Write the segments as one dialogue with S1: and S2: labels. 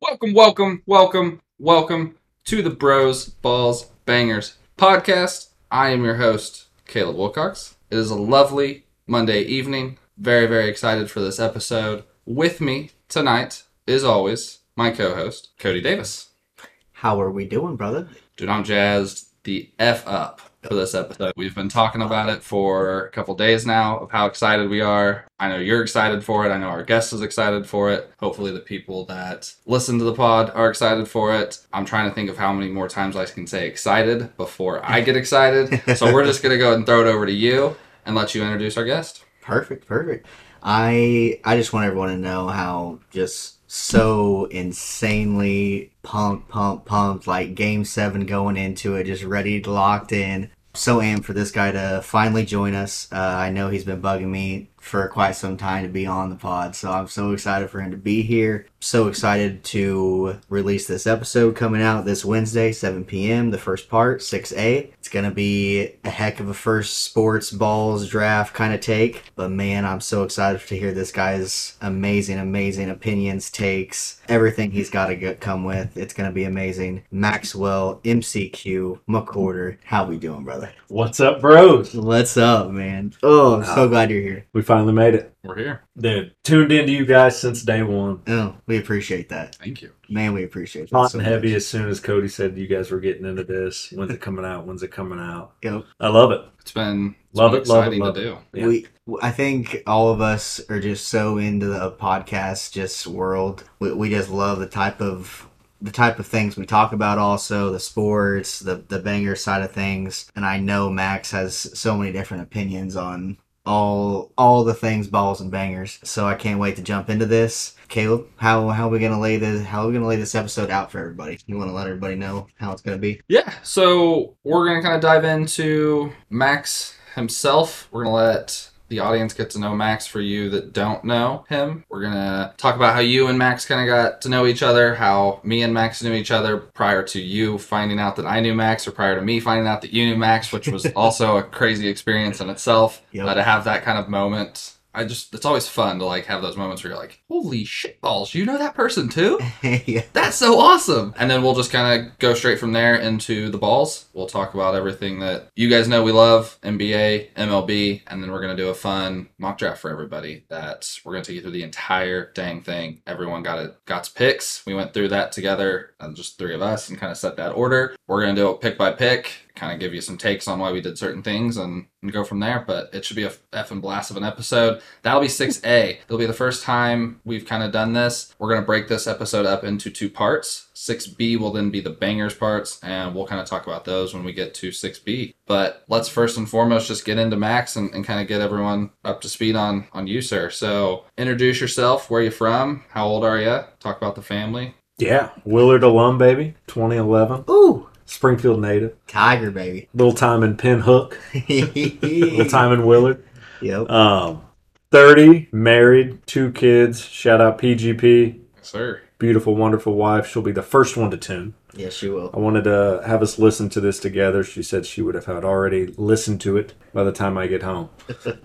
S1: welcome, welcome, welcome to the Bros Balls Bangers podcast. I am your host, Caleb Wilcox. It is a lovely Monday evening. Very, very excited for this episode. With me tonight, as always, my co host, Cody Davis.
S2: How are we doing, brother?
S1: Dude, I'm jazzed the F up for this episode. We've been talking about it for a couple days now of how excited we are. I know you're excited for it. I know our guest is excited for it. Hopefully, the people that listen to the pod are excited for it. I'm trying to think of how many more times I can say excited before I get excited. so, we're just going to go ahead and throw it over to you and let you introduce our guest.
S2: Perfect, perfect. I I just want everyone to know how just so insanely pumped, pumped, pumped, like game seven going into it, just ready, locked in. So am for this guy to finally join us. Uh, I know he's been bugging me for quite some time to be on the pod, so I'm so excited for him to be here. So excited to release this episode coming out this Wednesday, 7 p.m. The first part, 6A. It's gonna be a heck of a first sports balls draft kind of take, but man, I'm so excited to hear this guy's amazing, amazing opinions, takes, everything he's got to get, come with. It's gonna be amazing. Maxwell, MCQ, McCorder, how we doing, brother?
S3: What's up, bros?
S2: What's up, man? Oh, I'm so glad you're here.
S3: We finally made it.
S1: We're here.
S3: Dude, tuned into you guys since day one.
S2: Oh, we appreciate that.
S1: Thank you.
S2: Man, we appreciate that.
S3: Hot
S2: so
S3: and heavy
S2: much.
S3: as soon as Cody said you guys were getting into this. When's it coming out? When's it coming out?
S2: Yep.
S3: I love it.
S1: It's been, it's
S3: Love
S1: been
S3: it, love it,
S1: exciting
S3: love
S1: to
S3: it.
S1: do.
S3: Yeah.
S2: We, I think all of us are just so into the podcast just world. We, we just love the type of the type of things we talk about also the sports the the banger side of things and i know max has so many different opinions on all all the things balls and bangers so i can't wait to jump into this caleb how how are we gonna lay this how are we gonna lay this episode out for everybody you want to let everybody know how it's gonna be
S1: Yeah, so we're going to kind of dive into Max himself. We're going to let the audience get to know Max for you that don't know him. We're going to talk about how you and Max kind of got to know each other, how me and Max knew each other prior to you finding out that I knew Max or prior to me finding out that you knew Max, which was also a crazy experience in itself.
S2: Yep.
S1: Uh, to have that kind of moment. I just, it's always fun to like have those moments where you're like, holy shit balls, you know that person too?
S2: yeah
S1: That's so awesome. And then we'll just kind of go straight from there into the balls. We'll talk about everything that you guys know we love NBA, MLB, and then we're going to do a fun mock draft for everybody that we're going to take you through the entire dang thing. Everyone got it, got picks. We went through that together, uh, just three of us, and kind of set that order. We're going to do it pick by pick, kind of give you some takes on why we did certain things and, and go from there. But it should be a effing blast of an episode. That'll be 6A. It'll be the first time we've kind of done this. We're going to break this episode up into two parts. 6B will then be the bangers parts, and we'll kind of talk about those when we get to 6B. But let's first and foremost just get into Max and, and kind of get everyone up to speed on, on you, sir. So introduce yourself, where you from, how old are you, talk about the family.
S3: Yeah. Willard alum, baby. 2011.
S2: ooh
S3: Springfield native.
S2: tiger baby
S3: Little time in Pinhook. Little time in Willard.
S2: yep
S3: Um, 30, married, two kids. Shout out PGP.
S1: Sir.
S3: Beautiful, wonderful wife. She'll be the first one to tune.
S2: Yes, she will.
S3: I wanted to have us listen to this together. She said she would have had already listened to it by the time I get home.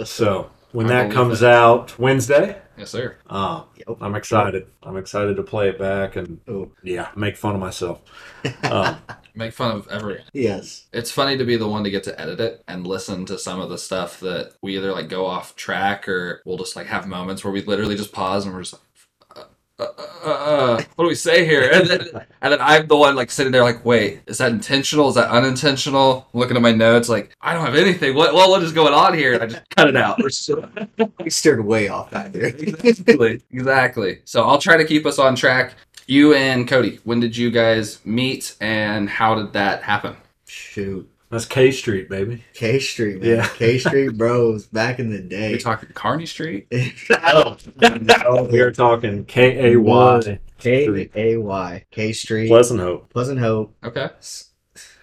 S3: so when
S1: I
S3: that
S1: believe
S3: comes
S1: it.
S3: out Wednesday,
S1: Yes, sir.
S3: uh,
S2: Yep.
S3: I'm excited. I'm excited to play it back and
S2: Oh,
S3: yeah, make fun of myself. Um,
S1: Make fun of everyone.
S2: yes.
S1: It's funny to be the one to get to edit it and listen to some of the stuff that we either like go off track or we'll just like have moments where we literally just pause and we're just like, uh, uh, uh, uh, what do we say here? And then, and then I'm the one like sitting there like, wait, is that intentional? Is that unintentional? Looking at my notes, like I don't have anything. What what, what is going on here? And I just cut it out.
S2: We steered way off that there.
S1: exactly, exactly. So I'll try to keep us on track. You and Cody, when did you guys meet and how did that happen?
S2: Shoot.
S3: that's K Street, baby.
S2: K Street, man.
S3: Yeah.
S2: K Street bros back in the day.
S1: We talking Carney Street.
S3: Oh, we are talking K A Y
S2: K A Y. K Street.
S3: Pleasant Hope.
S2: Pleasant Hope.
S1: Okay.
S2: S-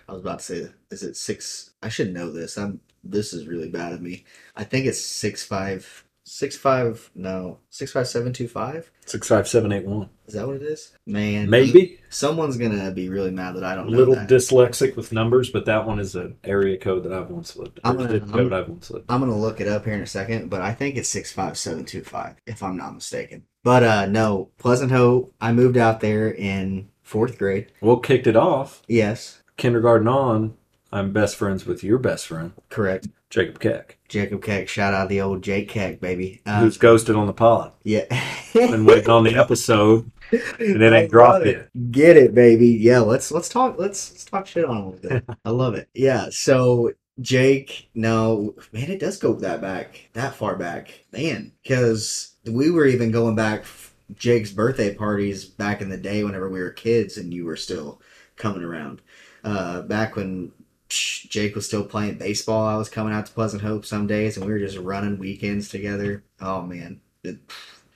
S2: I was about to say, is it six? I should know this. I'm. This is really bad of me. I think it's six five Six five no six five seven two five.
S3: Six five seven eight one.
S2: Is that what it is? Man,
S3: Maybe
S2: someone's gonna be really mad that I
S3: a
S2: don't know
S3: little
S2: that.
S3: dyslexic with numbers, but that one is an area code that I've once lived.
S2: I'm
S3: I'm
S2: gonna- I'm-
S3: code I've once lived.
S2: I'm gonna look it up here in a second, but I think it's six five seven two five, if I'm not mistaken. But uh no, Pleasant Hope. I moved out there in fourth grade.
S3: Well, kicked it off
S2: Yes,
S3: kindergarten on. I'm best friends with your best friend
S2: correct.
S3: Jacob Keck,
S2: Jacob Keck, shout out the old Jake Keck, baby. Uh,
S3: who's ghosted on the pod.
S2: yeah,
S3: Been waiting on the episode, and it ain't dropped yet.
S2: Get it, baby. Yeah, let's let's talk let's let's talk shit on him a little bit. I love it. Yeah, so Jake, no man, it does go that back that far back, man. Because we were even going back f- Jake's birthday parties back in the day whenever we were kids and you were still coming around. Uh, back when psh, Jake was still playing baseball, I was coming out to Pleasant Hope some days and we were just running weekends together. Oh man, It-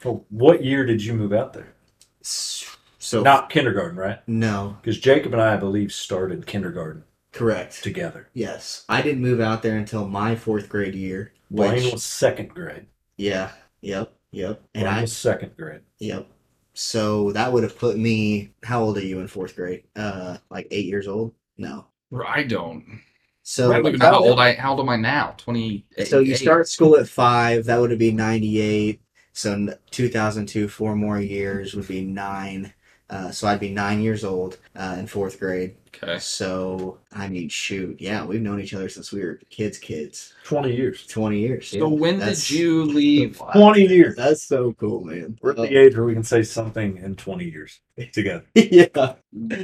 S3: Well, what year did you move out there?
S2: so
S3: Not kindergarten, right?
S2: no,
S3: Because Jacob and I, I believe, started kindergarten
S2: correct.
S3: together.
S2: Yes, I didn't move out there until my fourth grade year.
S3: Blaine
S2: Which,
S3: was second grade.
S2: yeah, yep, yep, and
S3: Blaine
S2: I,
S3: was second grade.
S2: yep. So that would have put me. How old are you in fourth grade? Uh, like eight years old? No.
S1: I don't.
S2: So
S3: Right,
S1: Look, how old I? How old am I now? Twenty.
S2: So you start school at five. That would have been ninety-eight. So two thousand two, four more years would be nine. Uh, so I'd be nine years old uh, in fourth grade.
S1: Okay.
S2: So I mean, shoot, yeah, we've known each other since we were kids, kids,
S3: 20 years.
S2: twenty years.
S1: So
S2: dude.
S1: when
S2: That's-
S1: did you leave?
S3: 20 years.
S2: That's so cool, man. Uh,
S3: We're at the age where we can say something in 20 years together.
S2: yeah.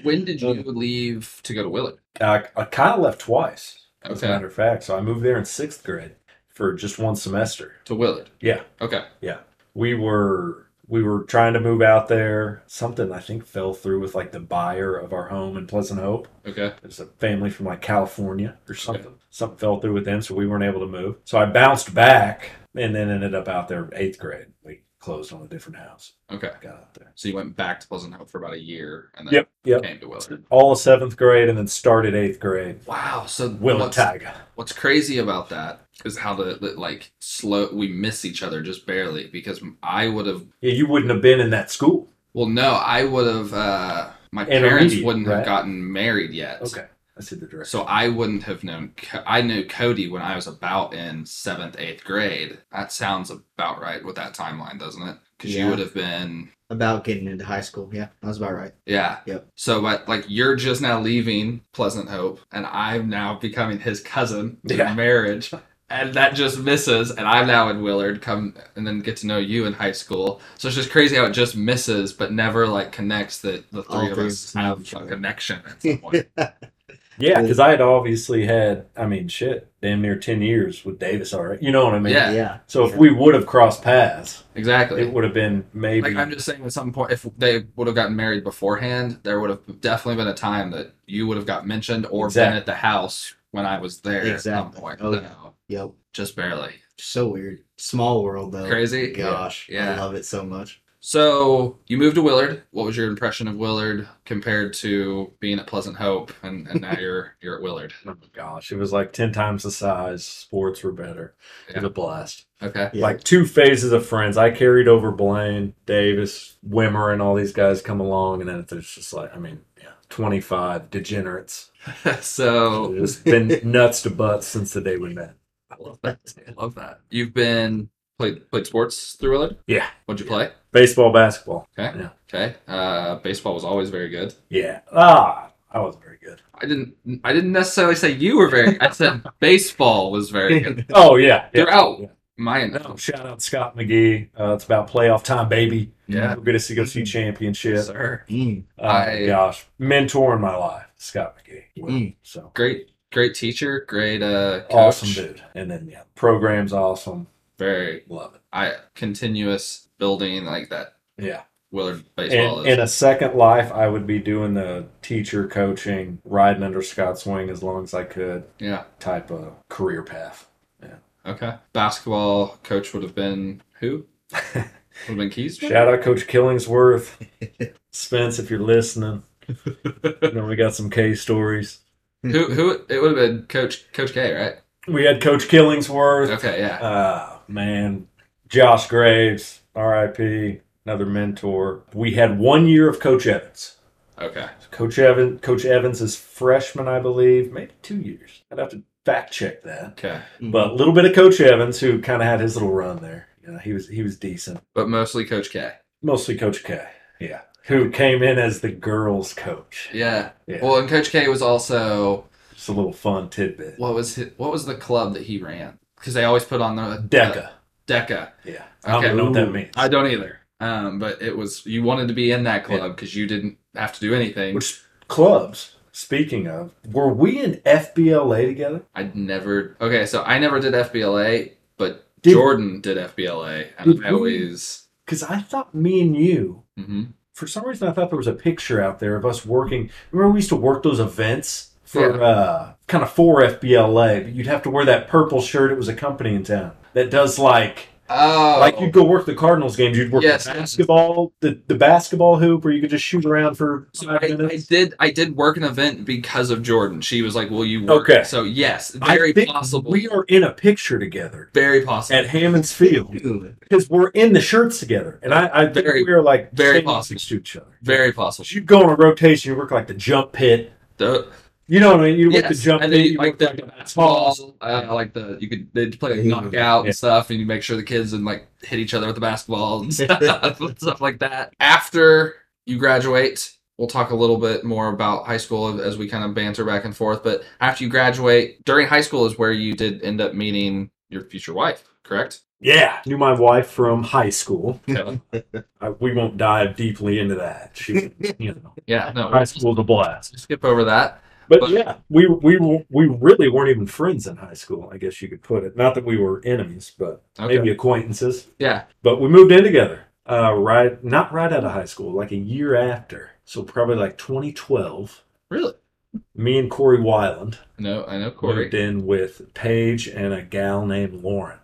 S1: When did you leave to go to Willard?
S3: I, I kind of left twice, as a
S1: Okay.
S3: matter of fact. So I moved there in sixth grade for just one semester.
S1: To Willard.
S3: Yeah.
S1: Okay.
S3: we were we were trying to move out there. Something I think fell through with like the buyer of our home in Pleasant Hope.
S1: Okay.
S3: It was a family from like California or something. Something fell through with them, so we weren't able to move. So I bounced back and then ended up out there eighth grade. We closed on a different house.
S1: Okay.
S3: Got out there.
S1: So you went back to Pleasant Hill for about a year and then
S3: Yep. Yep.
S1: came to Willard.
S3: All of seventh grade and then started eighth grade.
S1: Wow. So
S3: Will
S1: what's,
S3: Tiger.
S1: what's crazy about that is how the, the like slow we miss each other just barely because I would have
S3: Yeah, you wouldn't have been in that school.
S1: well no I would have uh my
S3: Intermediate,
S1: parents wouldn't have
S3: right?
S1: gotten married yet.
S3: Okay. I see the direction.
S1: So I wouldn't have known. Co- I knew Cody when I was about in seventh, eighth grade. That sounds about right with that timeline, doesn't it? Because
S2: Yeah.
S1: you would have been,
S2: About getting into high school. Yeah, that was about right.
S1: yeah.
S2: Yep.
S1: So, but like you're just now leaving Pleasant Hope, and I'm now becoming his cousin in
S3: Yeah.
S1: marriage, and that just misses. And I'm now in Willard, come and then get to know you in high school. So it's just crazy how it just misses, but never like connects that the
S2: All
S1: three of
S2: three
S1: us
S2: of us know
S1: have
S2: each
S1: a
S2: other.
S1: connection at some point.
S3: Yeah, because I had obviously had, I mean, shit, damn near 10 years with Davis already. You know what I mean?
S1: Yeah.
S3: So if we would have crossed paths,
S1: exactly.
S3: it would have been maybe.
S1: Like I'm just saying, at some point, if they would have gotten married beforehand, there would have definitely been a time that you would have got mentioned or
S3: Exactly.
S1: been at the house when I was there at
S2: Exactly.
S1: some point.
S2: Oh,
S1: No,
S2: yeah. Yep.
S1: just barely.
S2: So weird. Small world though.
S1: Crazy?
S2: Gosh.
S1: Yeah.
S2: I love it so much.
S1: So you moved to Willard. What was your impression of Willard compared to being at Pleasant Hope, and, and now you're you're at Willard?
S3: oh my gosh, it was like 10 times the size. Sports were better. It was a blast.
S1: Okay.
S2: Yeah.
S3: Like two phases of friends. I carried over Blaine, Davis, Wimmer, and all these guys come along. And then there's just like, I mean, yeah, 25 degenerates.
S1: so
S3: It's been nuts to butts since the day we met.
S1: Oh. I love that. I love that. You've been played played sports through Willard.
S3: Yeah.
S1: What'd you play?
S3: Baseball, basketball.
S1: Okay.
S3: Yeah.
S1: Okay. Uh, baseball was always very good.
S3: Yeah. Ah, I wasn't very good.
S1: I didn't. I didn't necessarily say you were very. I said baseball was very good
S3: Oh, yeah. yeah.
S1: throughout
S3: Yeah.
S1: my
S3: No, shout out Scott McGee. Uh, it's about playoff time, baby.
S1: Yeah.
S3: We're going to go see championship.
S1: sir.
S2: Mm.
S3: Oh my
S1: Mm. I-
S3: gosh, mentor in my life, Scott McGee.
S2: Mm.
S3: So
S1: Great, great teacher. Great uh, coach.
S3: awesome dude. And then yeah, program's awesome.
S1: Very.
S3: Love it.
S1: I continuous building like that.
S3: Yeah.
S1: Willard baseball
S3: And uh,
S1: is.
S3: in a second life, I would be doing the teacher coaching, riding under Scott's wing as long as I could
S1: yeah.
S3: type of career path.
S1: Okay. Basketball coach would have been who? Would have been Keys.
S3: Shout out Coach Killingsworth, Spence, if you're listening. I know we got some K stories.
S1: Who? Who? It would have been Coach Coach K, right?
S3: We had Coach Killingsworth.
S1: Okay. Yeah.
S3: Ah Uh, man, Josh Graves, RIP, another mentor. We had one year of Coach Evans.
S1: Okay.
S3: Coach Evans, Coach Evans is freshman, I believe, maybe two years. I'd have to fact check that.
S1: Okay.
S2: Mm-hmm.
S3: But a little bit of Coach Evans, who kind of had his little run there. You know, he was he was decent.
S1: But mostly Coach K.
S3: Mostly Coach K. Yeah, who came in as the girls' coach.
S1: Yeah.
S3: Yeah,
S1: Well, and Coach K was also
S3: just a little fun tidbit.
S1: what was his, what was the club that he ran? Because they always put on the
S3: Deca.
S1: Deca.
S3: Yeah, I don't
S1: Okay.
S3: know what that
S2: Ooh.
S3: means.
S1: I don't either. Um, but it was you wanted to be in that club because you didn't have to do anything.
S3: Which clubs? Speaking of, were we in FBLA together?
S1: I never. Okay, so I never did FBLA, but
S3: Did-
S1: Jordan did FBLA, and
S3: Did
S1: I
S3: we?
S1: always.
S3: Because I thought me and you
S1: hmm
S3: for some reason I thought there was a picture out there of us working. Remember we used to work those events for
S1: Yeah.
S3: uh, kind of for FBLA, but you'd have to wear that purple shirt. It was a company in town that does like
S1: Oh,
S3: like you'd go work the Cardinals games. You'd work
S1: Yes,
S3: the
S1: yes.
S3: basketball the, the basketball hoop where you could just shoot around for
S1: So
S3: five
S1: I, I
S3: minutes.
S1: did. I did work an event because of Jordan. She was like, "Will you work?"
S3: Okay.
S1: So yes,
S3: I
S1: very
S3: think
S1: possible.
S3: We are in a picture together
S1: very possible.
S3: at Hammond's Field
S2: Dude,
S3: because we're in the shirts together, and I, I think
S1: Very-
S3: we are like
S1: very
S3: standing
S1: possible.
S3: next to each other.
S1: very possible.
S3: You'd go on a rotation. You work like the jump pit.
S1: The,
S3: You know what I mean? You work the
S1: yes,
S3: jump
S1: and then
S3: pit.
S1: you,
S3: You
S1: like
S3: work
S1: the
S3: toss.
S1: basketball, uh, like the you could they'd play like
S2: Yeah.
S1: knockout
S3: Yeah.
S1: and stuff, and you make sure the kids didn't like hit each other with the basketball and stuff, stuff like that. After you graduate, we'll talk a little bit more about high school as we kind of banter back and forth. But after you graduate, during high school is where you did end up meeting your future wife, correct?
S3: Yeah, knew my wife from high school.
S1: Kevin?
S3: I, we won't dive deeply into that. She, you know,
S1: yeah, no,
S3: high school's a blast.
S1: skip over that.
S3: But,
S1: But-
S3: yeah, we we we really weren't even friends in high school. I guess you could put it. Not that we were enemies, but
S1: Okay.
S3: maybe acquaintances.
S1: Yeah.
S3: But we moved in together. Uh, right, not right out of high school, like a year after. So probably like 2012.
S1: Really?
S3: Me and Corey Wyland
S1: No, I know Corey.
S3: moved in with Paige and a gal named Lauren.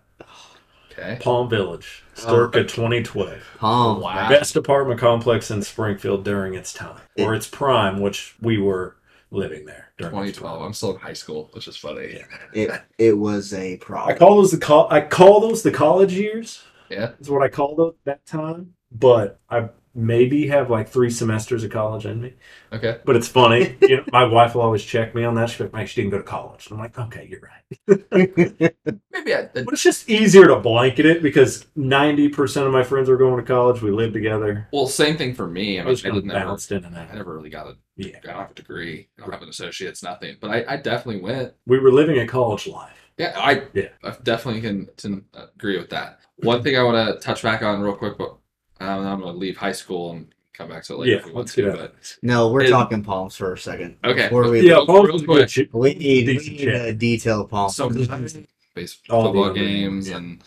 S1: Okay.
S3: Palm Village, circa 2012. Oh,
S2: Palm.
S1: Oh. Wow.
S3: best apartment complex in Springfield during its time, or its prime, which we were living there. During its
S1: 2012. I'm still in high school, which is funny.
S3: Yeah.
S2: It, it was a problem.
S3: prime. I call those the col- I call those the college years.
S1: Yeah.
S3: is what I call those that time. But I maybe have like three semesters of college in me.
S1: Okay.
S3: But it's funny. you know, my wife will always check me on that. She's like, "Mike, she didn't go to college." And I'm like, "Okay, you're right."
S1: Maybe I.
S3: But it's just easier to blanket it because 90% of my friends were going to college. We lived together.
S1: Well, same thing for me. I
S3: I
S1: mean,
S3: was
S1: I
S3: kind of
S1: didn't ever,
S3: balanced in and
S1: I
S3: out.
S1: never really got a,
S3: Yeah,
S1: I don't have a degree. I don't have an associate's, nothing. But I, I definitely went.
S3: we were living a college life.
S1: Yeah, I,
S3: Yeah.
S1: I definitely can, can agree with that. One thing I want to touch back on real quick, but um, I'm going to leave high school and come back to it later
S3: Yeah,
S1: if we want
S3: let's
S1: to.
S3: get out
S1: But
S2: No, we're
S1: It-
S2: talking palms for a second.
S1: Okay.
S2: Before we,
S3: Yeah,
S1: Real-
S3: Paul's
S1: real
S3: was
S1: quick.
S3: good. She-
S2: we need, we
S3: Decent
S2: need
S3: check.
S2: a detailed palm.
S1: so face
S3: All the
S1: football
S3: other-
S1: games
S3: yeah.
S1: and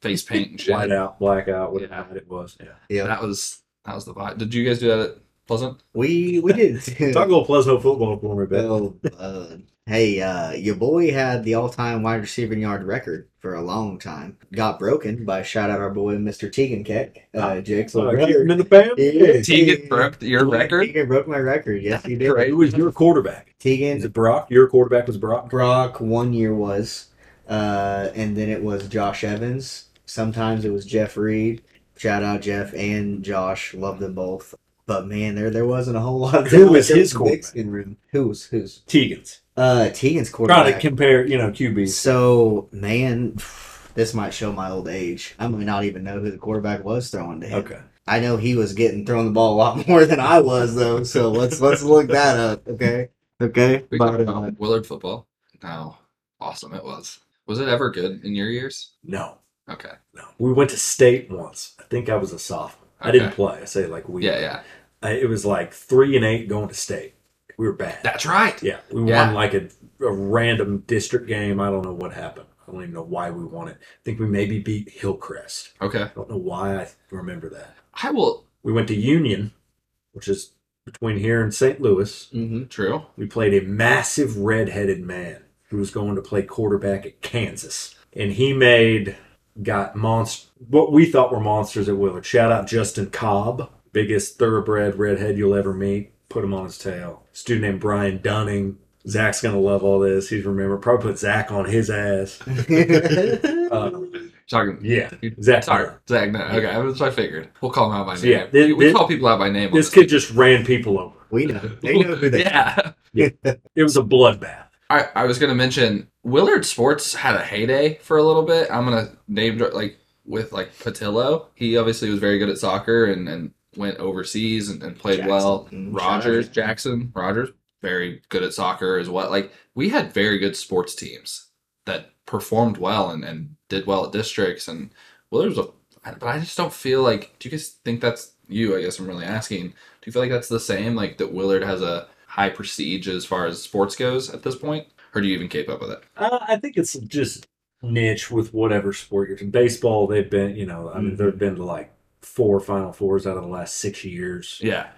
S1: face paint and shit.
S3: white out, black out, whatever
S1: Yeah.
S3: it was. Yeah.
S2: yeah,
S1: That was that was the vibe. Did you guys do that at Pleasant?
S2: we we did. too.
S3: Talk about Fresno football for me, but
S2: Well, uh, hey, uh, your boy had the all-time wide receiving yard record for a long time. Got broken by shout out our boy Mr. Tegan Keck, uh, Jake's little
S3: uh, keep him
S2: brother.
S3: in the family.
S2: Yeah.
S1: Tegan broke your record.
S2: Tegan broke my record. Yes, he did.
S1: Great.
S3: Who was your quarterback? Is
S2: Tegan
S3: it Brock? Your quarterback was Brock.
S2: Brock one year was, uh, and then it was Josh Evans. Sometimes it was Jeff Reed. Shout out Jeff and Josh. Love them both. But man, there there wasn't a whole lot. Of
S3: Who was
S2: there
S3: his
S2: a
S3: quarterback?
S2: Mexican room. Who was who's?
S3: Tegan's.
S2: Uh, Tegan's
S3: Trying to
S2: quarterback.
S3: compare, you know, QBs.
S2: So man, this might show my old age. I might not even know who the quarterback was throwing to him.
S3: Okay.
S2: I know he was getting thrown the ball a lot more than I was though. So let's let's look that up. Okay. Okay. uh,
S1: We
S2: Bye.
S1: talked
S3: uh,
S1: about Willard football. How awesome it was. Was it ever good in your years?
S3: No,
S1: Okay.
S3: no. We went to state once. I think I was a sophomore. I
S1: Okay.
S3: didn't play. I say like we.
S1: Yeah, yeah.
S3: I, it was like three and eight going to state. We were bad.
S1: That's right.
S3: Yeah, we won
S1: Yeah.
S3: like a, a random district game. I don't know what happened. I don't even know why we won it. I think we maybe beat Hillcrest.
S1: Okay.
S3: I don't know why I remember that.
S1: I will.
S3: We went to Union, which is between here and St. Louis.
S2: hmm
S1: True.
S3: We played a massive redheaded man who was going to play quarterback at Kansas. And he made, got monst what we thought were monsters at Willard. Shout out Justin Cobb, biggest thoroughbred redhead you'll ever meet. Put him on his tail. Student named Brian Dunning. Zach's going to love all this. He's remember. Probably put Zach on his ass. Uh,
S1: Talking.
S3: Yeah,
S1: You're-
S3: Zach.
S1: Sorry,
S3: Miller.
S1: Zach. No, okay, that's what I figured. We'll call him out by name.
S3: So, yeah, thi-
S1: we, we
S3: thi-
S1: call people out by name. on
S3: This kid just ran people over.
S2: We know. They know who they
S1: yeah.
S3: It was a bloodbath.
S1: I, I was gonna mention Willard Sports had a heyday for a little bit. I'm gonna name dro- like with like Patillo. He obviously was very good at soccer and, and went overseas and, and played
S2: Jackson.
S1: well.
S2: Mm,
S1: Rogers,
S2: shout out.
S1: Jackson, Rogers, very good at soccer as well. Like we had very good sports teams that performed well and, and did well at districts and Willard's a but I just don't feel like do you guys think that's you, I guess I'm really asking. Do you feel like that's the same? Like that Willard has a high prestige as far as sports goes at this point? Or do you even keep up with it?
S3: Uh, I think it's just niche with whatever sport you're in. Baseball, they've been, you know, I mean,
S2: Mhm.
S3: they've been to like four Final Fours out of the last six years.
S1: Yeah.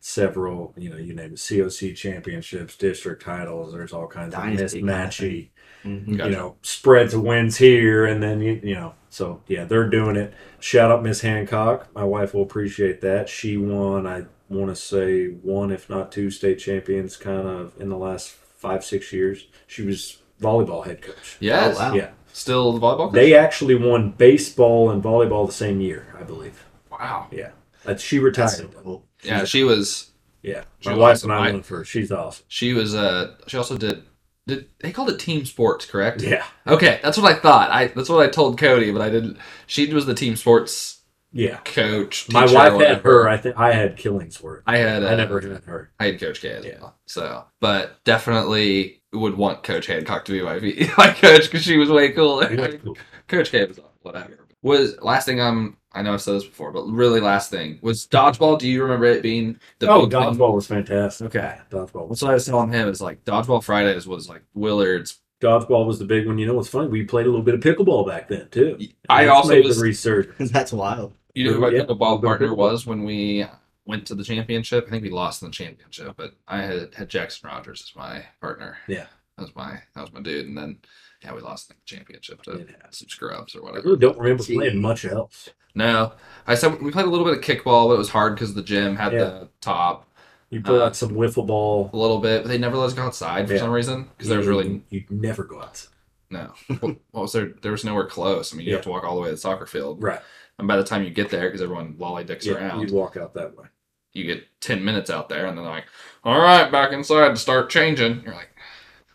S3: Several, you know, you name it, COC championships, district titles. There's all kinds
S2: Dynasty
S3: of
S2: kinda
S3: mismatchy,
S2: Mhm.
S1: Gotcha.
S3: you know, spreads of wins here, and then you, you know, so yeah, they're doing it. Shout out Miss Hancock. My wife will appreciate that. She won, I want to say one, if not two, state champions, kind of in the last five six years. She was volleyball head coach.
S1: Yes.
S2: Oh, wow.
S3: Yeah.
S1: Still the volleyball coach?
S3: They actually won baseball and volleyball the same year, I believe.
S1: wow.
S3: Uh, she
S2: That's so
S3: retired.
S2: cool.
S1: Yeah, she was
S3: Yeah.
S1: She
S3: My
S1: was
S3: wife
S1: awesome.
S3: and I
S1: I-
S3: went for her. She's awesome.
S1: she was uh she also did did they called it team sports, correct?
S3: Yeah.
S1: Okay, that's what I thought. I that's what I told Cody, but I didn't she was the team sports
S3: Yeah.
S1: coach.
S3: My
S1: teacher,
S3: wife had
S1: whatever.
S3: her. I think I had Killingsworth.
S1: I had uh,
S3: I never had her.
S1: I had Coach K as
S3: Yeah.
S1: well. So, but definitely would want Coach Hancock to be my my coach because she was way cooler.
S3: Oh,
S1: Coach K was whatever. Was last thing I'm. I know I've said this before, but really last thing was dodgeball. Do you remember it being the
S3: oh,
S1: big thing?
S3: dodgeball was fantastic.
S1: Okay.
S3: Dodgeball. Was,
S1: That's what I was telling him is like dodgeball Fridays was like Willard's.
S3: dodgeball was the big one. You know what's funny? We played a little bit of pickleball back then too.
S1: I
S3: It's
S1: also
S3: made
S1: was.
S3: the research.
S2: That's wild.
S1: you know who my
S3: Yeah.
S1: pickleball partner was when we went to the championship. I think we lost in the championship, but I had, had Jackson Rogers as my partner.
S3: Yeah.
S1: that was my that was my dude, and then yeah, we lost in the championship to some scrubs or
S3: I
S1: whatever.
S3: really don't remember
S2: Gee.
S3: playing much else.
S1: No, I said we played a little bit of kickball, but it was hard because the gym had the top
S3: You put
S1: Uh,
S3: out some wiffle ball.
S1: a little bit, but they never let us go outside for
S3: Yeah.
S1: some reason because there was
S3: You-
S1: really
S3: you'd never go out.
S1: no. what what was there? There was nowhere close. I mean, you
S3: Yeah.
S1: have to walk all the way to the soccer field,
S3: Right.
S1: and by the time you get there, because everyone lollydicks
S3: Yeah,
S1: around,
S3: you'd walk out that way.
S1: you get 10 minutes out there and then they're like all right back inside to start changing you're like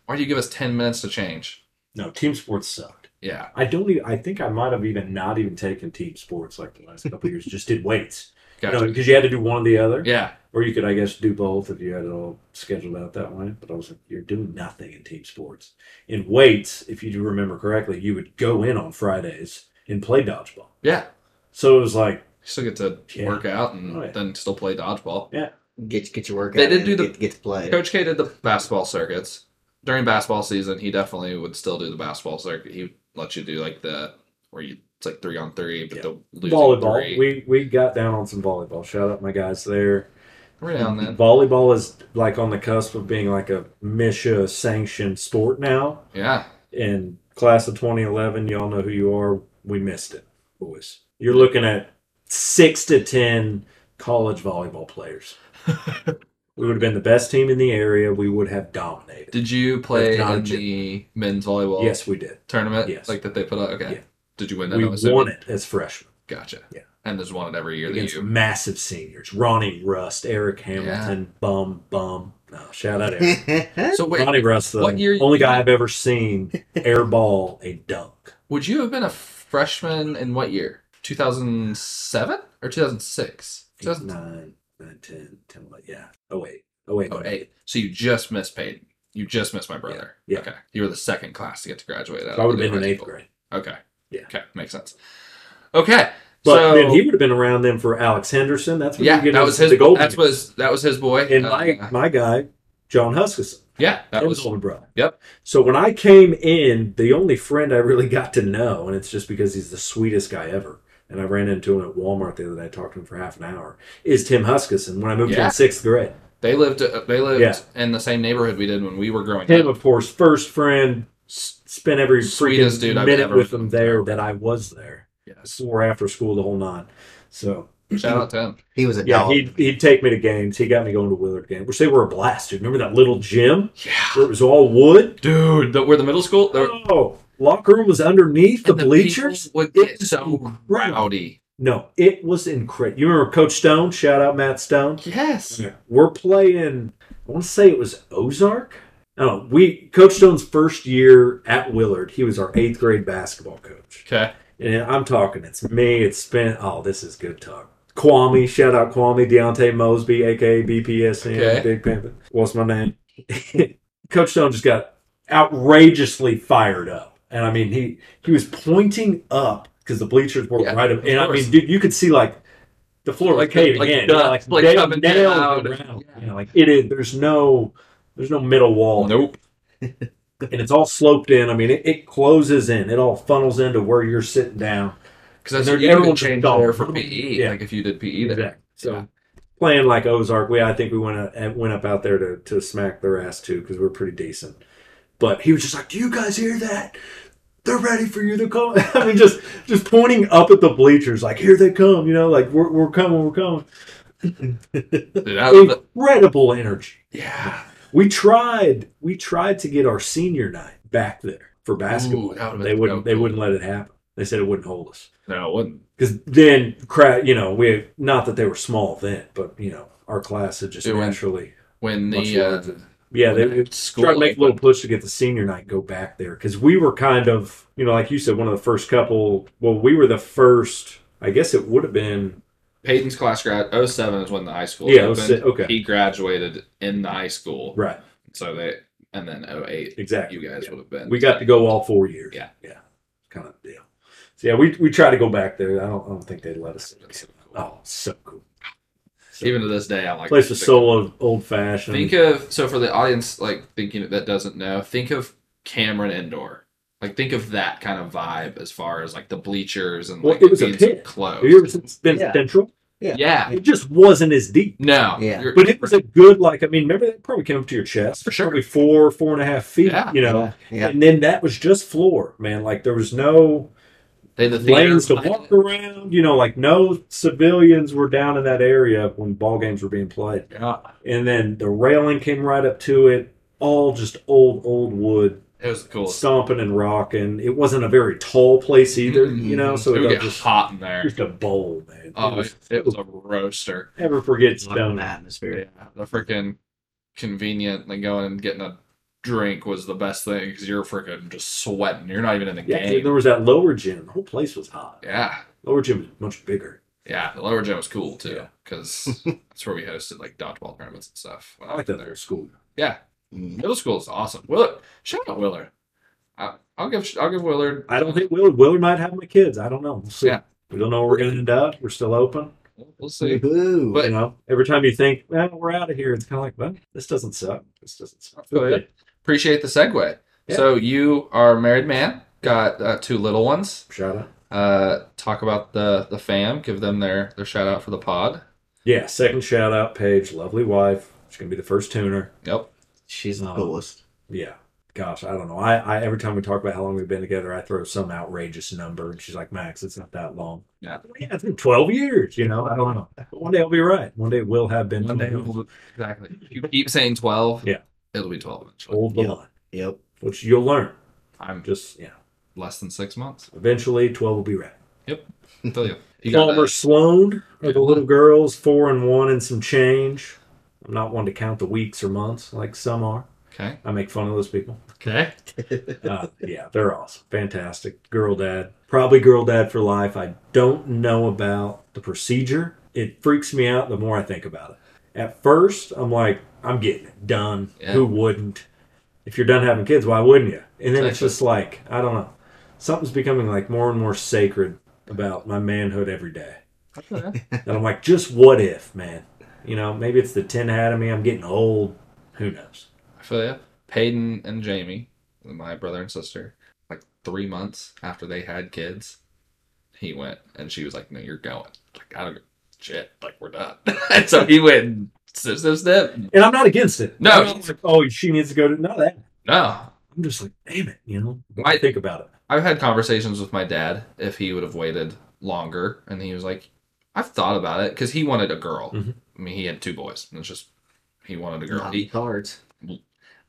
S1: why do you give us 10 minutes to change
S3: No, team sports sucked.
S1: yeah
S3: I don't even. I think I might have even not even taken team sports like the last couple of years. Just did weights.
S1: gotcha.
S3: No, because you had to do one or the other,
S1: yeah
S3: or you could, I guess, do both if you had it all scheduled out that way. But I was like, you're doing nothing in team sports. In weights, if you do remember correctly, you would go in on Fridays and play dodgeball.
S1: yeah
S3: So it was like,
S1: you still get to
S3: Yeah.
S1: work out and
S3: Oh, yeah.
S1: then still play dodgeball
S2: Get get your workout.
S1: They did
S2: in,
S1: do the-
S2: get, get to play.
S1: coach k did the basketball circuits during basketball season he definitely would still do the basketball circuit he let you do like the where you it's like three on three but
S3: Yeah.
S1: the losing
S3: volleyball.
S1: three.
S3: We we got down on some volleyball. Shout out my guys there.
S1: every now and then
S3: Volleyball is like on the cusp of being like a Misha sanctioned sport now.
S1: yeah
S3: in class of 2011, y'all know who you are. We missed it, boys. You're looking at six to 10 college volleyball players. we would have been the best team in the area. We would have dominated.
S1: did you play
S3: It's not a
S1: in
S3: gym.
S1: the men's volleyball
S3: Yes, we did.
S1: tournament
S3: Yes.
S1: like that they put up okay
S3: Yeah.
S1: did you win that
S3: We
S1: I'm assuming?
S3: won it as freshmen
S1: Gotcha.
S3: Yeah.
S1: And there's one at every year that
S3: against
S1: you.
S3: massive seniors Ronnie Rust, Eric Hamilton, Bum Bum. No, shout out Eric.
S1: So wait,
S3: Ronnie Rust, the
S1: what year-
S3: only guy I've ever seen airball a dunk.
S1: would you have been a freshman in what year? 2007 or 2006? 2008.
S3: Nine, nine, 10, 10, yeah. Oh, wait. Oh, wait.
S1: So you just missed Peyton. You just missed my brother.
S3: Yeah.
S1: Okay. You were the second class to get to graduate. out
S3: So I would
S1: of
S3: have been in
S1: high
S3: eighth
S1: school.
S3: grade.
S1: Okay.
S3: Yeah.
S1: Okay. Makes sense. Okay.
S3: But
S1: so
S3: then he would have been around then for Alex Henderson. That's when
S1: yeah,
S3: you get
S1: that
S3: into
S1: was his.
S3: the goal.
S1: That was that was his boy.
S3: and
S1: Uh,
S3: my my guy, John Huskisson,
S1: yeah, that
S3: his
S1: was
S3: older brother.
S1: Yep.
S3: So when I came in, the only friend I really got to know, and it's just because he's the sweetest guy ever. And I ran into him at Walmart the other day. I talked to him for half an hour. Is Tim Huskisson when I moved
S1: Yeah.
S3: in sixth grade?
S1: they lived uh, they lived
S3: Yeah.
S1: in the same neighborhood we did when we were growing
S3: Tim,
S1: up.
S3: of course, first friend. s- Spent every
S1: Sweetest
S3: freaking
S1: dude I've
S3: minute
S1: ever-
S3: with him there that I was there.
S1: Yes.
S3: Before, after school, the whole nine. So
S1: Shout out to him.
S2: he was a
S3: Yeah,
S2: dog.
S3: he'd, he'd take me to games. He got me going to Willard games, which they were a blast, dude. Remember that little gym
S1: Yeah.
S3: where it was all wood?
S1: Dude, the, where the middle school, the,
S3: Oh, locker room was underneath the,
S1: And
S3: bleachers.
S1: people would
S3: It
S1: get so rowdy.
S3: No, it was incredible. You remember Coach Stone? Shout out Matt Stone.
S1: Yes.
S3: We're playing. I want to say it was Ozark. Oh, we Coach Stone's first year at Willard. He was our eighth grade basketball coach,
S1: Okay.
S3: and I'm talking. It's me. It's Spin. Oh, this is good talk. Kwame, shout out Kwame Deontay Mosby, aka BPSN,
S1: Okay.
S3: Big Pimpin. What's my name? Coach Stone just got outrageously fired up, and I mean he he was pointing up because the bleachers were
S1: Yeah,
S3: right up,
S1: of
S3: and I
S1: course.
S3: mean, dude, you could see like the floor
S1: Like
S3: like
S1: the-
S3: caving
S1: like
S3: in,
S1: ducks, like
S3: nail-
S1: coming
S3: nail
S1: down.
S3: around.
S1: Yeah.
S3: You know, like it is. There's no there's no middle wall,
S1: Nope.
S3: and it's all sloped in. I mean, it, it closes in, it all funnels into where you're sitting down.
S1: Because
S3: There-
S1: that's you
S3: everyone
S1: could
S3: just
S1: change
S3: dumped.
S1: there for PE.
S3: Yeah.
S1: Like if you E, did PE there.
S3: Exactly. So
S1: Yeah.
S3: playing like Ozark, we I think we went uh, went up out there to to smack their ass too because we are pretty decent. But he was just like, "Do you guys hear that? They're ready for you to come." I mean, just just pointing up at the bleachers, like, "Here they come!" You know, like we're we're coming, we're coming.
S1: Dude, I-
S3: Incredible energy.
S1: yeah.
S3: We tried we tried to get our senior night back there for basketball.
S1: Ooh, that would've been
S3: they wouldn't
S1: dope.
S3: they wouldn't let it happen. They said it wouldn't hold us.
S1: No, it wouldn't.
S3: because then crowd you know we not that they were small then but you know our class had just
S1: It went
S3: naturally
S1: When
S3: much
S1: the uh,
S3: larger. yeah they
S1: when
S3: they
S1: the school
S3: tried to make a little push to get the senior night go back there because we were kind of you know like you said one of the first couple well we were the first i guess it would have been
S1: Peyton's class grad 07 is when the high school
S3: yeah it was-
S1: opened.
S3: okay
S1: He graduated in the high school.
S3: right
S1: So they and then 08
S3: exactly
S1: you guys
S3: Yeah.
S1: would have been.
S3: we got to go all four years
S1: Yeah.
S3: yeah kind of deal so yeah we we tried to go back there i don't i don't think they let us
S1: That's so cool.
S3: oh so cool So-
S1: Even to this day, I like
S3: place
S1: to
S3: was
S1: think-
S3: so old, old fashioned
S1: Think of so for the audience like thinking that doesn't know. Think of Cameron Indoor. Like think of that kind of vibe as far as like the bleachers and
S3: Well,
S1: like
S3: it was a
S1: being
S3: pit.
S1: closed.
S3: have you ever been
S2: Yeah.
S3: central
S1: yeah.
S3: it just wasn't as deep.
S1: No.
S2: Yeah.
S1: You're-
S3: But it was a good like I mean, remember that probably came up to your chest
S1: For sure.
S3: probably four, four and a half feet.
S1: Yeah.
S3: You know,
S2: Yeah, yeah.
S3: and then that was just floor, man. Like there was no
S1: they had the theater
S3: lanes to
S1: behind
S3: walk
S1: it.
S3: around. You know, like no civilians were down in that area when ball games were being played.
S1: Yeah.
S3: And then the railing came right up to it. All just old, old wood,
S1: It was the coolest.
S3: stomping and rocking. It wasn't a very tall place either, you know.
S2: Mm-hmm.
S3: So
S1: it
S3: it
S1: would
S3: was
S1: get
S3: just,
S1: hot in there.
S3: just a bowl, man. It
S1: Oh,
S3: was-
S1: it, it was a roaster.
S3: never forget
S2: Love
S3: stone.
S2: the atmosphere.
S1: Yeah, the freaking convenient like going and getting a drink was the best thing because you're freaking just sweating. You're not even in the
S3: Yeah,
S1: game.
S3: there was that lower gym. The whole place was hot.
S1: Yeah,
S3: Lower gym was much bigger.
S1: yeah. The lower gym was cool too
S3: Yeah.
S1: because that's where we hosted like dodgeball tournaments and stuff. When
S3: I like
S1: was
S3: that little school.
S2: Mm.
S1: Middle school is awesome. Willard, shout out Willard. I, I'll give I'll give Willard.
S3: I don't think Willard Willard might have my kids. I don't know. We'll see.
S1: Yeah.
S3: We don't know where we're gonna end up. We're still open.
S1: We'll see.
S2: Ooh.
S1: But-
S3: you know, every time you think, well, we're out of here, it's kinda like, well, this doesn't suck. This doesn't suck.
S1: feel ya. Appreciate the segue.
S3: Yeah.
S1: So you are a married man. Got uh, two little ones.
S3: Shout out.
S1: Uh, talk about the the fam. Give them their their shout out for the pod.
S3: Yeah, second shout out, Paige, lovely wife. She's gonna be the first tuner.
S1: Yep.
S2: She's the
S1: uh,
S3: Oh.
S2: coolest.
S3: Yeah. Gosh, I don't know. I, I every time we talk about how long we've been together, I throw some outrageous number and she's like, Max, it's not that long.
S1: Yeah.
S3: Yeah, it's been twelve years, you know. I don't know. But one day I'll be right. One day it will have been
S1: One
S3: 12
S1: day,
S3: years.
S1: it'll- exactly. If you keep saying twelve,
S3: Yeah.
S1: it'll be twelve eventually.
S3: Hold the
S2: Yeah.
S3: line,
S2: Yep.
S3: which you'll learn.
S1: I'm
S3: Just yeah,
S1: less than six months.
S3: eventually twelve will be right.
S1: I tell you, you got
S3: Palmer
S1: that.
S3: Sloan are
S1: Yeah.
S3: the little girls, four and one and some change. I'm not one to count the weeks or months like some are.
S1: Okay.
S3: I make fun of those people.
S1: Okay.
S3: Uh, yeah, they're awesome, fantastic. Girl dad, probably girl dad for life. I don't know about the procedure. It freaks me out the more I think about it. At first, I'm like, I'm getting it done.
S1: Yeah.
S3: Who wouldn't? If you're done having kids, why wouldn't you? And then it's
S1: Exactly.
S3: just like, I don't know. Something's becoming like more and more sacred about my manhood every day. And I'm like, just what if, man? You know, maybe it's the tin hat of me. I'm getting old. Who knows?
S1: I feel you. Peyton and Jamie, my brother and sister, like three months after they had kids, he went and she was like, "No, you're going." Like I don't give a shit. Like we're done. and so he went. Snip, snip, snip.
S3: And I'm not against it.
S1: No.
S3: I'm not like, oh, she needs to go to. No, that.
S1: No,
S3: I'm just like, damn it. You know,
S1: Why-
S3: I think about it.
S1: I've had conversations with my dad if he would have waited longer, and he was like, "I've thought about it because he wanted a girl.
S3: Mhm.
S1: I mean, he had two boys, and it's just he wanted a girl.
S2: Not
S1: He-
S2: cards.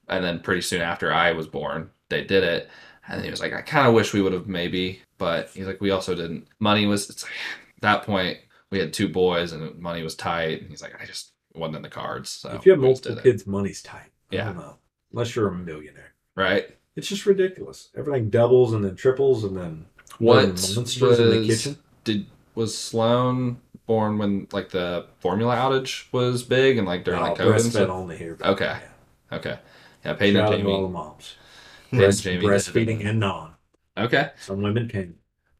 S1: and then pretty soon after I was born, they did it, And he was like, I kind of wish we would have maybe, but he's like, we also didn't. Money was it's like, at that point we had two boys and money was tight. And he's like, I just it wasn't in the cards. So
S3: if you have
S1: we just
S3: multiple
S1: did it.
S3: kids, money's tight. I
S1: Yeah.
S3: don't know. Unless you're a millionaire.
S1: right?
S3: It's just ridiculous. Everything doubles and then triples and then
S1: What
S3: There were monsters in the
S1: was-
S3: kitchen?
S1: Did was Sloan born when like the formula outage was big and like during
S3: No,
S1: like COVID? and
S3: breastfed
S1: stuff?
S3: oh, only here.
S1: Okay. Okay, yeah, Peyton
S3: Shout
S1: and
S3: out to all the
S1: Jamie.
S3: moms.
S1: Peyton and
S3: Breast,
S1: Jamie did it.
S3: breastfeeding and non.
S1: Okay,
S3: Some women can.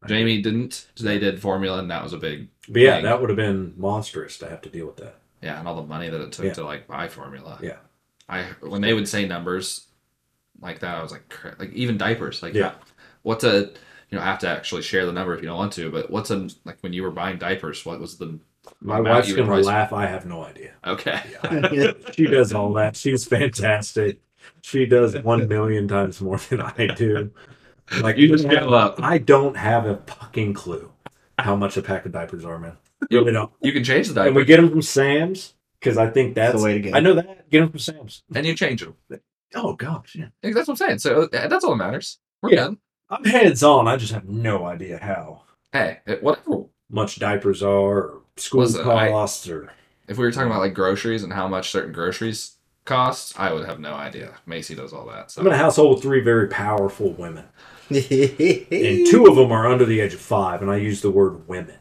S1: Jamie didn't. They did formula, and that was a big
S3: But yeah,
S1: Dang.
S3: that would have been monstrous to have to deal with that.
S1: yeah, and all the money that it took
S3: Yeah.
S1: to like buy formula.
S3: Yeah.
S1: I when they would say numbers like that, I was like, crap, like even diapers, like
S3: Yeah.
S1: what's a you know I have to actually share the number if you don't want to, but what's a like when you were buying diapers, what was the
S3: My
S1: amount
S3: wife's
S1: you would
S3: gonna
S1: price-
S3: laugh. I have no idea.
S1: Okay,
S3: Yeah, she does all that. She's fantastic. She does one million times more than I do. Like
S1: you just
S3: I-
S1: go up.
S3: I don't have a fucking clue how much a pack of diapers are, man.
S1: You-
S3: Really don't.
S1: You can change the diaper, and,
S3: And we get them from Sam's because I think that's.
S2: the way to go.
S3: I know that. Get them from Sam's.
S1: you change them.
S3: Oh gosh, yeah.
S1: Like, That's what I'm saying. So uh, that's all that matters. We're
S3: Yeah.
S1: good.
S3: I'm heads on. I just have no idea how
S1: Hey, it, whatever.
S3: much diapers are, or school
S1: Listen, I-
S3: costs, or
S1: If we were talking about like groceries and how much certain groceries cost, I would have no idea. Macy does all that. So
S3: I'm in a household with three very powerful women, and
S2: and
S3: two of them are under the age of five, and I use the word women.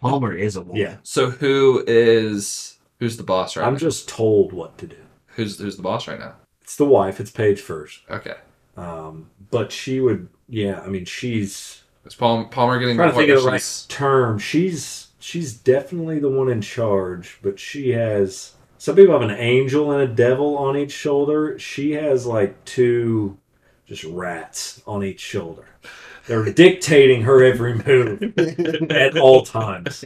S2: Palmer is a woman.
S3: Yeah,
S1: So who is who's the boss right?
S3: I'm
S1: now?
S3: just told what to do.
S1: who's who's the boss right now?
S3: It's the wife. It's Paige first,
S1: Okay,
S3: um, but she would. Yeah, I mean, she's
S1: is Palmer, Palmer getting
S3: I'm trying to think of the right
S1: she's-
S3: term. She's she's definitely the one in charge, but she has some people have an angel and a devil on each shoulder. She has like two just rats on each shoulder. They're dictating her every move at all times.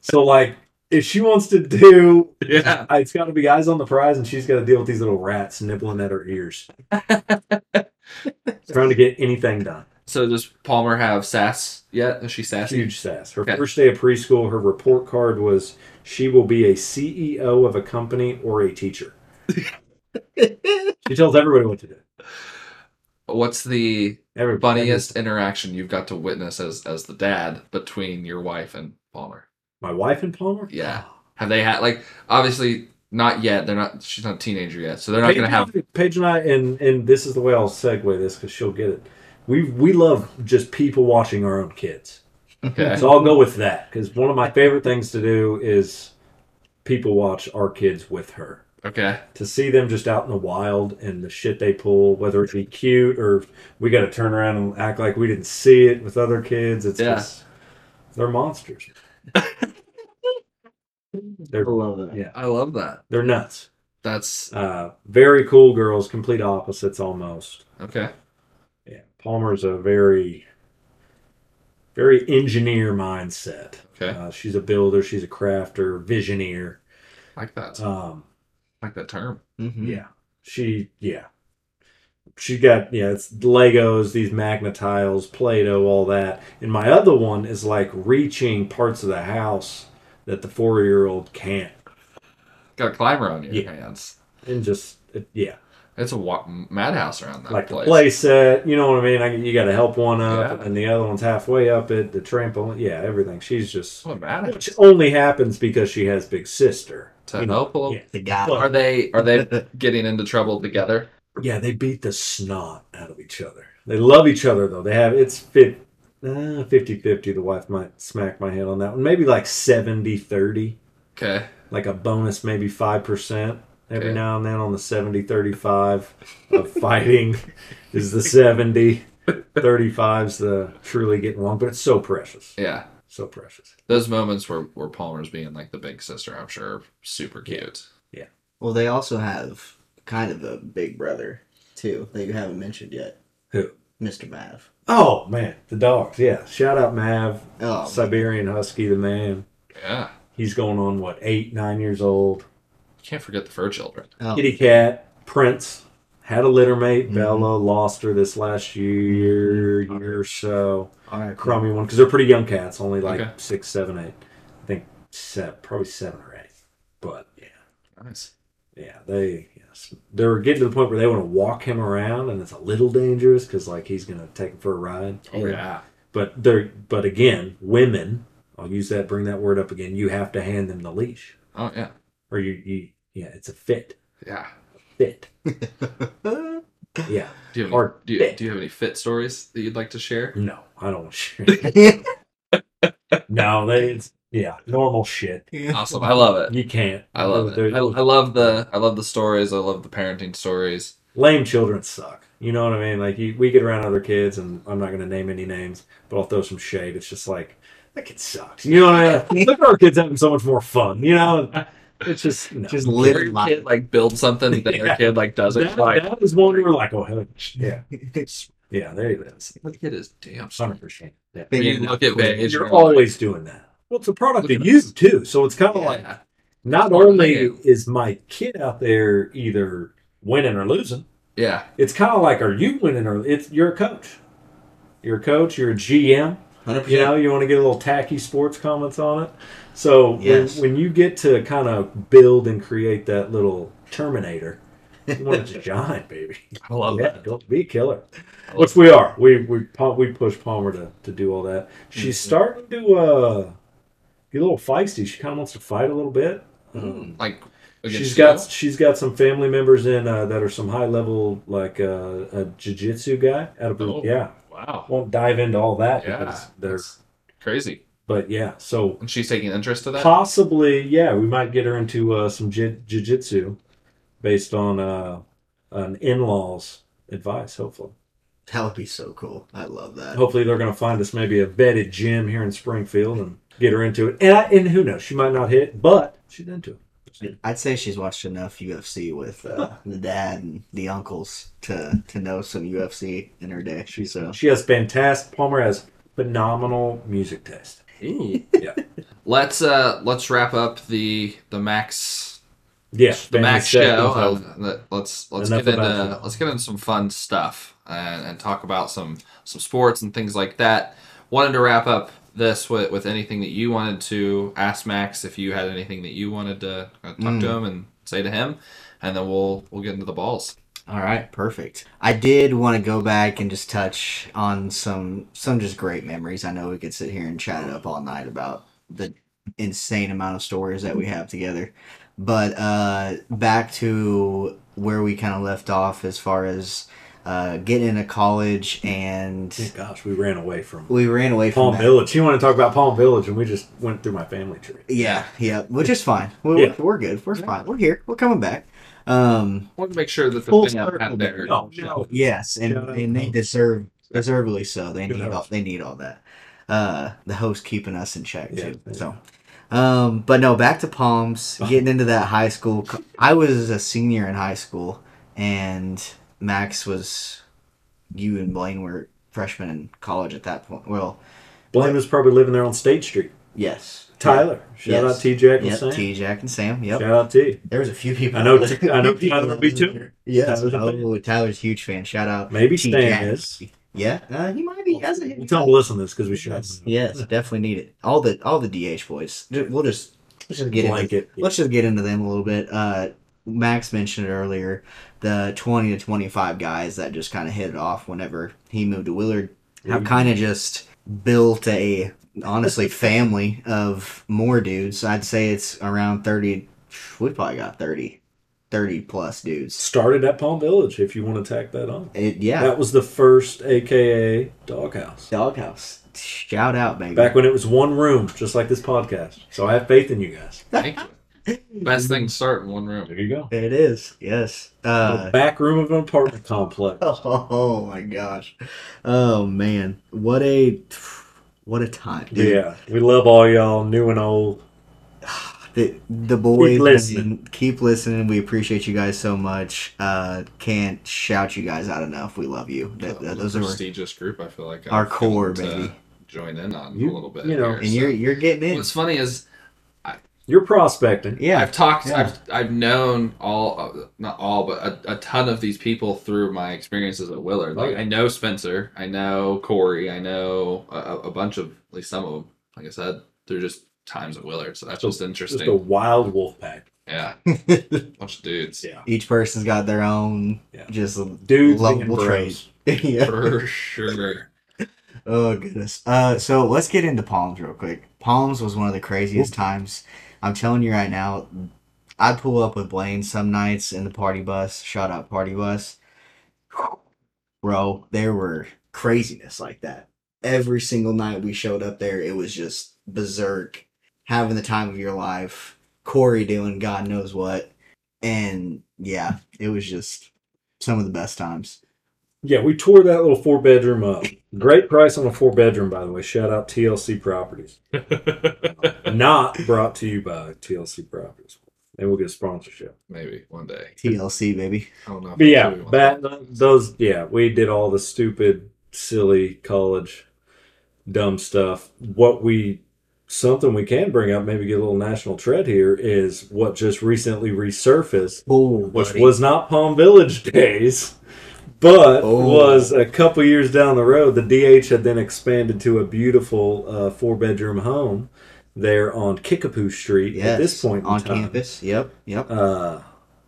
S3: So like if she wants to do
S1: Yeah,
S3: it's got to be eyes on the prize, and she's got to deal with these little rats nibbling at her ears, trying to get anything done.
S1: so does Palmer have sass yet? Is she sassy?
S3: Huge sass. Her
S1: Okay.
S3: first day of preschool, her report card was she will be a CEO of a company or a teacher. she tells everybody what to do.
S1: What's the
S3: Everybody.
S1: funniest interaction you've got to witness as as the dad between your wife and Palmer?
S3: My wife and Palmer?
S1: Yeah. Have they had like obviously not yet? They're not. She's not a teenager yet, so they're not
S3: Paige
S1: gonna
S3: and
S1: have.
S3: I- Paige and I, and, and this is the way I'll segue this because she'll get it. We, we love just people watching our own kids.
S1: Okay.
S3: So I'll go with that because one of my favorite things to do is people watch our kids with her.
S1: Okay.
S3: to see them just out in the wild and the shit they pull, whether it be cute or we got to turn around and act like we didn't see it with other kids. It's
S1: Yeah.
S3: just they're monsters.
S2: I
S3: they're
S2: love that.
S3: Yeah.
S1: I love that.
S3: they're nuts.
S1: That's
S3: Uh, very cool girls, complete opposites almost.
S1: okay.
S3: Yeah, Palmer's a very, very engineer mindset.
S1: Okay.
S3: Uh, she's a builder. She's a crafter, visioneer.
S1: Like that.
S3: Um,
S1: Like that term.
S2: Mhm.
S3: Yeah. She yeah. She got yeah, it's Legos, these magna tiles, Play-Doh, all that. And my other one is like reaching parts of the house that the four year old can't.
S1: Got a climber on your
S3: Yeah.
S1: hands.
S3: And just it, yeah.
S1: It's a wa- madhouse around that
S3: Like the
S1: place.
S3: play set, you know what I mean? I, you gotta help one up
S1: Yeah.
S3: and the other one's halfway up it, the trampoline yeah, everything. She's just
S1: What a madhouse
S3: which only happens because she has big sister.
S1: to
S3: You know?
S1: help a little.
S3: yeah.
S2: The guy.
S3: Well,
S1: Are they are they getting into trouble together?
S3: Yeah, they beat the snot out of each other. They love each other though. They have it's fit. Uh, 50-50 the wife might smack my head on that one maybe like 70-30
S1: Okay.
S3: like a bonus maybe 5% every
S1: Okay.
S3: now and then on the 70-35 of fighting is the 70 35's the truly getting along but it's so precious
S1: Yeah.
S3: so precious
S1: Those moments where where Palmer's being like the big sister, I'm sure, super cute.
S2: well, they also have kind of a big brother too that you haven't mentioned yet.
S3: Who?
S2: Mr. Mav.
S3: oh man the dogs yeah shout out mav
S2: Oh,
S3: siberian husky the man
S1: Yeah.
S3: he's going on what eight nine years old
S1: You can't forget the fur children.
S2: oh.
S3: Kitty Cat, Prince, had a litter mate,
S2: Mhm.
S3: Bella, lost her this last year, year or so.
S2: all right.
S3: Crummy one, because they're pretty young cats, only like
S1: Okay.
S3: six, seven, eight. I think seven, probably seven or eight. But yeah,
S1: Nice.
S3: yeah, they, yeah, dangerous. They're getting to the point where they want to walk him around, and it's a little dangerous because like he's going to take him for a ride.
S1: Oh, yeah.
S3: But they're but again, women. I'll use that. Bring that word up again. You have to hand them the leash,
S1: Oh, yeah.
S3: or you, you yeah, it's a fit,
S1: Yeah.
S3: fit.
S2: Uh,
S3: Yeah,
S1: Do you, have any,
S3: Or
S1: do, you,
S3: fit.
S1: do you have any fit stories that you'd like to share?
S3: no, I don't want to share. no, they, it's yeah, normal shit.
S1: Awesome. I love it.
S3: You can't.
S1: I love
S3: They're-
S1: it. I, I love the I love the stories. I love the parenting stories.
S3: lame children suck. You know what I mean? Like you, we get around other kids, and I'm not going to name any names, but I'll throw some shade. It's just like that kid sucks. You know what I mean? Look at our kids having so much more fun. You know, it's just no.
S2: Just
S1: Where
S2: live
S1: your
S2: life.
S1: kid like builds something that their
S3: Yeah.
S1: kid like doesn't
S3: that,
S1: like.
S3: that is one where like, oh hell, yeah, yeah, there you go.
S1: That kid is damn smart.
S3: Hundred percent. Yeah.
S2: Big
S1: You look at Vegas,
S3: You're
S1: you're
S3: always doing that. Well, it's a product
S1: Look
S3: of
S1: at
S3: you
S1: us.
S3: too. So it's kind of like
S1: Yeah.
S3: not
S1: Well,
S3: only
S1: yeah.
S3: is my kid out there either winning or losing.
S1: yeah.
S3: it's kind of like are you winning or it's you're a coach you're a coach you're a gm
S2: 100%.
S3: you know you want to get a little tacky sports comments on it so when-
S2: Yes.
S3: when, you get to kind of build and create that little terminator you want it to shine baby
S1: I love
S3: yeah
S1: that.
S3: don't be a killer which we are we we pu- we push palmer to, to do all that she's
S1: Mm-hmm.
S3: starting to uh get a little feisty she kind of wants to fight a little bit
S2: Mm.
S3: um,
S1: Like against
S3: She's
S1: you?
S3: got she's got some family members in uh, that are some high level like uh, a jiu-jitsu guy out of
S1: Oh.
S3: yeah
S1: wow.
S3: won't dive into all that
S1: Yeah.
S3: because they're
S1: That's crazy.
S3: but yeah so
S1: And she's taking interest to that.
S3: possibly yeah we might get her into uh, some jiu- jiu-jitsu based on uh, an in-laws advice hopefully
S2: That would be so cool. I love that.
S3: hopefully they're going to find us maybe a vetted gym here in Springfield and get her into it and I, and who knows she might not hit but she's into it
S2: I'd say she's watched enough UFC with uh, the dad and the uncles to to know some UFC in her day.
S3: she's
S2: so
S3: she has fantastic Palmer has phenomenal music taste yeah.
S1: Let's uh let's wrap up the the Max
S3: Yeah,
S1: the Max
S3: Fantasy
S1: show.
S3: Seconds.
S1: Uh, let- let's let's
S3: Enough
S1: get into
S3: about that.
S1: let's get into some fun stuff and, and talk about some some sports and things like that. Wanted to wrap up this with, with anything that you wanted to ask Max if you had anything that you wanted to uh, talk to him and say to him, and then we'll we'll get into the balls.
S2: All right, perfect. I did want to go back and just touch on some some just great memories. I know we could sit here and chat it up all night about the insane amount of stories that we have together. But uh, back to where we kind of left off as far as uh, getting into college, and
S3: Thank gosh, we ran away from
S2: we ran away from
S3: Palm
S2: that.
S3: Village. You want to talk about Palm Village, and we just went through my family tree.
S2: Yeah, yeah, which is fine. We're,
S3: Yeah.
S2: we're good. We're fine. We're here. We're coming back. Um,
S1: Wanted to make sure that the
S2: Full
S1: thing I
S2: circle
S1: had there.
S3: Oh, No, no.
S2: Yes, and,
S3: Shout out
S2: and they
S3: Coach.
S2: deserve deservedly so. They
S3: Good
S2: need all
S3: host.
S2: they need all that. Uh, the host keeping us in check
S3: Yeah,
S2: too.
S3: yeah. Uh-huh.
S2: So, um, but no, back to Palms. Getting into that high school, co- I was a senior in high school, and Max was, you and Blaine were freshmen in college at that point. Well,
S3: Blaine was probably living there on State Street.
S2: yes,
S3: Tyler, shout
S2: Yes.
S3: out T. Jack and
S2: Yep,
S3: Sam.
S2: T. Jack and Sam. Yep,
S3: Shout out T.
S2: there was a few people.
S3: I know-
S2: that was-
S3: I know
S2: a few
S3: Tyler
S2: people
S3: would be
S2: that
S3: too.
S2: was in there. Yes,
S3: Tyler's a fan.
S2: oh, Tyler's a huge fan. Shout out.
S3: Maybe
S2: T.
S3: Stan
S2: Jack.
S3: is.
S2: Yeah, uh, he might be. he has a
S3: We'll tell him to listen to this because we should.
S2: Yes, yes, definitely need it. All the all the DH boys. Ju- We'll just let's just get into,
S3: Blanket.
S2: let's just get into them a little bit. Uh, Max mentioned it earlier the twenty to twenty five guys that just kind of hit it off whenever he moved to Willard. How kind of just built a honestly family of more dudes. I'd say it's around thirty. We probably got 30, 30 plus dudes.
S3: Started at Palm Village, if you want to tack that on.
S2: It, yeah,
S3: That was the first AKA Doghouse.
S2: doghouse. Shout out, baby.
S3: Back when it was one room, just like this podcast. So I have faith in you guys.
S1: Thank you. Best thing to start in one room.
S3: There you go.
S2: it is. Yes. Uh,
S3: the back room of an apartment complex.
S2: Oh, my gosh. Oh man. What a what a time. Dude.
S3: Yeah, we love all y'all, new and old.
S2: The the boys
S3: Keep listening.
S2: I mean, keep listening. We appreciate you guys so much. Uh can't shout you guys out enough. We love you. That, that- those are
S1: prestigious group. I feel like
S2: our
S1: I've
S2: core,
S1: gotten to
S2: baby.
S1: Join in on a
S3: You-
S1: little bit.
S3: you know,
S1: here,
S2: and
S1: so.
S2: you're you're getting in.
S1: What's funny is
S3: You're prospecting.
S2: Yeah.
S1: I've talked.
S2: Yeah.
S1: I've I've known all, uh, not all, but a, a ton of these people through my experiences at Willard.
S3: Oh,
S1: Like
S3: yeah.
S1: I know Spencer, I know Corey, I know a, a a bunch of at least some of them. Like I said, they're just times at Willard, so that's
S3: So,
S1: just
S3: Just a
S1: interesting.
S3: wild wolf pack.
S1: Yeah. Bunch of dudes.
S3: Yeah.
S2: Each person's got their own
S3: Yeah.
S2: just
S3: Dudes being
S2: lovable
S3: bros.
S2: trait. yeah.
S1: For sure.
S2: Oh goodness. Uh, so let's get into Palms real quick. Palms was one of the craziest times. I'm telling you right now, I pull up with Blaine some nights in the party bus. Shout out party bus, bro. There were craziness like that every single night we showed up there. It was just berserk, having the time of your life. Corey doing God knows what, and yeah, it was just some of the best times.
S3: Yeah, we tore that little four bedroom up. Great price on a four bedroom, by the way. Shout out TLC Properties. Not brought to you by TLC Properties. They will get a sponsorship.
S1: Maybe one day.
S2: TLC baby.
S1: I don't know. if
S3: But
S1: I
S3: yeah,
S1: really want
S3: that those yeah, we did all the stupid, silly college, dumb stuff. What we something we can bring up, maybe get a little national tread here, is what just recently resurfaced
S2: Oh,
S3: which was not Palm Village days, but
S2: Oh.
S3: was a couple years down the road. The DH had then expanded to a beautiful uh, four bedroom home there on Kickapoo Street at this point in
S2: on
S3: time.
S2: campus. Yep, yep.
S3: Uh,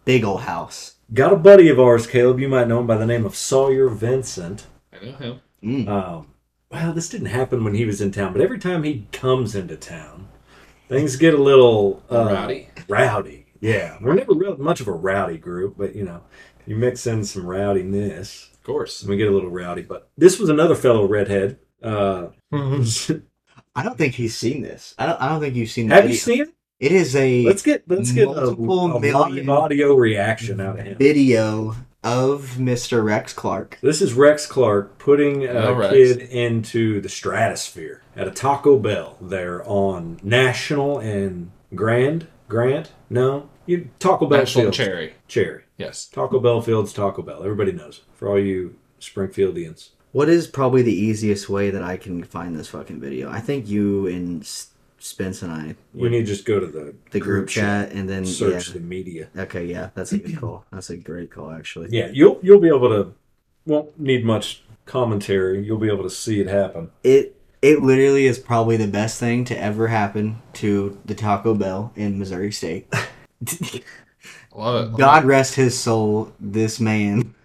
S2: Big old house.
S3: got a buddy of ours, Caleb, you might know him by the name of Sawyer Vincent.
S1: I know him.
S2: Mm.
S3: Um, well, this didn't happen when he was in town, but every time he comes into town, things get a little uh,
S1: Rowdy.
S3: Rowdy, yeah. We're never real much of a rowdy group, but you know, you mix in some rowdiness,
S1: Of course.
S3: and we get a little rowdy. But this was another fellow redhead. Uh,
S2: I don't think he's seen this. I don't. I don't think you've seen. the
S3: have you
S2: video.
S3: seen it?
S2: It is a
S3: Let's get let's get a, a
S2: Multiple
S3: live
S2: million-
S3: audio reaction out of him.
S2: video of Mr. Rex Clark.
S3: This is Rex Clark putting a
S1: Hello, Rex.
S3: kid into the stratosphere at a Taco Bell there on National and Grand. Grant? No, you Taco Bell
S1: National
S3: Fields.
S1: Cherry.
S3: Cherry.
S1: Yes.
S3: Taco Bell Fields. Taco Bell. Everybody knows. For all you Springfieldians.
S2: What is probably the easiest way that I can find this fucking video? I think you and S- Spence and I,
S3: We need to just go to the
S2: the group chat, and then
S3: search
S2: yeah.
S3: the media.
S2: Okay, yeah, that's a good call. That's a great call, actually.
S3: Yeah, you'll you'll be able to. Won't need much commentary. You'll be able to see it happen.
S2: It it literally is probably the best thing to ever happen to the Taco Bell in Missouri State.
S1: I love it. Love
S2: God rest his soul, this man.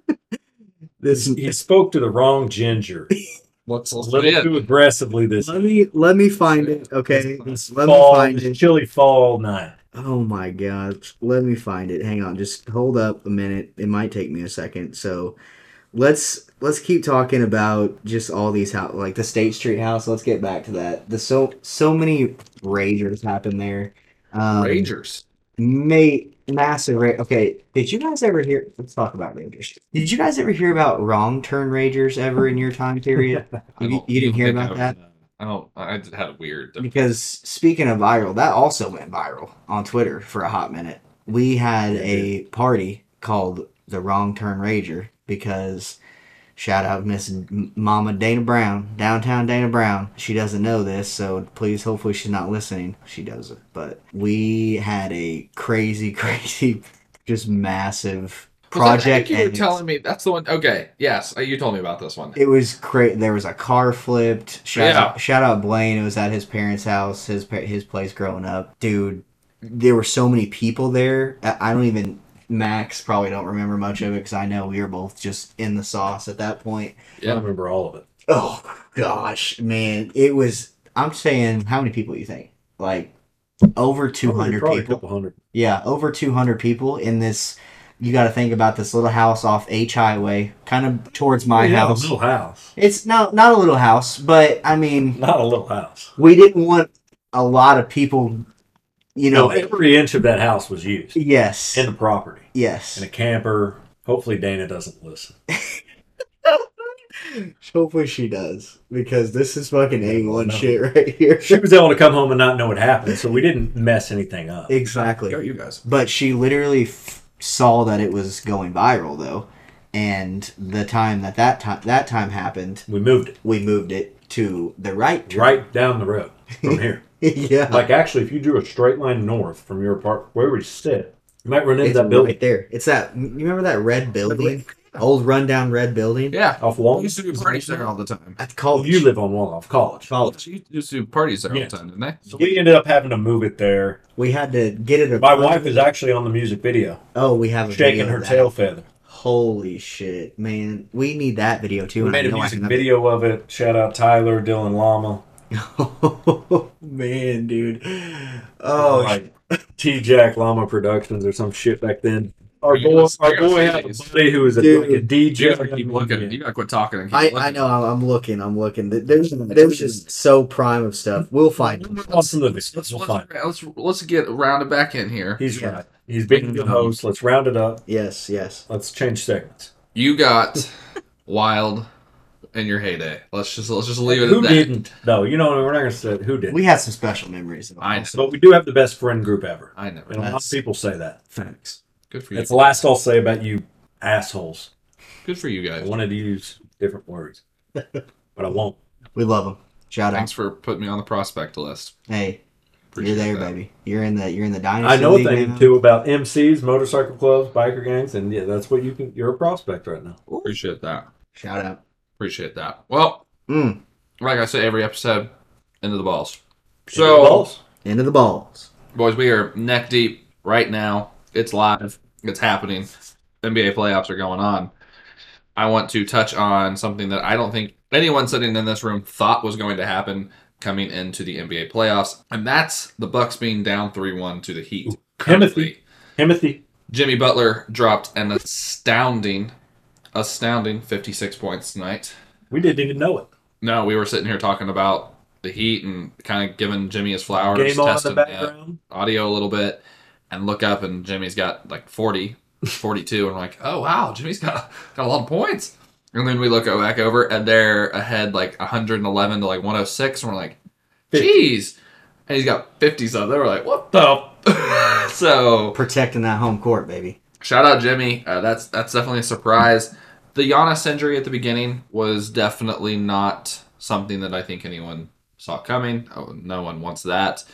S2: this
S3: He spoke to the wrong ginger.
S1: it. Let's
S3: A
S1: let's put
S3: little
S1: it in.
S3: too aggressively this
S2: let me let me find it. Okay. Let me
S3: This fall,
S2: find
S3: this
S2: it.
S3: chilly fall night.
S2: Oh my god. Let me find it. Hang on, just hold up a minute. It might take me a second. So let's let's keep talking about just all these house like the State Street house. Let's get back to that. The so so many ragers happened there. Um,
S1: Rangers.
S2: mate massive ra- okay did you guys ever hear let's talk about ragers did you guys ever hear about wrong turn ragers ever in your time period
S1: I
S2: you,
S1: don't
S2: you
S1: even
S2: didn't hear
S1: think
S2: about
S1: I've-
S2: that
S1: I don't. I just had a weird.
S2: because speaking of viral that also went viral on twitter for a hot minute we had a party called the wrong turn rager because shout out miss M- mama dana brown downtown dana brown she doesn't know this so please hopefully she's not listening she doesn't but we had a crazy crazy just massive
S1: Was that- I
S2: project
S1: think you were
S2: and
S1: telling me that's the one. Okay. Yes. uh, You told me about this one.
S2: it was great there was a car flipped shout,
S1: Yeah.
S2: out, shout out blaine it was at his parents house his pa- his place growing up dude there were so many people there i, I don't even max probably don't remember much of it because i know we were both just in the sauce at that point
S3: I
S1: Yeah.
S3: remember all of it.
S2: Oh gosh, man, it was. I'm saying, how many people you think? Like over 200
S3: Probably a
S2: people.
S3: couple hundred.
S2: Yeah, over 200 people in this. You got to think about this little house off H Highway, kind of towards my
S3: Oh, Yeah,
S2: house.
S3: A little house.
S2: It's no, not a little house, but I mean,
S3: Not a little house.
S2: we didn't want a lot of people. You know,
S3: No, every inch of that house was used
S2: yes,
S3: in the property.
S2: yes.
S3: In a camper. Hopefully Dana doesn't listen.
S2: Hopefully she does because this is fucking A1
S3: No.
S2: shit right here.
S3: She was able to come home and not know what happened, so we didn't mess anything up.
S2: exactly.
S1: Go you guys.
S2: But she literally f- saw that it was going viral though, and the time that that time that time happened,
S3: We moved it
S2: we moved it to the right. turn.
S3: right down the road from here.
S2: yeah,
S3: like actually, if you drew a straight line north from your apartment where we sit, you might run into
S2: it's
S3: that building.
S2: right there. It's that. You remember that red building? Old rundown red building.
S1: Yeah.
S3: Off
S1: We
S3: Walnut.
S1: used to do parties there all the time.
S2: That's
S3: Oh,
S2: college.
S3: you live on Waldorf College.
S2: college.
S1: We used to do parties there
S3: Yeah.
S1: all the time, didn't they?
S3: So we ended up having to move it there.
S2: We had to get it.
S3: My
S2: approved.
S3: wife is actually on the music video,
S2: Oh, we have a
S3: shaking
S2: video
S3: her
S2: of that.
S3: tail feather.
S2: Holy shit, man! We need that video too.
S3: We
S2: and I
S3: made a
S2: know I
S3: music
S2: can-
S3: video of it. Shout out Tyler, Dylan Lama,
S2: Oh man, dude. Oh,
S3: like T Jack Llama Productions or some shit back then. Our
S1: You
S3: boy,
S1: gotta-
S3: our
S1: you gotta
S3: boy
S1: see
S3: had a
S1: these.
S3: buddy who was a,
S2: Dude.
S3: like a
S1: You
S3: DJ.
S1: gotta keep looking. You gotta quit talking. And keep
S2: I,
S1: looking.
S2: I know. I'm, I'm looking. I'm looking. Th- There's there's just so prime of stuff. We'll find. it.
S3: Awesome to
S1: Let's,
S3: this.
S1: let's,
S3: We'll find.
S1: let's, let's get rounded back in here.
S3: He's
S2: Yeah.
S3: right. He's being the host. Let's round it up.
S2: Yes, yes.
S3: Let's change segments.
S1: You got wild in your heyday. Let's just let's just leave it
S3: Who
S1: at that.
S3: didn't? No, you know we're not going to say who did.
S2: We had some special memories. Of
S1: I know.
S3: but we do have the best friend group ever,
S1: I never.
S3: and a lot of
S2: That's-
S3: people say that.
S2: Facts.
S1: Good for you.
S3: That's the last I'll say about you assholes.
S1: Good for you
S3: I
S1: guys.
S3: wanted to use different words, but I won't.
S2: We love them. Shout out.
S1: Thanks for putting me on the prospect list.
S2: Hey,
S1: Appreciate
S2: you're there,
S1: that.
S2: baby. You're in the you're in the dynasty.
S3: I know a
S2: league
S3: thing
S2: now.
S3: or two about MCs, motorcycle clubs, biker gangs, and yeah, that's what you can. You're a prospect right now.
S1: Appreciate that.
S2: Shout out.
S1: Appreciate that. Well,
S2: Mm.
S1: like I say every episode, into the balls.
S3: Hit the
S1: So,
S3: balls.
S2: Into the balls.
S1: boys, we are neck deep right now. It's live. It's happening. NBA playoffs are going on. I want to touch on something that I don't think anyone sitting in this room thought was going to happen coming into the NBA playoffs, and that's the Bucks being down three-one to the Heat.
S3: Timothy. Timothy,
S1: Jimmy Butler dropped an astounding, astounding 56 points tonight.
S3: we didn't even know it.
S1: No, we were sitting here talking about the Heat and kind of giving Jimmy his flowers,
S3: Game on in
S1: testing
S3: the
S1: the
S3: background.
S1: audio a little bit, and look up and Jimmy's got like 40, 42, and we're like, oh wow, Jimmy's got got a lot of points. And then we look back over and they're ahead like 111 to like 106, and we're like, geez. And he's got 50 something. We're like, what the? so
S2: Protecting that home court, baby.
S1: Shout out Jimmy. Uh, that's that's definitely a surprise. The Giannis injury at the beginning was definitely not something that I think anyone saw coming. Oh, no one wants that.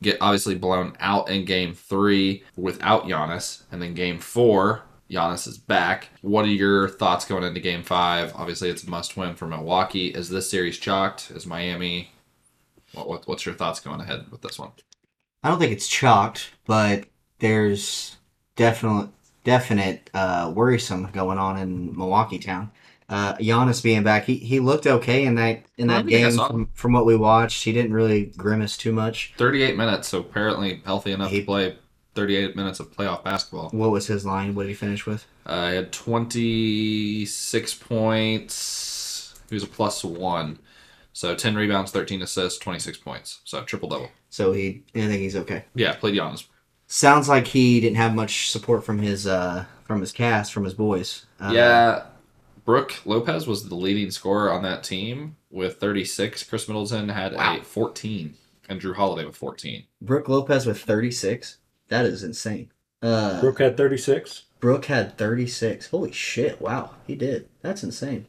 S1: Get obviously blown out in game three without Giannis, and then game four, Giannis is back. What are your thoughts going into game five? Obviously, it's a must win for Milwaukee. Is this series chalked? Is Miami? What, what, what's your thoughts going ahead with this one?
S2: I don't think it's chalked, but there's definite definite uh, worrisome going on in Milwaukee town. Uh, Giannis being back, he, he looked okay in that in
S1: I
S2: that
S1: think I
S2: game
S1: saw him.
S2: from, from what we watched. He didn't really grimace too much.
S1: 38 minutes, so apparently healthy enough
S2: He-
S1: to play 38 minutes of playoff basketball.
S2: What was his line? What did he finish with?
S1: I had 26 points. He was a plus one. So 10 rebounds, 13 assists, 26 points. So triple double.
S2: So he, I think he's okay.
S1: Yeah, played Giannis.
S2: Sounds like he didn't have much support from his uh, from his cast, from his boys. Uh,
S1: yeah. Brooke Lopez was the leading scorer on that team with 36. Chris Middleton had a 14. And Drew Holiday with 14.
S2: Brooke Lopez with 36. That is insane. Uh,
S3: Brooke had 36.
S2: Brooke had 36. Holy shit. Wow. He did. That's insane.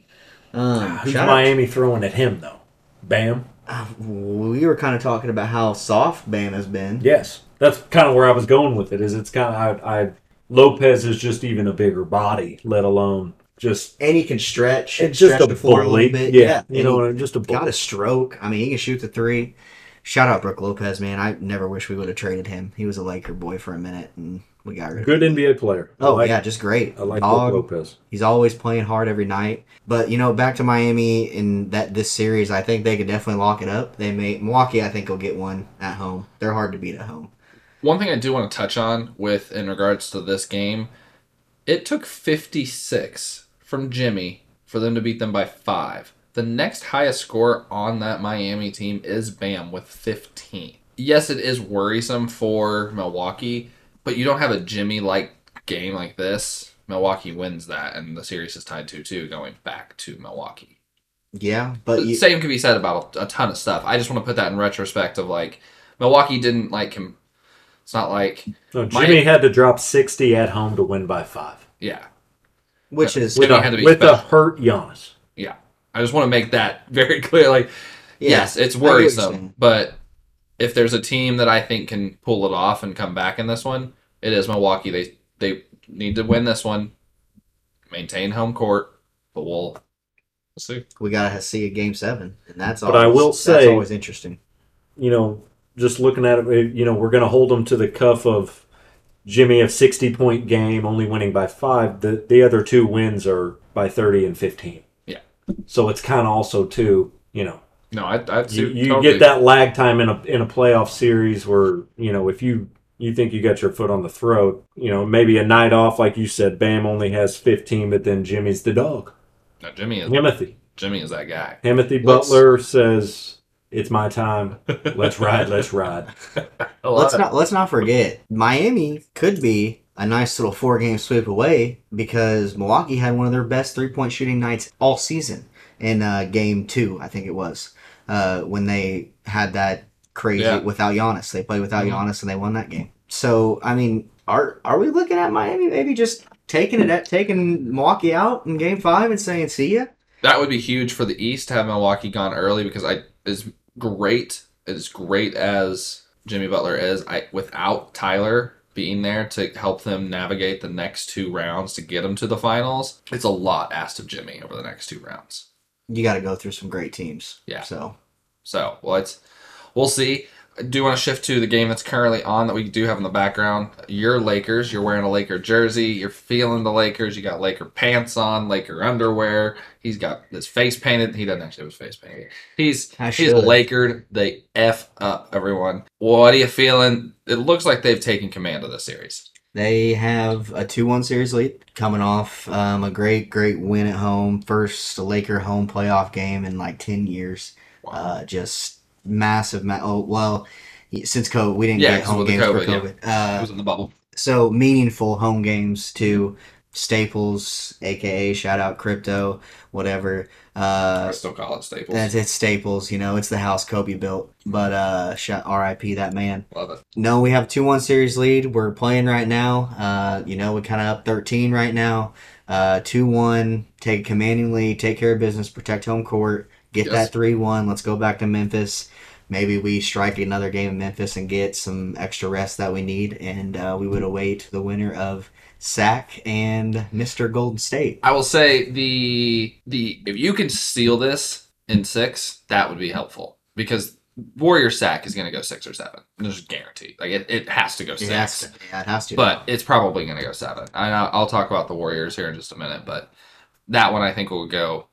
S2: Um,
S3: Ah, Who's
S2: shout out-
S3: Miami throwing at him though? Bam.
S2: uh, we were kind of talking about how soft Bam has been.
S3: Yes, that's kind of where I was going with it. Is it's kind of I, I Lopez is just even a bigger body, let alone just
S2: And he can stretch.
S3: it's just
S2: stretch
S3: a
S2: the floor
S3: bully.
S2: a little bit.
S3: Yeah,
S2: Yeah.
S3: you know, what I mean? just a
S2: got
S3: bully.
S2: a stroke. I mean, he can shoot the three. Shout out Brooke Lopez, man. I never wish we would have traded him. He was a Laker boy for a minute, and we got rid of him.
S3: Good NBA player. I
S2: Oh,
S3: like,
S2: yeah, just great.
S3: I like
S2: Dog.
S3: Brooke Lopez.
S2: He's always playing hard every night. But you know, back to Miami in that this series, I think they could definitely lock it up. They may Milwaukee, I think, will get one at home. They're hard to beat at home.
S1: One thing I do want to touch on with in regards to this game, it took 56 from Jimmy for them to beat them by five. The next highest score on that Miami team is Bam with 15. Yes, it is worrisome for Milwaukee, but you don't have a Jimmy like game like this. Milwaukee wins that, and the series is tied 2 2 going back to Milwaukee
S2: Yeah, but
S1: the
S2: you,
S1: same could be said about a ton of stuff. I just want to put that in retrospect of like Milwaukee didn't like him. It's not like
S3: No,
S1: My-
S3: Jimmy had to drop sixty at home to win by five
S1: yeah
S2: which is
S1: Jimmy
S3: with, a,
S1: had to be
S3: with a
S1: special.
S3: hurt Giannis.
S1: yeah. I just want to make that very clear. Like
S2: yeah,
S1: yes, it's
S2: I get what you're
S1: worrisome,
S2: saying.
S1: but if there's a team that I think can pull it off and come back in this one, it is Milwaukee. They they need to win this one. maintain home court, but we'll, we'll see.
S2: We gotta see a game seven, and that's
S3: But
S2: always,
S3: I will
S2: that's
S3: say-
S2: always interesting.
S3: you know, just looking at it, eh, you know, we're going to hold them to the cuff of Jimmy of 60 point game, only winning by five. The, the other two wins are by 30 and 15.
S1: Yeah.
S3: So it's kind of also, too, you know,
S1: No, I, I see,
S3: you, you
S1: totally.
S3: get that lag time in a, in a playoff series where, you know, if you, you think you got your foot on the throat, you know, maybe a night off, like you said, Bam only has 15, but then Jimmy's the dog.
S1: No, Jimmy is
S3: Himothy.
S1: Jimmy is that guy. Let's-
S3: Himothy Butler says, it's my time. Let's ride. Let's ride.
S1: I love
S2: Let's
S1: it.
S2: not let's not forget Miami could be a nice little four game sweep away because Milwaukee had one of their best three point shooting nights all season in uh, game two, I think it was, uh, when they had that crazy
S1: Yeah.
S2: without Giannis. They played without
S1: Mhm.
S2: Giannis and they won that game. So I mean, are are we looking at Miami maybe just taking
S1: Mm-hmm.
S2: it at taking Milwaukee out in game five and saying see ya?
S1: That would be huge for the East to have Milwaukee gone early because I as great as great as Jimmy Butler is, I without Tyler being there to help them navigate the next two rounds to get them to the finals, it's a lot asked of Jimmy over the next two rounds.
S2: You got to go through some great teams.
S1: Yeah.
S2: So
S1: So well, it's we'll see. I do want to shift to the game that's currently on that we do have in the background. Your Lakers. You're wearing a Laker jersey. You're feeling the Lakers. You got Laker pants on, Laker underwear. He's got his face painted. He doesn't actually have his face painted. He's
S2: I
S1: he's
S2: should.
S1: Lakered. They f up everyone. What are you feeling? It looks like they've taken command of the series.
S2: They have a 2 1 series lead coming off um, a great, great win at home. First Laker home playoff game in like 10 years.
S1: Wow.
S2: Uh, just massive. Ma- oh, well, y- since COVID, we didn't
S1: Yeah,
S2: get
S1: 'cause
S2: home
S1: with the
S2: games for
S1: COVID,
S2: COVID.
S1: it
S2: Uh,
S1: was in the bubble.
S2: so meaningful home games to Staples, aka shout out crypto, whatever.
S1: I
S2: Uh,
S1: still call it Staples.
S2: it's, it's Staples, you know, it's the house Kobe built. But uh, shout, RIP that man.
S1: Love it.
S2: No, we have two one series lead. We're playing right now. Uh, you know, we're kind of up thirteen right now. Uh, two one, take a commanding lead, take care of business, protect home court, get
S1: Yes.
S2: that three one. Let's go back to Memphis. Maybe we strike another game in Memphis and get some extra rest that we need, and uh, we would await the winner of Sac and Mister Golden State.
S1: I will say the the if you can steal this in six, that would be helpful because Warrior sack is going to go six or seven. There's a guarantee. Like it, it has to go
S2: It
S1: six.
S2: has to, yeah, it has to.
S1: but it's probably going to go seven. I know, I'll talk about the Warriors here in just a minute, but that one I think will go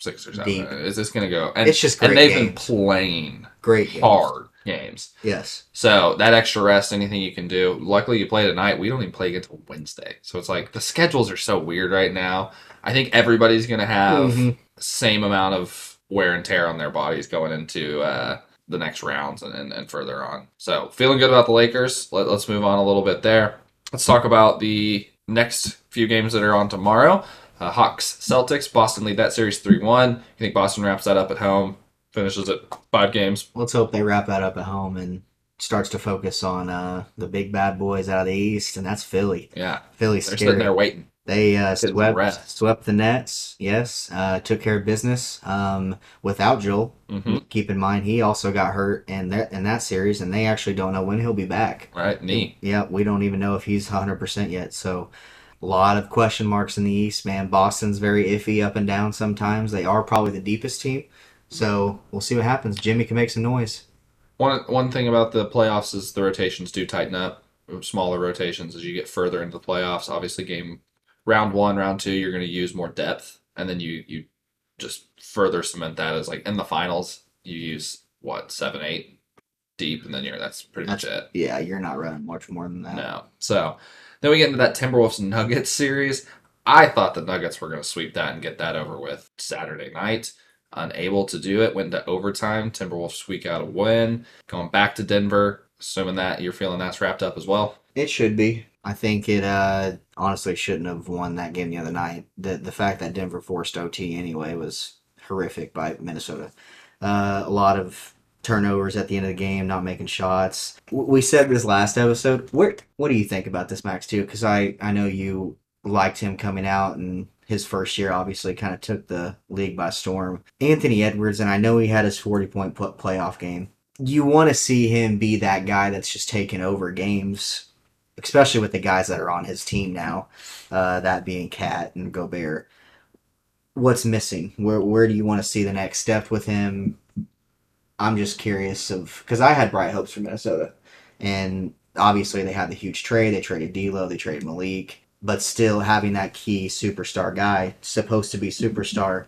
S1: six or seven.
S2: Deep.
S1: Is this going to go? And,
S2: it's just great
S1: and they've been
S2: games.
S1: playing
S2: great games.
S1: hard games.
S2: Yes,
S1: So that extra rest, anything you can do. Luckily, you play tonight. We don't even play again until Wednesday, so it's like the schedules are so weird right now. I think everybody's going to have
S2: Mhm.
S1: same amount of wear and tear on their bodies going into uh, the next rounds and, and, and further on. So feeling good about the Lakers. Let, let's move on a little bit there. Let's talk about the next few games that are on tomorrow. Uh, Hawks, Celtics. Boston lead that series three one. You think Boston wraps that up at home? Finishes it five games.
S2: let's hope they wrap that up at home and starts to focus on uh, the big bad boys out of the East, and that's Philly.
S1: Yeah,
S2: Philly's
S1: they're sitting
S2: scary.
S1: there waiting.
S2: They uh,
S1: Sitting
S2: swept
S1: rest.
S2: swept the Nets. Yes, uh, took care of business um, without Joel.
S1: hmm
S2: Keep in mind he also got hurt in that in that series, and they actually don't know when he'll be back.
S1: Right, knee.
S2: Yeah, we don't even know if he's 100% yet. So, a lot of question marks in the East, man. Boston's very iffy up and down sometimes. They are probably the deepest team. So, we'll see what happens. Jimmy can make some noise.
S1: One one thing about the playoffs is the rotations do tighten up. Smaller rotations as you get further into the playoffs. Obviously, game round one, round two, you're going to use more depth, and then you you just further cement that as like in the finals, you use what seven, eight deep, and then you're that's pretty much it.
S2: Yeah, you're not running much more than that.
S1: No, so then we get into that Timberwolves Nuggets series. I thought the Nuggets were going to sweep that and get that over with Saturday night. Unable to do it, went to overtime. Timberwolves squeak out a win. Going back to Denver, assuming that you're feeling that's wrapped up as well.
S2: It should be. I think it uh, honestly shouldn't have won that game the other night. The the fact that Denver forced OT anyway was horrific by Minnesota. Uh, a lot of turnovers at the end of the game, not making shots. W- We said this last episode. What what do you think about this Max too? Because I I know you liked him coming out and his first year obviously kind of took the league by storm. Anthony Edwards and I know he had his forty point pl- playoff game. You want to see him be that guy that's just taking over games especially with the guys that are on his team now, uh, that being Cat and Gobert. What's missing? Where where do you want to see the next step with him? I'm just curious of because I had bright hopes for Minnesota, and obviously they had the huge trade. They traded D'Lo, they traded Malik, but still having that key superstar guy supposed to be superstar.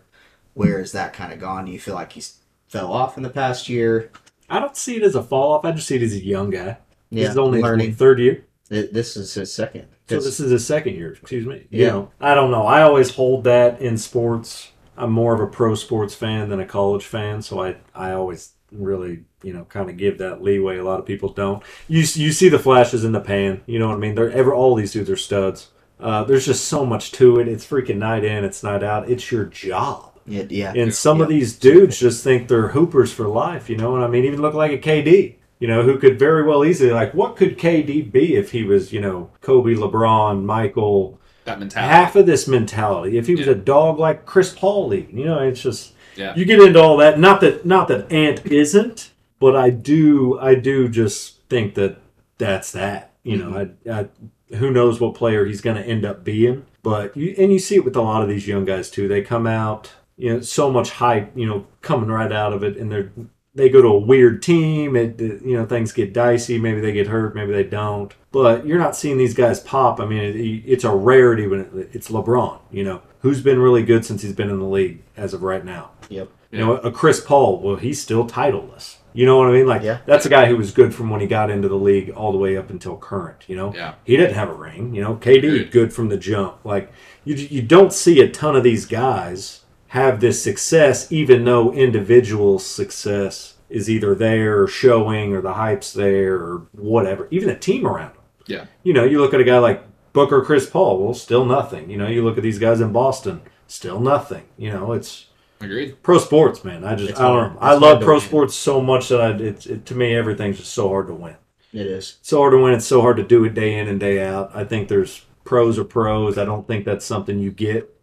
S2: Where is that kind of gone? Do you feel like he's fell off in the past year?
S3: I don't see it as a fall off. I just see it as a young guy.
S2: Yeah,
S3: this is only
S2: learning.
S3: his third year.
S2: Th- This is his second.
S3: So this is his second year. Excuse me. You
S2: Yeah.
S3: know, I don't know. I always hold that in sports. I'm more of a pro sports fan than a college fan, so I I always really you know kind of give that leeway. A lot of people don't. You s- you see the flashes in the pan. You know what I mean? They're ever all these dudes are studs. Uh, there's just so much to it. It's freaking night in, it's night out. It's your job.
S2: yeah, yeah.
S3: And some of
S2: Yeah.
S3: these dudes just think they're hoopers for life, you know. And I mean, even look like a KD, you know, who could very well easily like, what could KD be if he was, you know, Kobe, LeBron, Michael,
S1: That mentality.
S3: half of this mentality? If he was
S1: Yeah.
S3: a dog like Chris Paul, even, you know, it's just
S1: Yeah.
S3: you get into all that. Not that, not that Ant isn't, but I do, I do just think that that's that. You know, I, I, who knows what player he's going to end up being. But you, and you see it with a lot of these young guys too. They come out, you know, so much hype, you know, coming right out of it, and they're they go to a weird team. It, it- you know, things get dicey. Maybe they get hurt. Maybe they don't. But you're not seeing these guys pop. I mean, it, it's a rarity when it, it's LeBron. You know, who's been really good since he's been in the league as of right now.
S2: Yep.
S3: You know, a Chris Paul, well, he's still titleless. You know what I mean? Like,
S2: Yeah.
S3: that's a guy who was good from when he got into the league all the way up until current. You know,
S1: Yeah.
S3: he didn't have a ring. You know, KD
S1: Agreed.
S3: good from the jump. Like, you you don't see a ton of these guys have this success, even though individual success is either there or showing or the hype's there or whatever. Even a team around them
S1: Yeah.
S3: you know, you look at a guy like Booker, Chris Paul, well, still nothing. You know, you look at these guys in Boston, still nothing. You know, it's
S1: Agreed.
S3: pro sports, man. I just
S2: It's
S3: I
S2: hard.
S3: don't know.
S2: It's
S3: I love
S2: hard to
S3: pro
S2: win.
S3: sports so much that I it's it, to me everything's just so hard to win.
S2: It is.
S3: It's so hard to win. It's so hard to do it day in and day out. I think there's pros or pros. I don't think that's something you get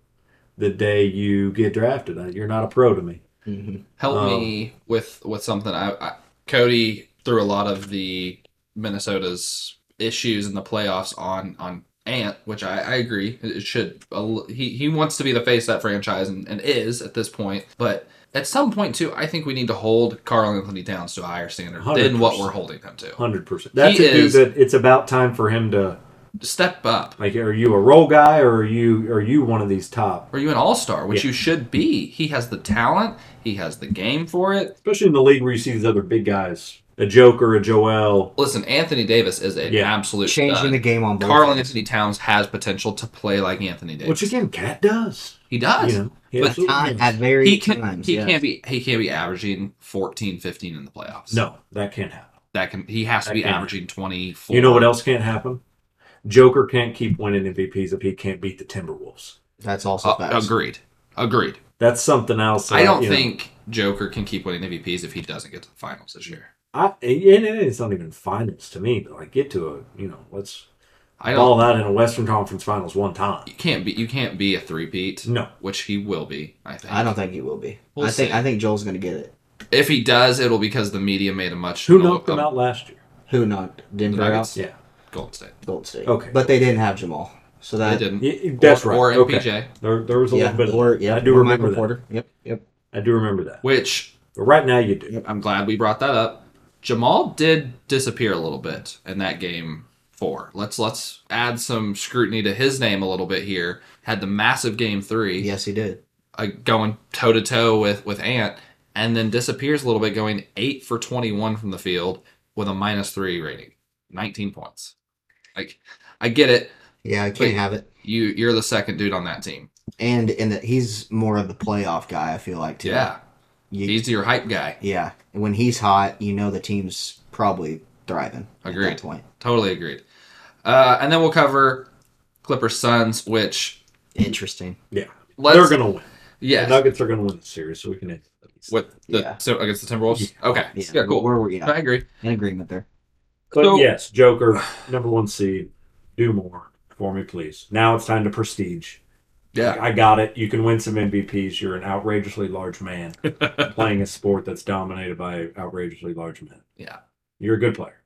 S3: the day you get drafted. I- You're not a pro to me.
S2: hmm
S1: Help
S3: Um,
S1: me with with something. I, I Cody threw a lot of the Minnesota's issues in the playoffs on on Ant, which I, I agree. It it should. a l- He he wants to be the face of that franchise and, and is at this point. But at some point too, I think we need to hold Carl Anthony Towns to a higher standard than what
S3: 100%.
S1: we're holding him to.
S3: Hundred percent. That's a dude
S1: is-
S3: that it's about time for him to
S1: Step up.
S3: like. Are you a role guy or are you are you one of these top?
S1: Are you an all star? Which you should be. He has the talent. He has the game for it.
S3: Especially in the league where you see these other big guys, a Joker, a Joel.
S1: Listen, Anthony Davis is an
S3: Yeah.
S1: absolute
S2: Changing
S1: stud.
S2: the game on both.
S1: Carl
S2: ends.
S1: Anthony Towns has potential to play like Anthony Davis.
S3: Which again, Cat does.
S1: he does.
S3: You know, he
S1: But
S3: absolutely
S2: Time-
S3: does.
S2: at very
S1: he can
S2: times.
S1: he
S2: yeah.
S1: can't be he can't be averaging 14 15 in the playoffs.
S3: No, that can't happen.
S1: That can he has to
S3: That
S1: be
S3: can't.
S1: averaging 24.
S3: You know what else can't happen? Joker can't keep winning MVPs if he can't beat the Timberwolves.
S2: That's also
S1: Uh,
S2: facts.
S1: agreed. Agreed.
S3: That's something else.
S1: I
S3: that,
S1: don't
S3: you know,
S1: think Joker can keep winning MVPs if he doesn't get to the finals this year.
S3: I, and it's not even finals to me, but like get to a you know let's
S1: I don't
S3: ball out in a Western Conference Finals one time.
S1: you can't be you can't be a three-peat,
S3: No,
S1: which he will be, I think.
S2: I don't think he will be.
S1: We'll
S2: I think
S1: see.
S2: I think Joel's gonna get it.
S1: If he does, it'll because the media made a much
S3: who knocked
S1: a-
S3: them out last year?
S2: Who knocked Denver out?
S1: Nuggets?
S3: Yeah,
S1: Golden State.
S2: Golden State.
S3: Okay.
S2: but they didn't have Jamal, so
S1: They
S2: that
S1: didn't.
S3: Y- y- that's
S1: or,
S3: right.
S1: Or
S3: okay.
S1: MPJ,
S3: There, there was a
S2: yeah,
S3: little bit. Of,
S2: or yeah,
S3: I do
S2: or
S3: remember
S2: Michael
S3: that.
S2: Porter. Yep, yep.
S3: I do remember that.
S1: which
S3: But right now you do.
S2: Yep.
S1: I'm glad we brought that up. Jamal did disappear a little bit in that game four. Let's let's add some scrutiny to his name a little bit here. Had the massive game three,
S2: Yes, he did.
S1: uh, going toe to toe with with Ant, and then disappears a little bit, going eight for 21 from the field with a minus three rating, 19 points. Like, I get it.
S2: Yeah, I can't
S1: Wait.
S2: have it.
S1: You you're the second dude on that team.
S2: And and that he's more of the playoff guy. I feel like too.
S1: Yeah,
S2: You-
S1: he's your hype guy.
S2: yeah. When he's hot, you know the team's probably thriving. At
S1: Agreed.
S2: that point,
S1: Totally agreed. Uh, and then we'll cover Clippers Suns, which
S2: interesting.
S3: Yeah,
S1: let's
S3: they're gonna win. The
S1: yes
S3: Nuggets are gonna win the series, so we can end this.
S1: with the
S2: Yeah.
S1: so against the Timberwolves. Okay, yeah, cool.
S2: Where were you?
S1: I agree.
S2: In agreement there.
S3: But
S1: So-
S3: yes, Joker, number one seed. Do more for me, please. Now it's time to prestige.
S1: Yeah,
S3: I got it. You can win some MVPs. You're an outrageously large man playing a sport that's dominated by outrageously large men.
S1: Yeah.
S3: You're a good player.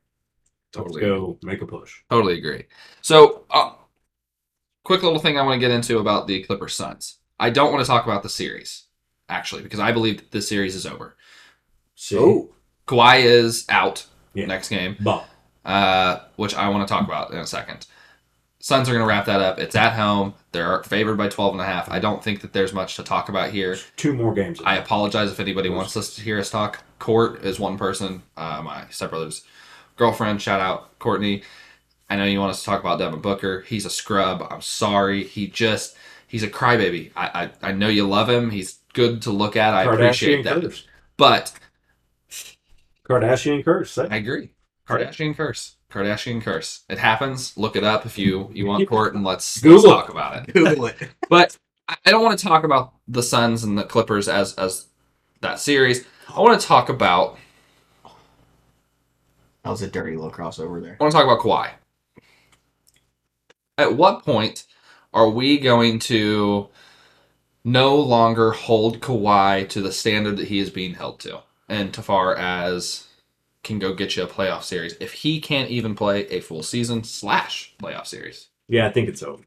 S1: Totally.
S3: Let's go make a push.
S1: Totally agree. So, uh, quick little thing I want to get into about the Clipper Suns. I don't want to talk about the series, actually, because I believe that this series is over.
S3: See?
S1: Oh. Kawhi is out
S3: Yeah.
S1: next game,
S3: Bump.
S1: uh, which I want to talk about in a second. Suns are going to wrap that up. It's at home. They're favored by 12 and a half. I don't think that there's much to talk about here.
S3: Two more games.
S1: I apologize if anybody wants us to hear us talk. Court is one person, uh, my stepbrother's girlfriend. Shout out Courtney. I know you want us to talk about Devin Booker. He's a scrub. I'm sorry. He just he's a crybaby. I I, I know you love him. He's good to look at. I appreciate that.
S3: curse.
S1: But
S3: Kardashian curse. Say it.
S1: I agree. Kardashian curse. Kardashian curse. It happens. Look it up if you you want court and let's, let's
S3: Google.
S1: talk about it.
S2: Google it.
S1: But I I don't want to talk about the Suns and the Clippers as as that series. I want to talk about
S2: That was a dirty little crossover there.
S1: I want to talk about Kawhi. At what point are we going to no longer hold Kawhi to the standard that he is being held to, and to far as can go get you a playoff series if he can't even play a full season slash playoff series?
S3: Yeah, I think it's over.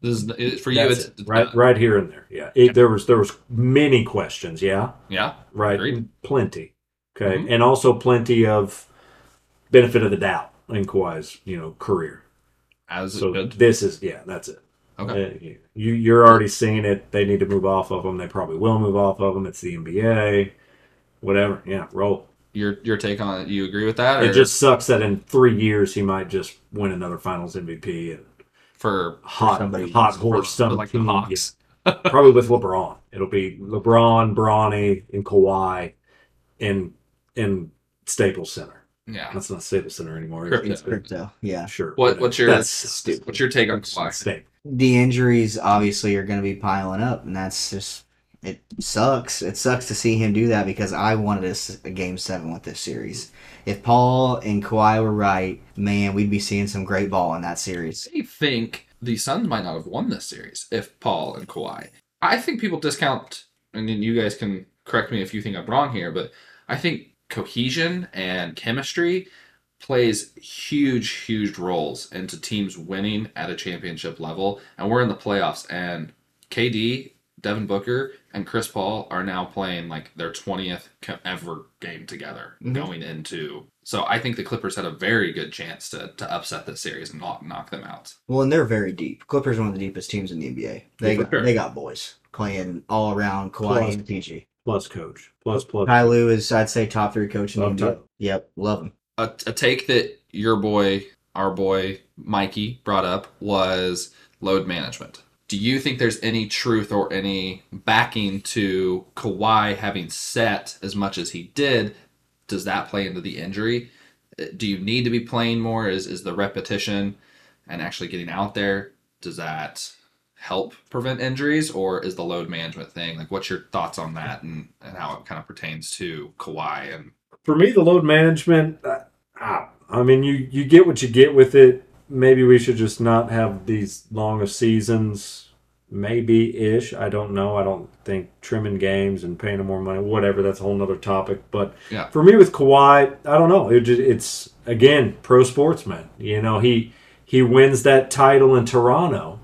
S1: This is it- for you.
S3: That's
S1: it's
S3: it. right, right here and there. Yeah, it, there was there was many questions. Yeah,
S1: Yeah,
S3: right,
S1: Agreed.
S3: plenty. Okay,
S1: Mhm.
S3: and also plenty of benefit of the doubt in Kawhi's you know career.
S1: as
S3: So
S1: it should.
S3: this is yeah, that's it.
S1: Okay,
S3: Uh, you- you you're already seeing it. They need to move off of them. They probably will move off of them. It's the NBA, whatever. Yeah, roll.
S1: your your take on it. You agree with that, or
S3: It just sucks that in three years he might just win another Finals MVP and
S1: for
S3: hot
S2: somebody-
S3: hot
S1: for-
S3: horse some
S1: for like the
S3: team.
S1: Hawks?
S3: probably with LeBron. It'll be LeBron, Bronny, and Kawhi in in Staples Center.
S1: Yeah.
S3: That's not Staples Center anymore.
S1: Crypto.
S2: It's crypto. Yeah.
S3: Sure.
S1: What
S3: whatever.
S1: what's your
S3: That's
S1: what's your take on Kawhi?
S3: Staples.
S2: The injuries obviously are going to be piling up, and that's just it sucks. It sucks to see him do that because I wanted us a game seven with this series. If Paul and Kawhi were right, man, we'd be seeing some great ball in that series.
S1: they think the Suns might not have won this series if Paul and Kawhi. I think people discount, and then you guys can correct me if you think I'm wrong here, but I think cohesion and chemistry plays huge, huge roles into teams winning at a championship level. And we're in the playoffs, and KD, Devin Booker, and Chris Paul are now playing like their 20th co- ever game together
S2: Mhm.
S1: going into. So I think the Clippers had a very good chance to, to upset this series and knock, knock them out.
S2: Well, and they're very deep. Clippers are one of the deepest teams in the NBA. They
S1: Yeah, for
S2: got,
S1: sure.
S2: they got boys playing all around Kawhi
S3: Plus-
S2: and PG.
S3: Plus coach. Plus plus.
S2: Ty Lue is, I'd say, top three coach in the
S3: Love
S2: NBA.
S3: Ty.
S2: Yep, love him.
S1: a, a take that your boy, our boy Mikey brought up was load management. Do you think there's any truth or any backing to Kawhi having set as much as he did? Does that play into the injury? Uh, Do you need to be playing more? Is is the repetition and actually getting out there? Does that help prevent injuries, or is the load management thing like? What's your thoughts on that and, and how it kind of pertains to Kawhi and
S3: for me, the load management. Uh, I, I mean, you you get what you get with it. Maybe we should just not have these long of seasons. Maybe ish. I don't know. I don't think trimming games and paying them more money, whatever. That's a whole nother topic. But
S1: Yeah.
S3: for me with Kawhi, I don't know. It just, it's again pro sportsman. You know, he he wins that title in Toronto,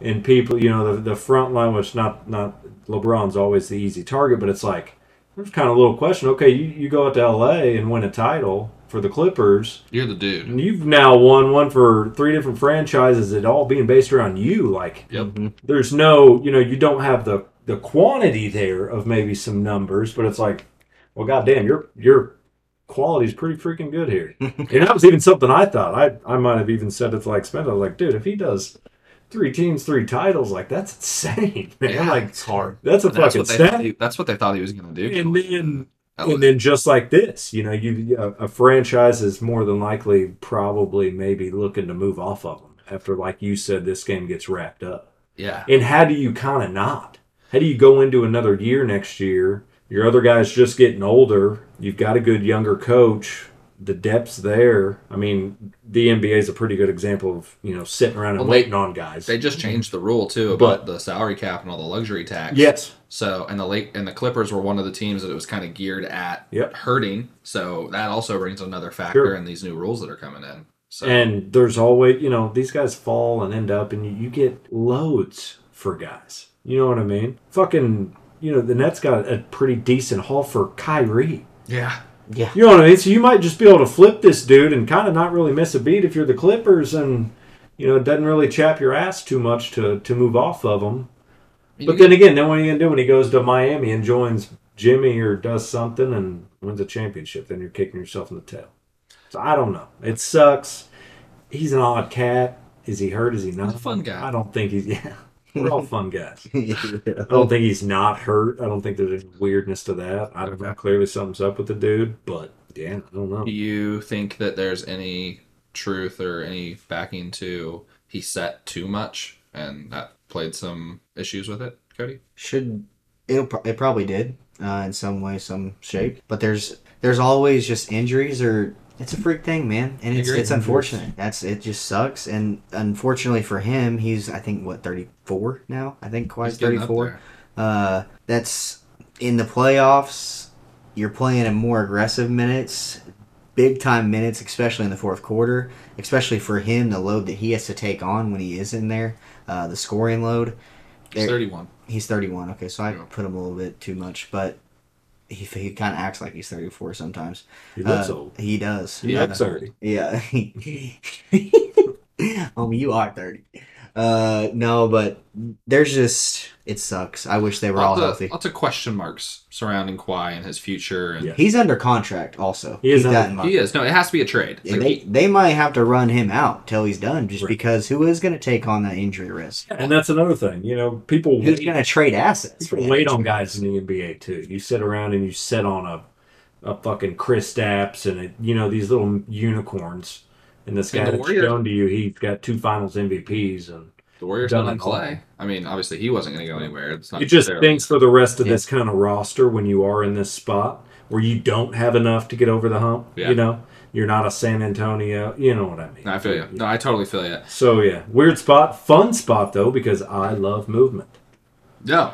S3: and people, you know, the the front line, which not not LeBron's always the easy target, but it's like there's kind of a little question. Okay, you, you go out to LA and win a title for the Clippers,
S1: you're the dude?
S3: and you've now won one for three different franchises, it all being based around you. Like,
S1: Yep.
S3: there's no, you know, you don't have the the quantity there of maybe some numbers, but it's like, well, goddamn, your your quality's pretty freaking good here. and that was even something I thought. I I might have even said it to like Spence. I was like, dude, if he does three teams, three titles, like that's insane, man.
S1: Yeah.
S3: Like
S2: It's hard.
S3: that's a
S1: that's
S3: fucking
S1: what, they thought
S3: stat.
S1: he, that's what they thought he was going to do.
S3: And then
S1: That was-
S3: and then just like this, you know, you a, a franchise is more than likely probably maybe looking to move off of them after, like you said, this game gets wrapped up.
S1: yeah,
S3: And how do you kind of not? How do you go into another year next year? Your other guy's just getting older. You've got a good younger coach. the depths there. I mean, the NBA is a pretty good example of you know sitting around and
S1: Well, they-
S3: waiting on guys.
S1: They just changed the rule too about the salary cap and all the luxury tax.
S3: yes,
S1: So and the late and the Clippers were one of the teams that it was kind of geared at
S3: Yep.
S1: hurting. So that also brings another factor
S3: Sure.
S1: in these new rules that are coming in. So
S3: and there's always you know these guys fall and end up, and you, you get loads for guys. You know what I mean? Fucking, you know the Nets got a pretty decent haul for Kyrie.
S1: yeah,
S2: Yeah.
S3: You know what I mean? So you might just be able to flip this dude and kind of not really miss a beat if you're the Clippers, and you know it doesn't really chap your ass too much to to move off of them. But then again, then what are you gonna do when he goes to Miami and joins Jimmy or does something and wins a championship? Then you're kicking yourself in the tail. So I don't know. It sucks. He's an odd cat. Is he hurt? Is he not?
S1: He's a fun guy.
S3: I don't think he's. Yeah, we're all fun guys.
S2: yeah.
S3: I don't think he's not hurt. I don't think there's any weirdness to that. I don't know. Clearly, something's up with the dude. But yeah, I don't know.
S1: do you think that there's any truth or any backing to he set too much and that played some issues with it, Cody?
S2: should it'll pro- it probably did uh, in some way some shape but there's there's always just injuries or it's a freak thing man and it's
S1: Agreed.
S2: it's unfortunate that's it just sucks and unfortunately for him he's i think what 34 now i think quite
S1: He's getting up
S2: 34
S1: there.
S2: uh that's in the playoffs you're playing in more aggressive minutes big time minutes especially in the fourth quarter especially for him the load that he has to take on when he is in there uh, the scoring load
S1: He's
S2: There-
S1: 31.
S2: He's 31. Okay, so I
S1: Yeah.
S2: put him a little bit too much, but he, he kind of acts like he's 34 sometimes.
S3: He looks
S2: Uh,
S3: old.
S2: He does.
S3: He
S1: yeah.
S3: looks thirty.
S2: Yeah. um, you are 30. Uh, no, but there's just it sucks. I wish they were all
S1: Lots of,
S2: healthy.
S1: lots of question marks surrounding Kawhi and his future. And
S3: Yeah.
S2: He's under contract also.
S3: He is
S2: Keep that in
S1: He
S2: mind.
S1: is. No, it has to be a trade.
S2: And
S1: Like,
S2: they, they might have to run him out till he's done just
S3: Right.
S2: because who is going to take on that injury risk?
S3: And that's another thing. You know, people
S2: Who's
S3: wait-
S2: going to trade assets?
S3: You
S2: for
S3: can
S2: that?
S3: wait on guys in the NBA too. You sit around and you sit on a a fucking Chris Stapps and a, you know these little unicorns. And this
S1: And
S3: guy
S1: the
S3: that's
S1: Warriors-
S3: shown to you, he's got two Finals MVPs, and
S1: The Warriors
S3: Done
S1: didn't
S3: and all.
S1: play. I mean, obviously he wasn't going to go anywhere. It's not
S3: it just
S1: fair.
S3: thinks for the rest of
S2: Yeah.
S3: this kind of roster when you are in this spot where you don't have enough to get over the hump.
S1: Yeah.
S3: You know, you're not a San Antonio. You know what I mean?
S1: No, I feel you. No, I totally feel you.
S3: So yeah, weird spot, fun spot though because I love movement.
S1: No,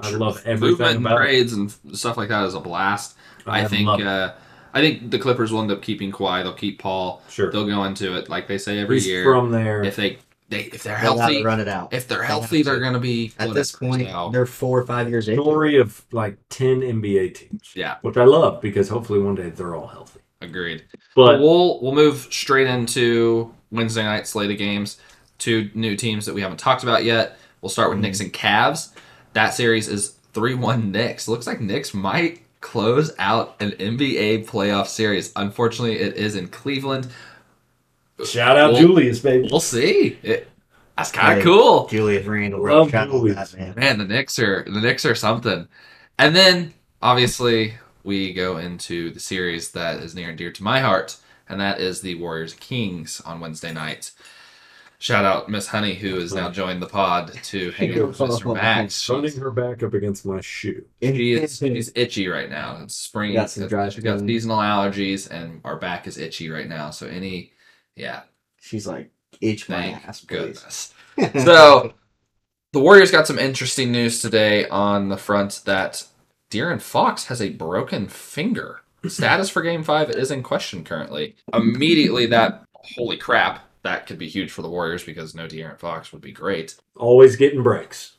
S3: I love
S1: movement
S3: everything
S1: and
S3: about it.
S1: trades and f- stuff like that is a blast. I,
S3: I
S1: think.
S3: love it.
S1: Uh, I think the Clippers will end up keeping Kawhi. They'll keep Paul.
S3: Sure.
S1: They'll go into it like they say every
S3: He's
S1: year.
S3: from there.
S1: if they, they if they're
S2: They'll have to
S1: healthy,
S2: run it out.
S1: if they're
S2: They'll have
S1: healthy,
S2: to.
S1: they're going to be
S2: At this
S1: whatever.
S2: point,
S1: So,
S2: they're four or five years in.
S3: story of like 10 NBA teams,
S1: yeah,
S3: which I love because hopefully one day they're all healthy.
S1: agreed. But
S3: But
S1: we'll we'll move straight into Wednesday night slate of games. Two new teams that we haven't talked about yet. We'll start with Knicks and Cavs. That series is three one Knicks. Looks like Knicks might close out an NBA playoff series. Unfortunately, it is in Cleveland.
S3: shout out
S1: Well-
S3: Julius, baby.
S1: We'll see. It, that's kind
S2: Hey.
S1: of cool.
S2: Julius Randle.
S3: Love
S2: Shout out to
S3: Julius.
S2: that man.
S1: Man, the Knicks are the Knicks are something. And then obviously we go into the series that is near and dear to my heart, and that is the Warriors Kings on Wednesday night. Shout out Miss Honey, who has now joined the pod to hang out with Mr. Max.
S3: Turning
S1: She's,
S3: her back up against my shoe.
S1: she is, she's itchy right now. It's spring.
S2: We got some dry
S1: She's got
S2: skin.
S1: seasonal allergies, and our back is itchy right now. So any, yeah,
S2: She's like, itch my
S1: thank
S2: ass, please.
S1: goodness. So the Warriors got some interesting news today on the front that De'Aaron Fox has a broken finger. Status for Game Five is in question currently. Immediately, that holy crap, that could be huge for the Warriors because no De'Aaron Fox would be great.
S3: Always getting breaks.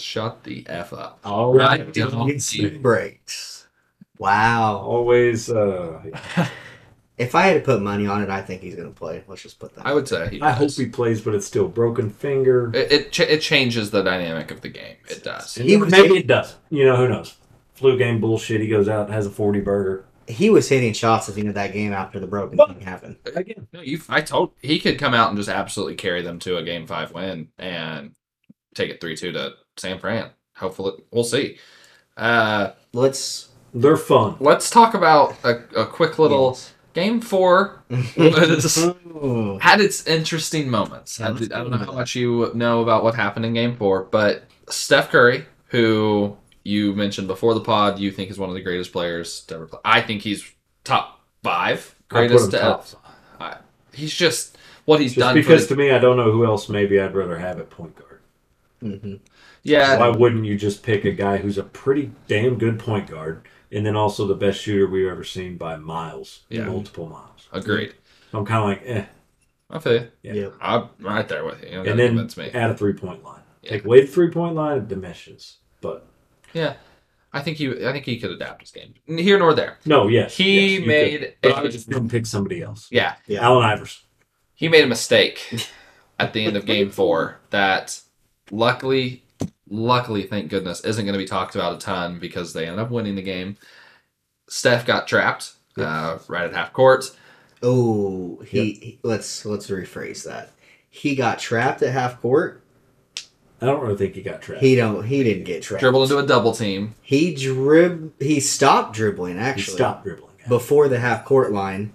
S1: Shut the f up.
S2: all
S1: right, Dylan.
S2: breaks. Wow.
S3: Always, uh,
S2: If I had to put money on it, I think he's gonna play. Let's just put that.
S1: I would say he
S3: I hope
S1: does.
S3: he plays, but it's still broken finger.
S1: It it, ch- it changes the dynamic of the game. It does.
S2: He was-
S3: Maybe it does. You know, who knows? Flu game bullshit. He goes out and has a 40 burger.
S2: He was hitting shots at the end of that game after the broken
S3: Well-
S2: thing happened.
S3: Again,
S1: No, you. I told he could come out and just absolutely carry them to a game five win and take it three two to San Fran. Hopefully, we'll see. Uh,
S2: Let's
S3: they're fun.
S1: let's talk about a, a quick little game four. was-
S2: Ooh.
S1: had its interesting moments.
S2: Yeah,
S1: I,
S2: let's
S1: did- I
S2: go
S1: don't know
S2: into
S1: how
S2: that.
S1: much you know about what happened in game four, but Steph Curry, who you mentioned before the pod, you think is one of the greatest players to ever play. I think he's top five
S3: I put
S1: greatest
S3: him
S1: to
S3: top five.
S1: He's just what he's
S3: Just
S1: done.
S3: because
S1: for
S3: to me, I don't know who else. Maybe I'd rather have at point guard.
S2: hmm
S1: the, yeah,
S3: Why wouldn't you just pick a guy who's a pretty damn good point guard, and then also the best shooter we've ever seen by miles,
S1: Yeah.
S3: multiple miles?
S1: agreed.
S3: So I'm kind of like, eh.
S1: I feel you.
S3: Yeah.
S2: Yep.
S1: I'm right there with you. You don't
S3: and
S1: gotta
S3: then
S1: convince me.
S3: add a three point line.
S1: Yeah.
S3: Take away the three point line, it diminishes. But
S1: Yeah, I think you. I think he could adapt his game. N- Here nor there.
S3: no, yes, yes,
S1: He
S3: you could.
S1: made.
S3: But
S1: a-
S3: I would just pick somebody else.
S1: yeah,
S2: Yeah.
S3: Allen Iverson.
S1: he made a mistake at the end of Game Four that, luckily, luckily, thank goodness, isn't going to be talked about a ton because they ended up winning the game. Steph got trapped uh, right at half court.
S2: Oh, he, he- let's let's rephrase that. He got trapped at half court.
S3: I don't really think he got trapped.
S2: He don't. He didn't get trapped.
S1: Dribbled into a double team.
S2: He drib. He stopped dribbling
S3: He
S2: actually
S3: stopped dribbling.
S2: before the half court line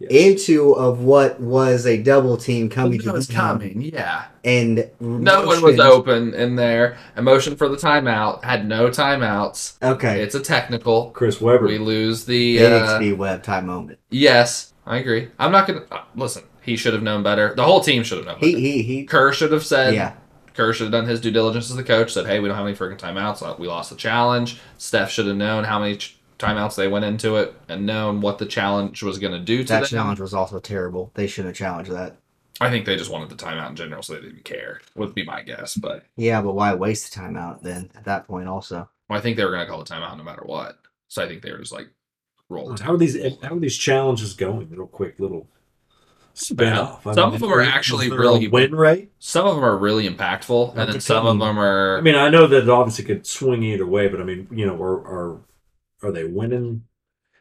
S3: Yes.
S2: into of what was a double team coming
S1: Who
S2: to
S1: knows
S2: the top.
S1: coming? Yeah.
S2: and
S1: No one was
S2: motioned-
S1: open in there. A motion for the timeout. Had no timeouts.
S2: Okay,
S1: It's a technical.
S3: Chris Webber.
S1: We lose the. Uh,
S2: NXT web time moment.
S1: yes, I agree. I'm not gonna uh, listen. He should have known better. The whole team should have known. Better.
S2: He he he.
S1: Kerr should have said.
S2: Yeah,
S1: Kerr should have done his due diligence as the coach. Said, "Hey, we don't have any freaking timeouts. Uh, We lost the challenge." Steph should have known how many ch- timeouts they went into it and known what the challenge was going to do to
S2: that
S1: them.
S2: challenge was also terrible. They should have challenged that.
S1: I think they just wanted the timeout in general, so they didn't care. Would be my guess, but
S2: Yeah, but why waste the timeout then at that point? Also,
S1: I think they were going to call the timeout no matter what. So I think they were just like, "Roll." the
S3: Oh, How are these? How are these challenges going? Real quick, little spin off.
S1: Some of them are actually really-
S3: win rate.
S1: Some of them are really impactful,
S3: Not
S1: and then
S3: the
S1: some of
S3: team.
S1: them are.
S3: I mean, I know that it obviously could swing either way, but I mean, you know, are are, are they winning?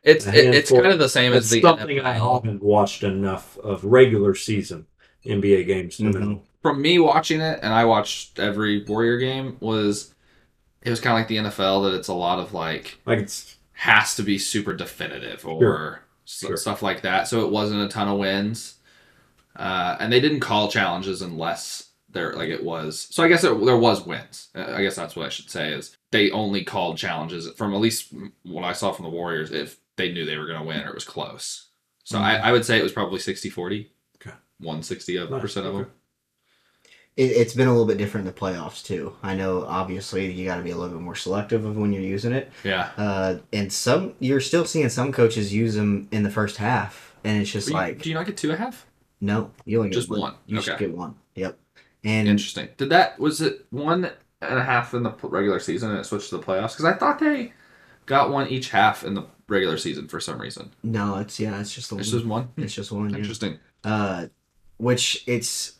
S1: it's
S3: a
S1: it, it's
S3: handful.
S1: kind of the same
S3: It's
S1: as the
S3: something I
S1: NFL.
S3: haven't watched enough of regular season NBA games to
S2: Mhm.
S3: know.
S1: From me watching it, and I watched every Warrior game. Was it was kind of like the NFL that it's a lot of like
S3: Like it's
S1: has to be super definitive or
S3: Sure.
S1: s-
S3: Sure.
S1: stuff like that. So it wasn't a ton of wins, uh, and they didn't call challenges unless there like it was. So I guess it, there was wins. Uh, I guess that's what I should say is they only called challenges from at least what I saw from the Warriors if they knew they were going to win or it was close. So I, I would say it was probably 60-40.
S3: Mm-hmm. Okay.
S1: 160 of
S3: Nice,
S1: percent of
S3: okay.
S1: them.
S2: it, it's been a little bit different in the playoffs too. I know obviously you got to be a little bit more selective of when you're using it.
S1: Yeah.
S2: Uh, and some you're still seeing some coaches use them in the first half, and it's just
S1: Do you-
S2: like
S1: do you not get two and a half?
S2: no, you only get
S1: Just one.
S2: You just
S1: Okay.
S2: get one. Yep. And
S1: Interesting. Did that was it one and a half in the p- regular season and it switched to the playoffs? Because I thought they got one each half in the regular season for some reason.
S2: no, it's yeah, it's just the
S1: It's
S2: one.
S1: just one.
S2: it's just one. Yeah.
S1: Interesting.
S2: uh, which it's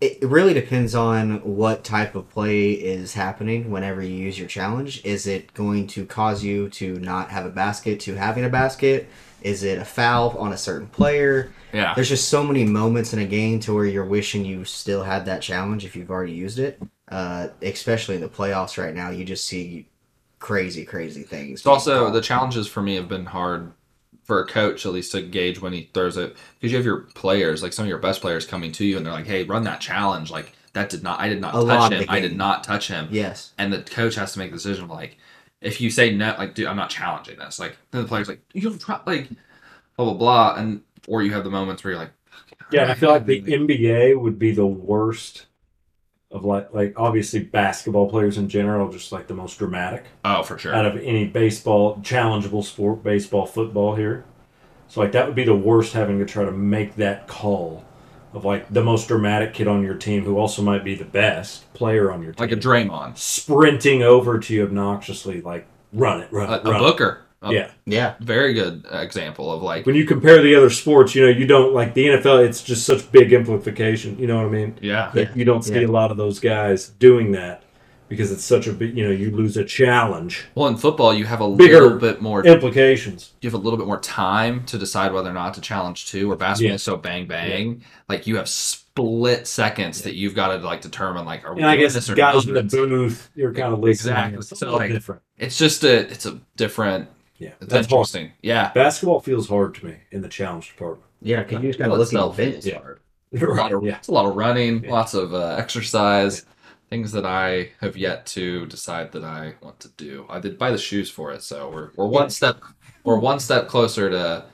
S2: it it really depends on what type of play is happening whenever you use your challenge is it going to cause you to not have a basket to having a basket is it a foul on a certain player
S1: Yeah.
S2: there's just so many moments in a game to where you're wishing you still had that challenge if you've already used it uh, especially in the playoffs right now you just see crazy crazy things
S1: It's also the challenges for me have been hard for a coach at least to gauge when he throws it because you have your players like some of your best players coming to you and they're like, hey, run that challenge. Like that did not. I did not
S2: A lot
S1: touch
S2: of
S1: him.
S2: the
S1: I did
S2: game.
S1: not touch him.
S2: yes
S1: and the coach has to make the decision like if you say no like dude i'm not challenging this like then the player's like you don't try like blah blah blah and or you have the moments where you're like
S3: yeah. I feel like the NBA would be the worst of like like obviously basketball players in general, just like the most dramatic.
S1: oh for sure
S3: out of any baseball challengeable sport, baseball, football here. So like that would be the worst having to try to make that call of like the most dramatic kid on your team who also might be the best player on your team.
S1: like a Draymond
S3: sprinting over to you obnoxiously like run it, run
S1: a,
S3: it,
S1: a
S3: run it.
S1: Booker a
S3: Yeah.
S2: yeah
S1: very good example of like
S3: When you compare the other sports, you know, you don't like the NFL, it's just such big amplification, you know what I mean?
S1: yeah
S3: That
S2: Yeah.
S3: you don't see
S2: Yeah.
S3: a lot of those guys doing that because it's such a big, you know, you lose a challenge.
S1: well in football you have a
S3: Bigger
S1: little bit more you
S3: Implications.
S1: have a little bit more time to decide whether or not to challenge two or basketball
S3: Yeah.
S1: is so bang bang like you have split seconds that you've got to like determine like are we
S3: And I
S1: doing
S3: guess
S1: this or
S3: guys
S1: not?
S3: in the booth, you're kind of listening.
S1: Exactly.
S3: It's a
S1: So,
S3: little
S1: like-
S3: different.
S1: it's just a it's a different
S3: Yeah,
S1: it's
S3: that's hard.
S1: interesting yeah
S3: Basketball feels hard to me in the challenge department.
S2: yeah because you just
S1: Well,
S2: gotta look at
S1: itself
S2: the bench
S1: is hard. a lot
S3: Right.
S1: of,
S3: Yeah.
S1: It's a lot of running,
S3: Yeah.
S1: lots of uh, exercise, things that I have yet to decide that I want to do. I did buy the shoes for it, so we're, we're one step we're one step closer to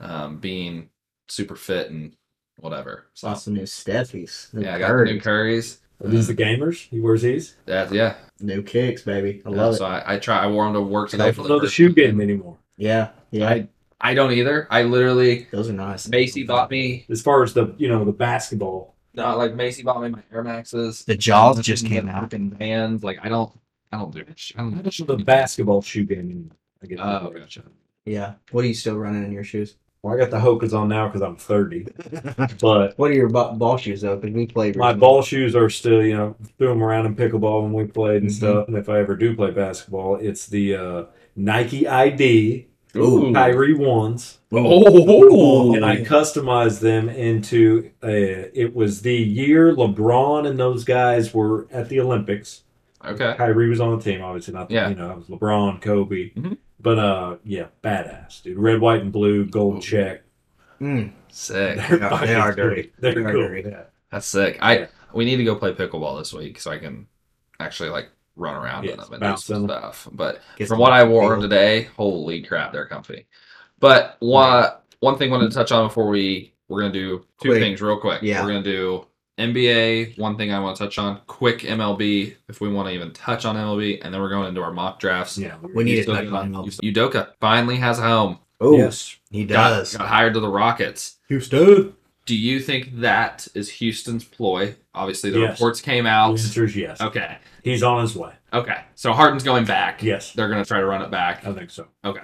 S1: um, being super fit and whatever. So
S2: Saw some new Steffies. New
S1: yeah, I got the new
S2: Currys,
S1: Currys.
S3: Are these the gamers? He wears these?
S1: Yeah, yeah.
S2: new kicks, baby. I
S1: Yeah,
S2: love
S1: so
S2: it.
S1: I, I try. I wore them to work
S3: I
S1: today for
S3: don't
S1: the
S3: know the
S1: first
S3: shoe
S1: time.
S3: game anymore.
S2: Yeah, yeah.
S1: I I don't either. I literally
S2: those are nice.
S1: Macy bought me.
S3: As far as the you know the basketball,
S1: No, like Macy bought me my Air Maxes.
S2: The Jaws just came out.
S1: Freaking Vans. Like I don't. I don't do that shit. I
S3: I
S1: don't do
S3: don't know the basketball shoe game anymore. I get
S1: Oh, gotcha.
S2: Yeah. What are you still running in your shoes?
S3: Well, I got the Hokas on now because I'm 30, but
S2: what are your ba- ball shoes though? Because we played.
S3: my
S2: recently.
S3: ball shoes are still you know threw them around in pickleball when we played and
S1: Mm-hmm.
S2: Mhm.
S3: stuff. And if I ever do play basketball, it's the uh, Nike ID
S2: Ooh.
S3: Kyrie ones.
S1: Oh.
S3: and I customized them into a, it was the year LeBron and those guys were at the Olympics.
S1: Okay.
S3: Kyrie was on the team, obviously not. The,
S1: Yeah.
S3: you know, it was LeBron, Kobe,
S1: Mhm.
S3: but uh, yeah, badass dude. Red, white, and blue, gold
S1: Ooh.
S3: check.
S2: Mm.
S1: Sick.
S3: They're
S2: they
S3: fucking
S2: are
S3: cool.
S2: dirty.
S3: They're
S2: They are
S3: cool.
S2: dirty.
S3: Yeah.
S1: That's sick. I we need to go play pickleball this week so I can actually like run around in
S3: Yes,
S1: them and do
S3: bounce
S1: some
S3: them.
S1: stuff. But
S2: Gets
S1: from
S2: the
S1: what I wore
S2: feel.
S1: today, holy crap, they're comfy. But one one thing I wanted to touch on before we we're gonna do two
S2: Quick.
S1: things real quick.
S2: Yeah.
S1: We're gonna do NBA. One thing I want to touch on quick MLB if we want to even touch on MLB, and then we're going into our mock drafts.
S3: Yeah,
S2: We need
S1: You
S2: to
S1: still
S2: touch
S1: got-
S2: on MLB.
S1: you- Udoka finally has a home.
S2: Oh,
S3: Yes.
S2: he
S1: Got-
S2: does.
S1: got hired to the Rockets.
S2: Houston.
S1: Do you think that is Houston's ploy? Obviously, the
S3: Yes.
S1: reports came
S3: The
S1: out.
S3: answer is yes.
S1: Okay,
S3: He's on his way.
S1: okay. So Harden's going back.
S3: Yes,
S1: they're gonna try to run it back.
S3: I think so.
S1: Okay.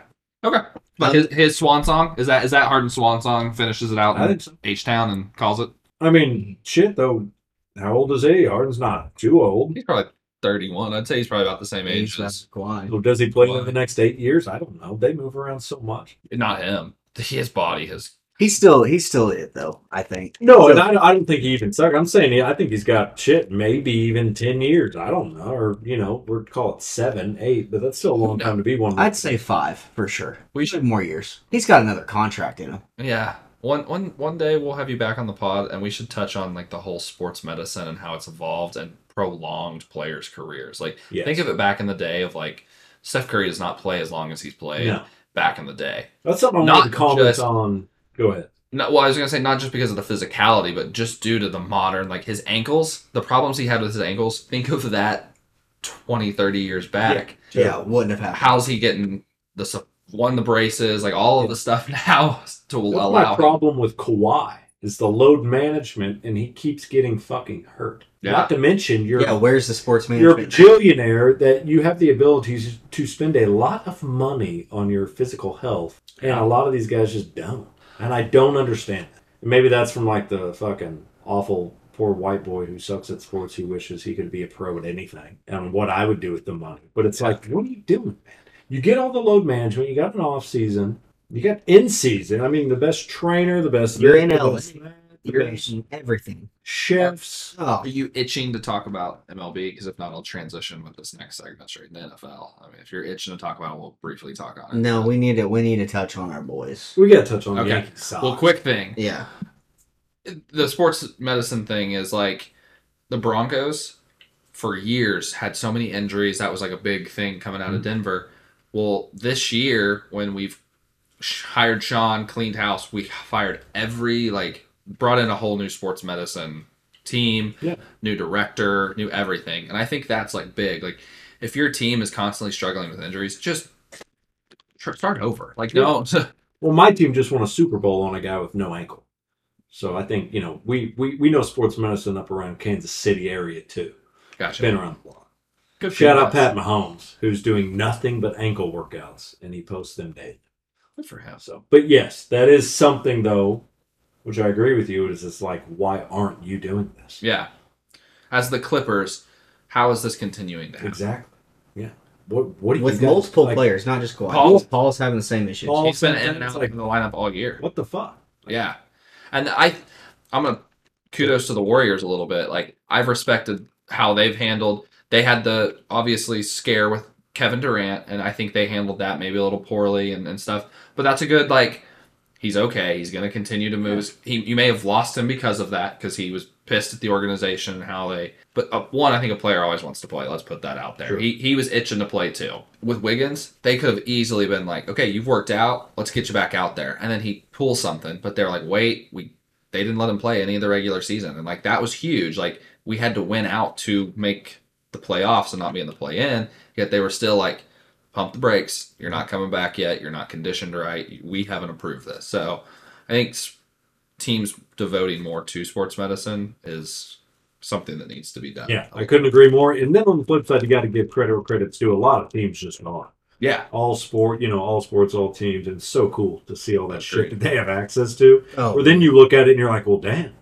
S1: But his, his swan song is that is that Harden's swan song finishes it out
S3: I
S1: in
S3: think so.
S1: H Town and calls it.
S3: I mean, shit though. How old is he? Harden's not too old.
S1: He's probably thirty one. I'd say he's probably about the same age
S2: He's
S1: as
S2: Kawhi.
S3: So does he play
S1: Why?
S3: in the next eight years? I don't know. They move around so much.
S1: not him. His body has
S2: He's still he's still it though. I think.
S3: No,
S2: So-
S3: and I, I don't think he even suck. I'm saying he- I think he's got shit, maybe even ten years. I don't know, or you know, we'd call it seven, eight, but that's still a long time to be one.
S2: I'd say five for sure.
S1: We
S2: We
S1: should-
S2: should more years. He's got another contract in him.
S1: yeah. One one one day we'll have you back on the pod and we should touch on like the whole sports medicine and how it's evolved and prolonged players' careers. Like
S3: Yes.
S1: think of it back in the day of like Steph Curry does not play as long as he's played
S3: No.
S1: back in the day.
S3: that's something I
S1: Not
S3: wanted to comment
S1: just-
S3: on. Go ahead.
S1: No, well, I was gonna say not just because of the physicality, but just due to the modern, like his ankles, the problems he had with his ankles. Think of that 20, 30 years back.
S2: Yeah, wouldn't have happened.
S1: How's he getting the su- one the braces, like all of the stuff now to
S3: That's
S1: allow?
S3: my
S1: him-
S3: problem with Kawhi is the load management, and he keeps getting fucking hurt.
S1: Yeah.
S3: Not to mention you're
S2: yeah, where's the sports
S3: you're a
S2: management?
S3: bajillionaire that you have the ability to spend a lot of money on your physical health, and a lot of these guys just don't. And I don't understand. That. And maybe that's from like the fucking awful poor white boy who sucks at sports who wishes he could be a pro at anything and what I would do with the money. But it's like, what are you doing, man? You get all the load management, you got an off season, you got in season. I mean, the best trainer, the best
S2: You're in
S3: the
S2: LA.
S3: best man, the
S2: You're
S3: best
S2: in everything.
S3: chefs.
S2: Oh,
S1: Are you itching to talk about MLB? Because if not, I'll transition with this next segment straight into NFL. I mean, if you're itching to talk about, it, we'll briefly talk on it.
S2: no, we need to we need to touch on our boys.
S3: We got to touch on the
S1: Okay.
S3: Yankees side.
S1: Well, quick thing.
S2: Yeah,
S1: the sports medicine thing is like the Broncos for years had so many injuries. That was like a big thing coming out
S3: Mm-hmm.
S1: of Denver. Well, this year when we've sh- hired Sean, cleaned house, we fired every like brought in a whole new sports medicine team,
S3: Yeah.
S1: new director, new everything. And I think that's like big. Like if your team is constantly struggling with injuries, just tr- start over. Like no,
S3: Well, my team just won a Super Bowl on a guy with no ankle. So I think, you know, we, we, we know sports medicine up around Kansas City area too. It's
S1: gotcha.
S3: been around the block.
S1: Good for
S3: Shout
S1: you
S3: out
S1: guys.
S3: Pat Mahomes, who's doing nothing but ankle workouts and he posts them daily.
S1: Good for him.
S3: So but yes, that is something though, which I agree with you, is it's like, why aren't you doing this?
S1: Yeah. As the Clippers, how is this continuing to happen?
S3: Exactly. Yeah. What what do you
S2: with
S3: guys-
S2: multiple
S3: like,
S2: players, not just Kawhi.
S1: Paul-
S2: Paul's having the same issues.
S3: Paul-
S1: He's been in and
S3: Sometimes,
S1: out
S3: like-
S1: of the lineup all year.
S3: What the fuck?
S1: Yeah. And I I'm gonna kudos to the Warriors a little bit. Like I've respected how they've handled they had the obviously scare with Kevin Durant and I think they handled that maybe a little poorly and, and stuff. But that's a good like he's okay. He's gonna continue to move. He you may have lost him because of that, because he was pissed at the organization and how they. But uh, one, I think a player always wants to play. Let's put that out there.
S3: Sure.
S1: He he was itching to play too. With Wiggins, they could have easily been like, okay, you've worked out. Let's get you back out there. And then he pulls something, but they're like, wait, we they didn't let him play any of the regular season, and like that was huge. Like we had to win out to make the playoffs and not be in the play in. Yet they were still like, pump the brakes. You're not coming back yet. You're not conditioned right. We haven't approved this. So I think s- teams devoting more to sports medicine is something that needs to be done.
S3: Yeah, I couldn't agree more. And then on the flip side, you got to give credit where credit's due. A lot of teams just not
S1: Yeah.
S3: all sport, you know, all sports, all teams, and it's so cool to see all that shit
S1: Agreed.
S3: that they have access to.
S2: Oh,
S3: Or then you look at it and you're like, well, damn,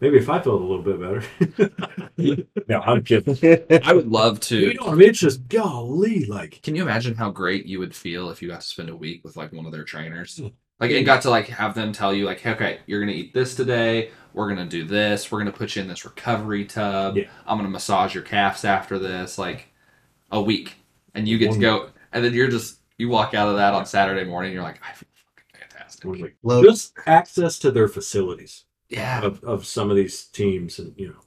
S3: maybe if I felt a little bit better. no, I'm kidding.
S1: I would love
S3: You
S1: to.
S3: know, I mean, it's just golly, like
S1: Can you imagine how great you would feel if you got to spend a week with like one of their trainers?
S3: Hmm.
S1: Like and got to like have them tell you like, hey, okay, you're gonna eat this today. We're gonna do this. We're gonna put you in this recovery tub.
S3: Yeah.
S1: I'm gonna massage your calves after this. Like a week, and you get to
S3: One
S1: go, and then you're just you walk out of that on Saturday morning. You're like, I feel fucking
S3: I was
S1: fantastic.
S3: like,
S2: Logan,
S3: just access to their facilities
S1: Yeah.
S3: of, of some of these teams, and you know,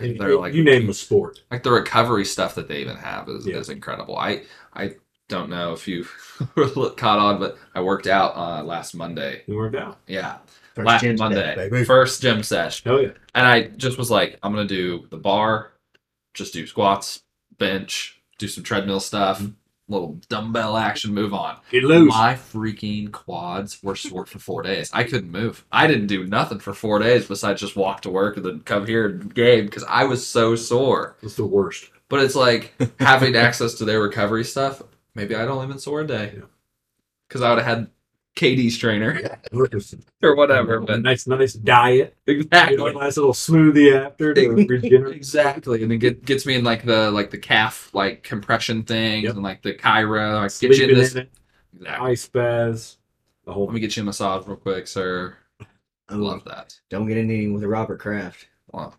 S1: Like,
S3: you-
S1: they're like
S3: you name the sport.
S1: like the recovery stuff that they even have is,
S3: Yeah.
S1: is incredible. I I don't know if you were caught on, but I worked out uh, last Monday.
S3: You worked out.
S1: Yeah,
S2: first
S1: last
S2: gym step,
S1: Monday,
S2: baby.
S1: first gym sesh,
S3: Hell yeah.
S1: and I just was like, I'm gonna do the bar, just do squats, bench, do some treadmill stuff,
S2: Mm-hmm.
S1: little dumbbell action, move on.
S3: Get loose.
S1: My freaking quads were sore for four days. I couldn't move. I didn't do nothing for four days besides just walk to work and then come here and game because I was so sore.
S3: It's the worst.
S1: But it's like having access to their recovery stuff. Maybe I'd only been sore a day
S3: Yeah.
S1: because I would have had KD's trainer
S3: or
S1: or whatever. But
S3: nice, nice diet. You know, a
S1: exactly,
S3: nice little smoothie after to regenerate.
S1: exactly, and it get, gets me in like the like the calf like compression things
S3: Yep.
S1: and like the Kyra. Like, get you
S3: Sleeping
S1: in this.
S3: in it,
S1: Exactly.
S3: ice baths, the whole
S1: Let me get you a massage real quick, sir. I
S2: Oh,
S1: love that.
S2: Don't get anything with Robert Kraft
S1: Well,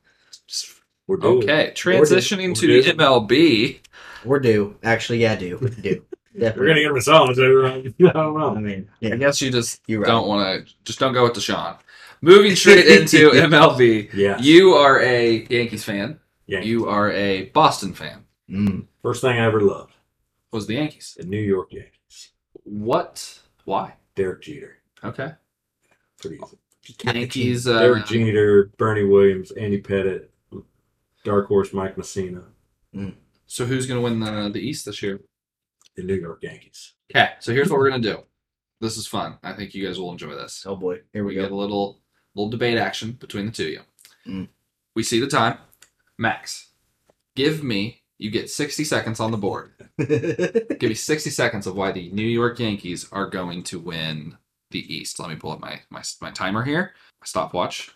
S1: just-
S3: We're doing it.
S1: Okay, transitioning to
S3: We're
S1: the
S3: doing-
S1: MLB.
S2: or do actually, yeah, do do
S3: We're gonna
S2: definitely.
S3: get a massage. everyone. I don't
S2: I
S3: know.
S2: mean,
S1: I
S2: yeah,
S1: guess you just
S2: you're right.
S1: don't want to. Just don't go with Deshaun. Moving straight into MLB.
S3: Yeah.
S1: You are a Yankees fan.
S3: Yeah.
S1: You are a Boston fan.
S2: Mm.
S3: First thing I ever loved,
S1: Was the Yankees.
S3: the New York Yankees.
S1: What? Why?
S3: Derek Jeter.
S1: Okay.
S3: Pretty easy.
S1: Yankees.
S3: Derek
S1: Uh,
S3: Jeter, Bernie Williams, Andy Pettit, Dark Horse Mike Messina,
S1: so who's going to win the, the East this year?
S3: the New York Yankees.
S1: Okay. So here's what we're going to do. This is fun. I think you guys will enjoy this.
S2: Oh boy, here
S1: We
S2: we
S1: get a
S2: go.
S1: little little debate action between the two of you.
S2: Mm.
S1: We see the time. Max, give me. You get 60 seconds on the board. Give me 60 seconds of why the New York Yankees are going to win the East. Let me pull up my my, my timer here, my stopwatch.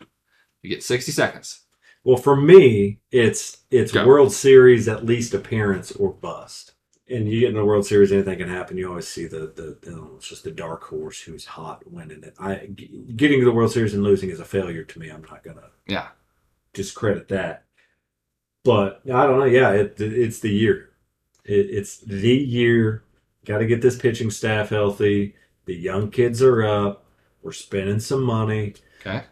S1: You get 60 seconds.
S3: Well, for me, it's it's
S1: Go.
S3: World Series at least appearance or bust. And you get in the World Series, anything can happen. You always see the the you know, it's just the dark horse who's hot winning it. I g- getting to the World Series and losing is a failure to me. I'm not gonna
S1: Yeah.
S3: discredit that. But I don't know. Yeah, it, it's the year. It, it's the year. Got to get this pitching staff healthy. The young kids are up. We're spending some money.
S1: Okay.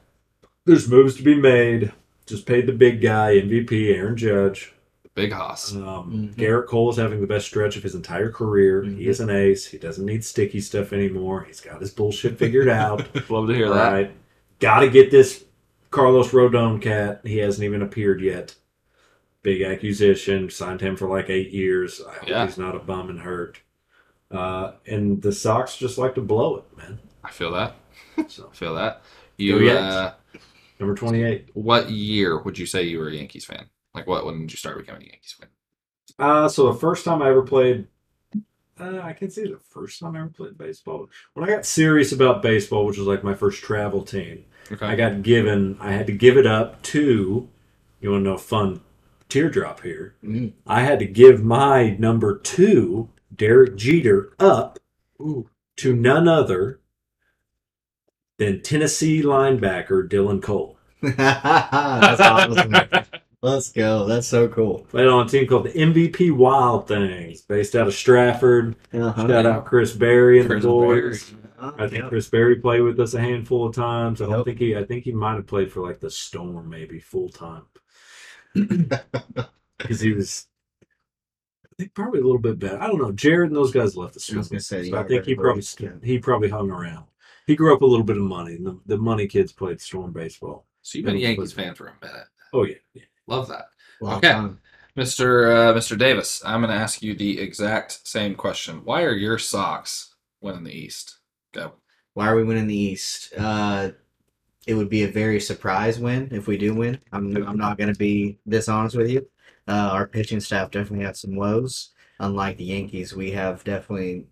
S3: There's moves to be made. Just paid the big guy, MVP, Aaron Judge.
S1: Big Hoss.
S3: Um,
S2: Mhm.
S1: Mm-hmm.
S3: Garrett Cole is having the best stretch of his entire career. He is an ace. He doesn't need sticky stuff anymore. He's got his bullshit figured out.
S1: Love to hear that.
S3: Right. Got to get this Carlos Rodon cat. He hasn't even appeared yet. Big accusation. Signed him for like eight years. I hope
S1: Yeah.
S3: he's not a bum and hurt. Uh, and the Sox just like to blow it, man.
S1: I feel that.
S3: So
S1: I feel that.
S3: Go
S1: You.
S3: Yanks.
S1: Uh,
S3: number twenty-eight.
S1: what year would you say you were a Yankees fan? Like what? When did you start becoming a Yankees fan?
S3: Uh, so the first time I ever played, uh, I can say the first time I ever played baseball. When I got serious about baseball, which was like my first travel team,
S1: Okay.
S3: I got given. I had to give it up to. You want to know a fun teardrop here?
S2: Mm.
S3: I had to give my number two, Derek Jeter, up to none other than Tennessee linebacker Dylan Cole.
S2: That's awesome. Let's go. That's so cool.
S3: Played on a team called the MVP Wild Things, based out of Stratford.
S2: Uh-huh.
S3: Shout out Chris Berry and the
S1: Prison
S3: boys.
S1: Bears.
S2: Uh,
S3: I think
S2: yeah.
S3: Chris Berry played with us a handful of times. I don't
S2: Yep.
S3: think he. I think he might have played for like the Storm, maybe full time, because he was. I think probably a little bit better. I don't know. Jared and those guys left the
S2: I was
S3: Storm,
S2: gonna say,
S3: so
S2: yeah,
S3: I think he
S2: Red
S3: probably
S2: Bulls,
S3: st- he probably hung around. He grew up with a little bit of money. and The, the money kids played Storm baseball.
S1: So you've been a Yankees fan for a minute.
S3: Oh yeah, yeah.
S1: Love that.
S2: Long
S1: Okay.
S2: time.
S1: Mr. Uh, Mr. Davis, I'm going to ask you the exact same question. Why are your socks winning the East? Go.
S2: Why are we winning the East? Uh, it would be a very surprise win if we do win. I'm I'm not gonna be this honest with you. Uh, our pitching staff definitely had some woes. Unlike the Yankees, we have definitely,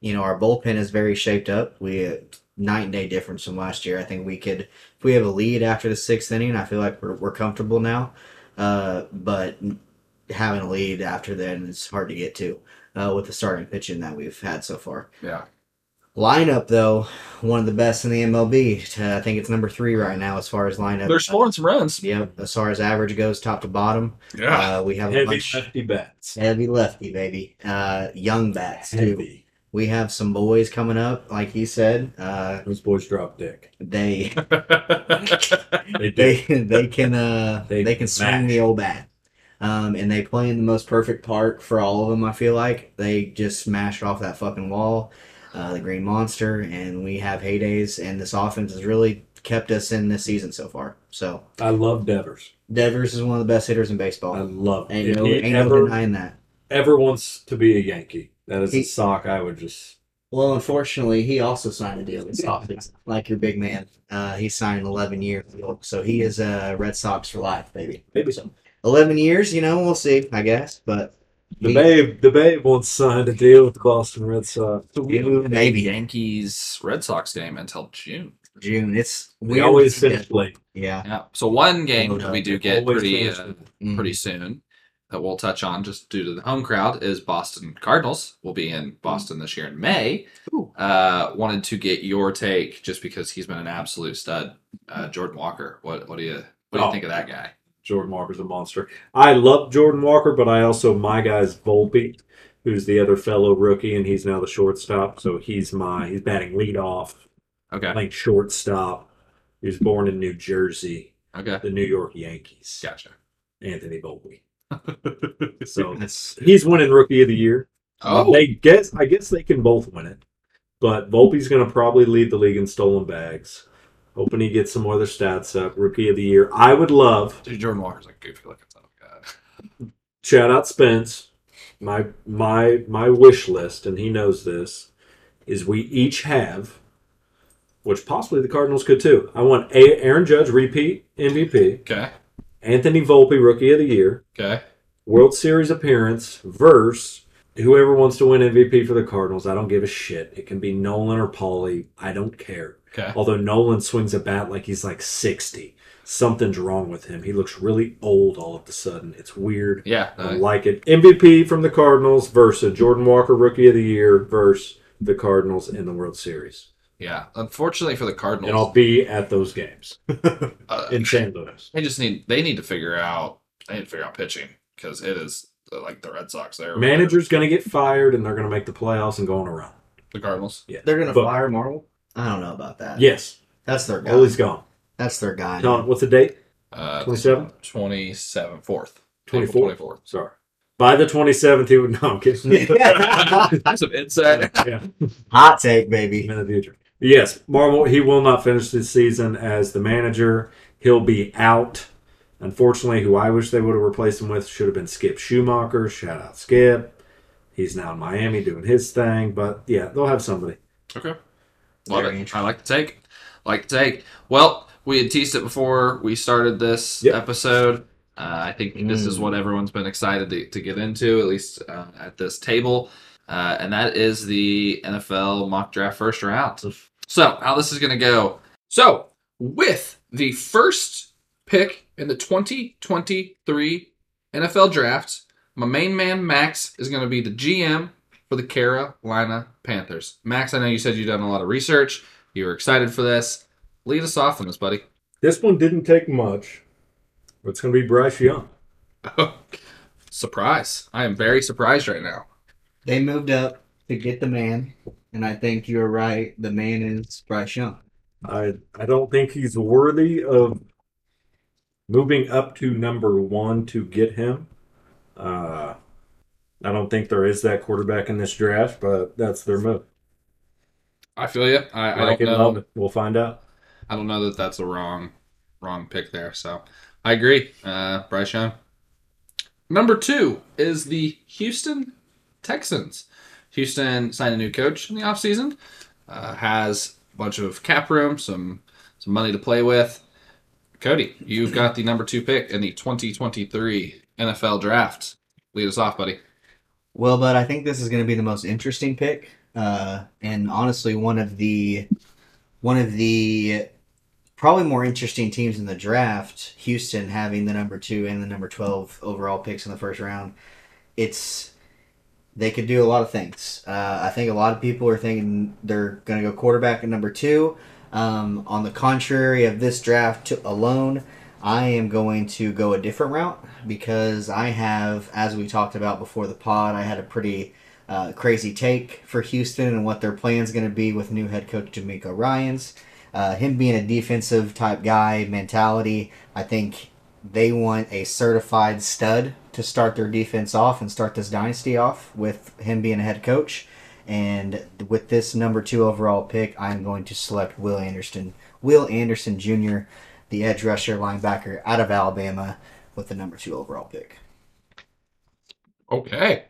S2: you know, our bullpen is very shaped up. We uh, night and day difference from last year. I think we could if we have a lead after the sixth inning. I feel like we're we're comfortable now. Uh, but having a lead after then is hard to get to uh, with the starting pitching that we've had so far.
S1: Yeah.
S2: Lineup though, one of the best in the MLB. To, Uh, I think it's number three right now as far as lineup.
S1: They're scoring some runs.
S2: Yep, as far as average goes, top to bottom. Uh, we have a
S3: Heavy
S2: bunch
S3: lefty bats.
S2: heavy lefty baby. Uh, young bats too.
S3: Heavy.
S2: We have some boys coming up, like you said. Uh,
S3: Those boys drop dick.
S2: they
S3: They do.
S2: they they can uh
S3: They
S2: they, can swing
S3: match.
S2: the old bat. Um, and they play in the most perfect part for all of them. I feel like they just smashed off that fucking wall, uh, the Green Monster, and we have heydays. And this offense has really kept us in this season so far. So
S3: I love Devers.
S2: Devers is one of the best hitters in baseball.
S3: I love.
S2: ain't
S3: if
S2: no,
S3: he
S2: ain't no
S3: ever
S2: denying that.
S3: ever wants to be a Yankee, that is
S2: He-
S3: a sock I would just.
S2: Well, unfortunately, he also signed a deal with Sox, like your big man. Uh, he signed an 11 year deal, so he is uh, Red Sox for life, baby.
S3: Maybe so.
S2: 11 years, you know, we'll see, I guess. But
S3: The Babe, the Babe once signed a deal with the Boston Red Sox.
S2: we don't have a
S1: Yankees Red Sox game until June.
S2: June. It's
S3: We always
S2: weird.
S3: finish late.
S2: Yeah.
S1: Yeah. So one game
S2: Hold
S1: that
S2: up.
S1: we do get
S3: Oh, always
S1: pretty
S3: finish
S1: uh,
S3: late.
S2: Mm.
S1: pretty soon that we'll touch on just due to the home crowd is Boston Cardinals. We'll be in Boston this year in May.
S2: Ooh.
S1: Uh, wanted to get your take just because he's been an absolute stud. Uh, Jordan Walker. What what do you what do you
S3: Oh.
S1: think of that guy?
S3: Jordan Walker's a monster. I love Jordan Walker, but I also my guy's Volpe, who's the other fellow rookie, and he's now the shortstop. So he's my he's batting leadoff,
S1: Okay.
S3: playing shortstop. He was born in New Jersey,
S1: Okay.
S3: the New York Yankees.
S1: Gotcha.
S3: Anthony Volpe. so that's he's winning Rookie of the Year.
S1: Oh,
S3: Uh, They guess I guess they can both win it. But Volpe's gonna probably lead the league in stolen bags. Hoping he gets some other stats up. Rookie of the year. I would love
S1: dude, Jordan Walker's a goofy looking uh, son of a gun.
S3: shout out Spence. My my my wish list, and he knows this, is we each have which possibly the Cardinals could too. I want a- Aaron Judge repeat MVP,
S1: Okay.
S3: Anthony Volpe rookie of the year,
S1: Okay.
S3: World Series appearance versus whoever wants to win MVP for the Cardinals. I don't give a shit. It can be Nolan or Pauly. I don't care.
S1: Okay.
S3: Although Nolan swings a bat like he's like 60. Something's wrong with him. He looks really old all of a sudden. It's weird.
S1: Yeah.
S3: I
S1: uh,
S3: like it. MVP from the Cardinals versus Jordan Walker Rookie of the Year versus the Cardinals in the World Series.
S1: yeah. Unfortunately for the Cardinals,
S3: And I'll be at those games
S1: uh,
S3: in St. Louis.
S1: they just need they need to figure out they need to figure out pitching because it is uh, like the Red Sox. There,
S3: Manager's going to get fired and they're going to make the playoffs and go on a run.
S1: the Cardinals.
S3: Yeah.
S2: They're gonna
S3: But-
S2: fire Marvel. I don't know about that.
S3: Yes.
S2: That's their guy.
S3: Well, he's gone.
S2: That's their guy.
S3: Don, what's the date?
S1: Uh,
S3: 27?
S1: 27, fourth.
S3: 24?
S1: April 24th.
S3: Sorry. By the 27th, he would know. I'm kidding.
S1: That's some insight.
S3: yeah,
S2: Hot take, baby.
S3: in the future. Yes, Marvel, he will not finish this season as the manager. He'll be out. Unfortunately, who I wish they would have replaced him with should have been Skip Schumacher. Shout out, Skip. He's now in Miami doing his thing. But yeah, they'll have somebody.
S1: Okay. Love
S2: Very
S1: it. I
S2: interesting.
S1: like the take. Like the take. Well, we had teased it before we started this
S3: Yep.
S1: episode. Uh, I think this is
S2: Mm.
S1: what everyone's been excited to, to get into, at least uh, at this table. Uh, and that is the NFL mock draft first round. So, how this is going to go. So, with the first pick in the 2023 NFL draft, my main man Max is going to be the GM for the Carolina Panthers. Max, I know you said you've done a lot of research. You were excited for this. Lead us off on this, buddy.
S3: This one didn't take much. But it's going to be Bryce Young.
S1: Surprise. I am very surprised right now.
S2: They moved up to get the man, And I think you're right. The man is Bryce Young.
S3: I I don't think he's worthy of moving up to number one to get him. Uh, I don't think there is that quarterback in this draft, but that's their move.
S1: I feel you. I, I
S3: Like it,
S1: don't know.
S3: love it. We'll find out.
S1: I don't know that that's a wrong, wrong pick there. So I agree, uh, Bryce Young. Number two is the Houston Texans. Houston signed a new coach in the offseason, uh, has a bunch of cap room, some some money to play with. Cody, you've got the number two pick in the 2023 NFL Draft. Lead us off, buddy.
S2: Well, but I think this is going to be the most interesting pick, uh, and honestly, one of the one of the probably more interesting teams in the draft. Houston having the number two and the number twelve overall picks in the first round. It's they could do a lot of things. Uh, I think a lot of people are thinking they're going to go quarterback at number two. Um, on the contrary of this draft to, alone, I am going to go a different route because I have, as we talked about before the pod, I had a pretty uh, crazy take for Houston and what their plan's going to be with new head coach D'Amico Ryan's. Uh, him being a defensive type guy mentality, I think they want a certified stud to start their defense off and start this dynasty off with him being a head coach. And with this number two overall pick, I'm going to select Will Anderson. Will Anderson Jr., the edge rusher linebacker out of Alabama, with the number two overall pick.
S1: Okay.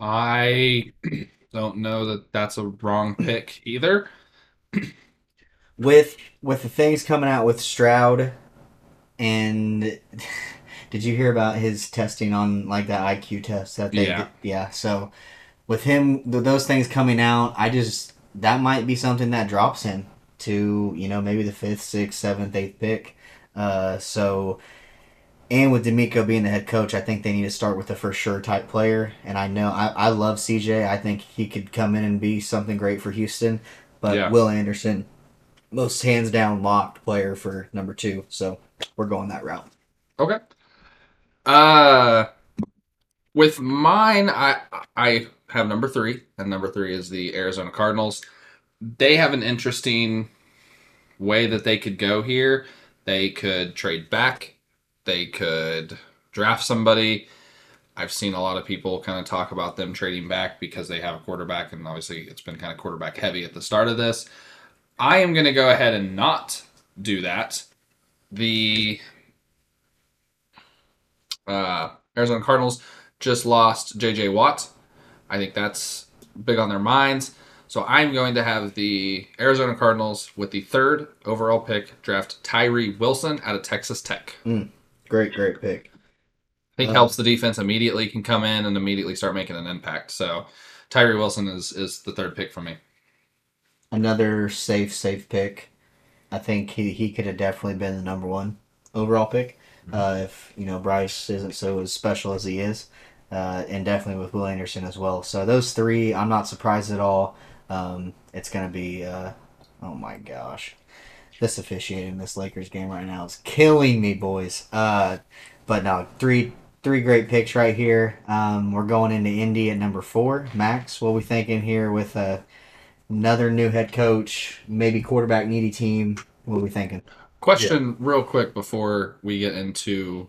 S1: I don't know that that's a wrong pick either.
S2: With with the things coming out with Stroud, and did you hear about his testing on like that IQ test that they
S1: Yeah.
S2: did? yeah so with him th- those things coming out, I just that might be something that drops him to you know maybe the fifth, sixth, seventh, eighth pick. Uh, so And with D'Amico being the head coach, I think they need to start with a for sure type player. And I know I, I love CJ. I think he could come in and be something great for Houston. But
S1: Yeah.
S2: Will Anderson, most hands down locked player for number two. So we're going that route.
S1: Okay. Uh with mine I I have number 3 and number 3 is the Arizona Cardinals. They have an interesting way that they could go here. They could trade back. They could draft somebody. I've seen a lot of people kind of talk about them trading back because they have a quarterback and obviously it's been kind of quarterback heavy at the start of this. I am going to go ahead and not do that. The uh, Arizona Cardinals just lost J.J. Watt. I think that's big on their minds. So I'm going to have the Arizona Cardinals with the third overall pick draft Tyree Wilson out of Texas Tech. I
S2: Great, great pick.
S1: think
S2: Uh-huh.
S1: helps the defense immediately can come in and immediately start making an impact. So Tyree Wilson is is the third pick for me.
S2: Another safe, safe pick. I think he, he could have definitely been the number one overall pick uh, if, you know, Bryce isn't so as special as he is. Uh, and definitely with Will Anderson as well. So those three, I'm not surprised at all. Um, it's going to be, uh, oh my gosh. This officiating this Lakers game right now is killing me, boys. Uh, but no, three three great picks right here. Um, we're going into Indy at number four. Max, what we thinking here with uh, another new head coach, maybe quarterback needy team. What we thinking?
S1: Question real quick before we get into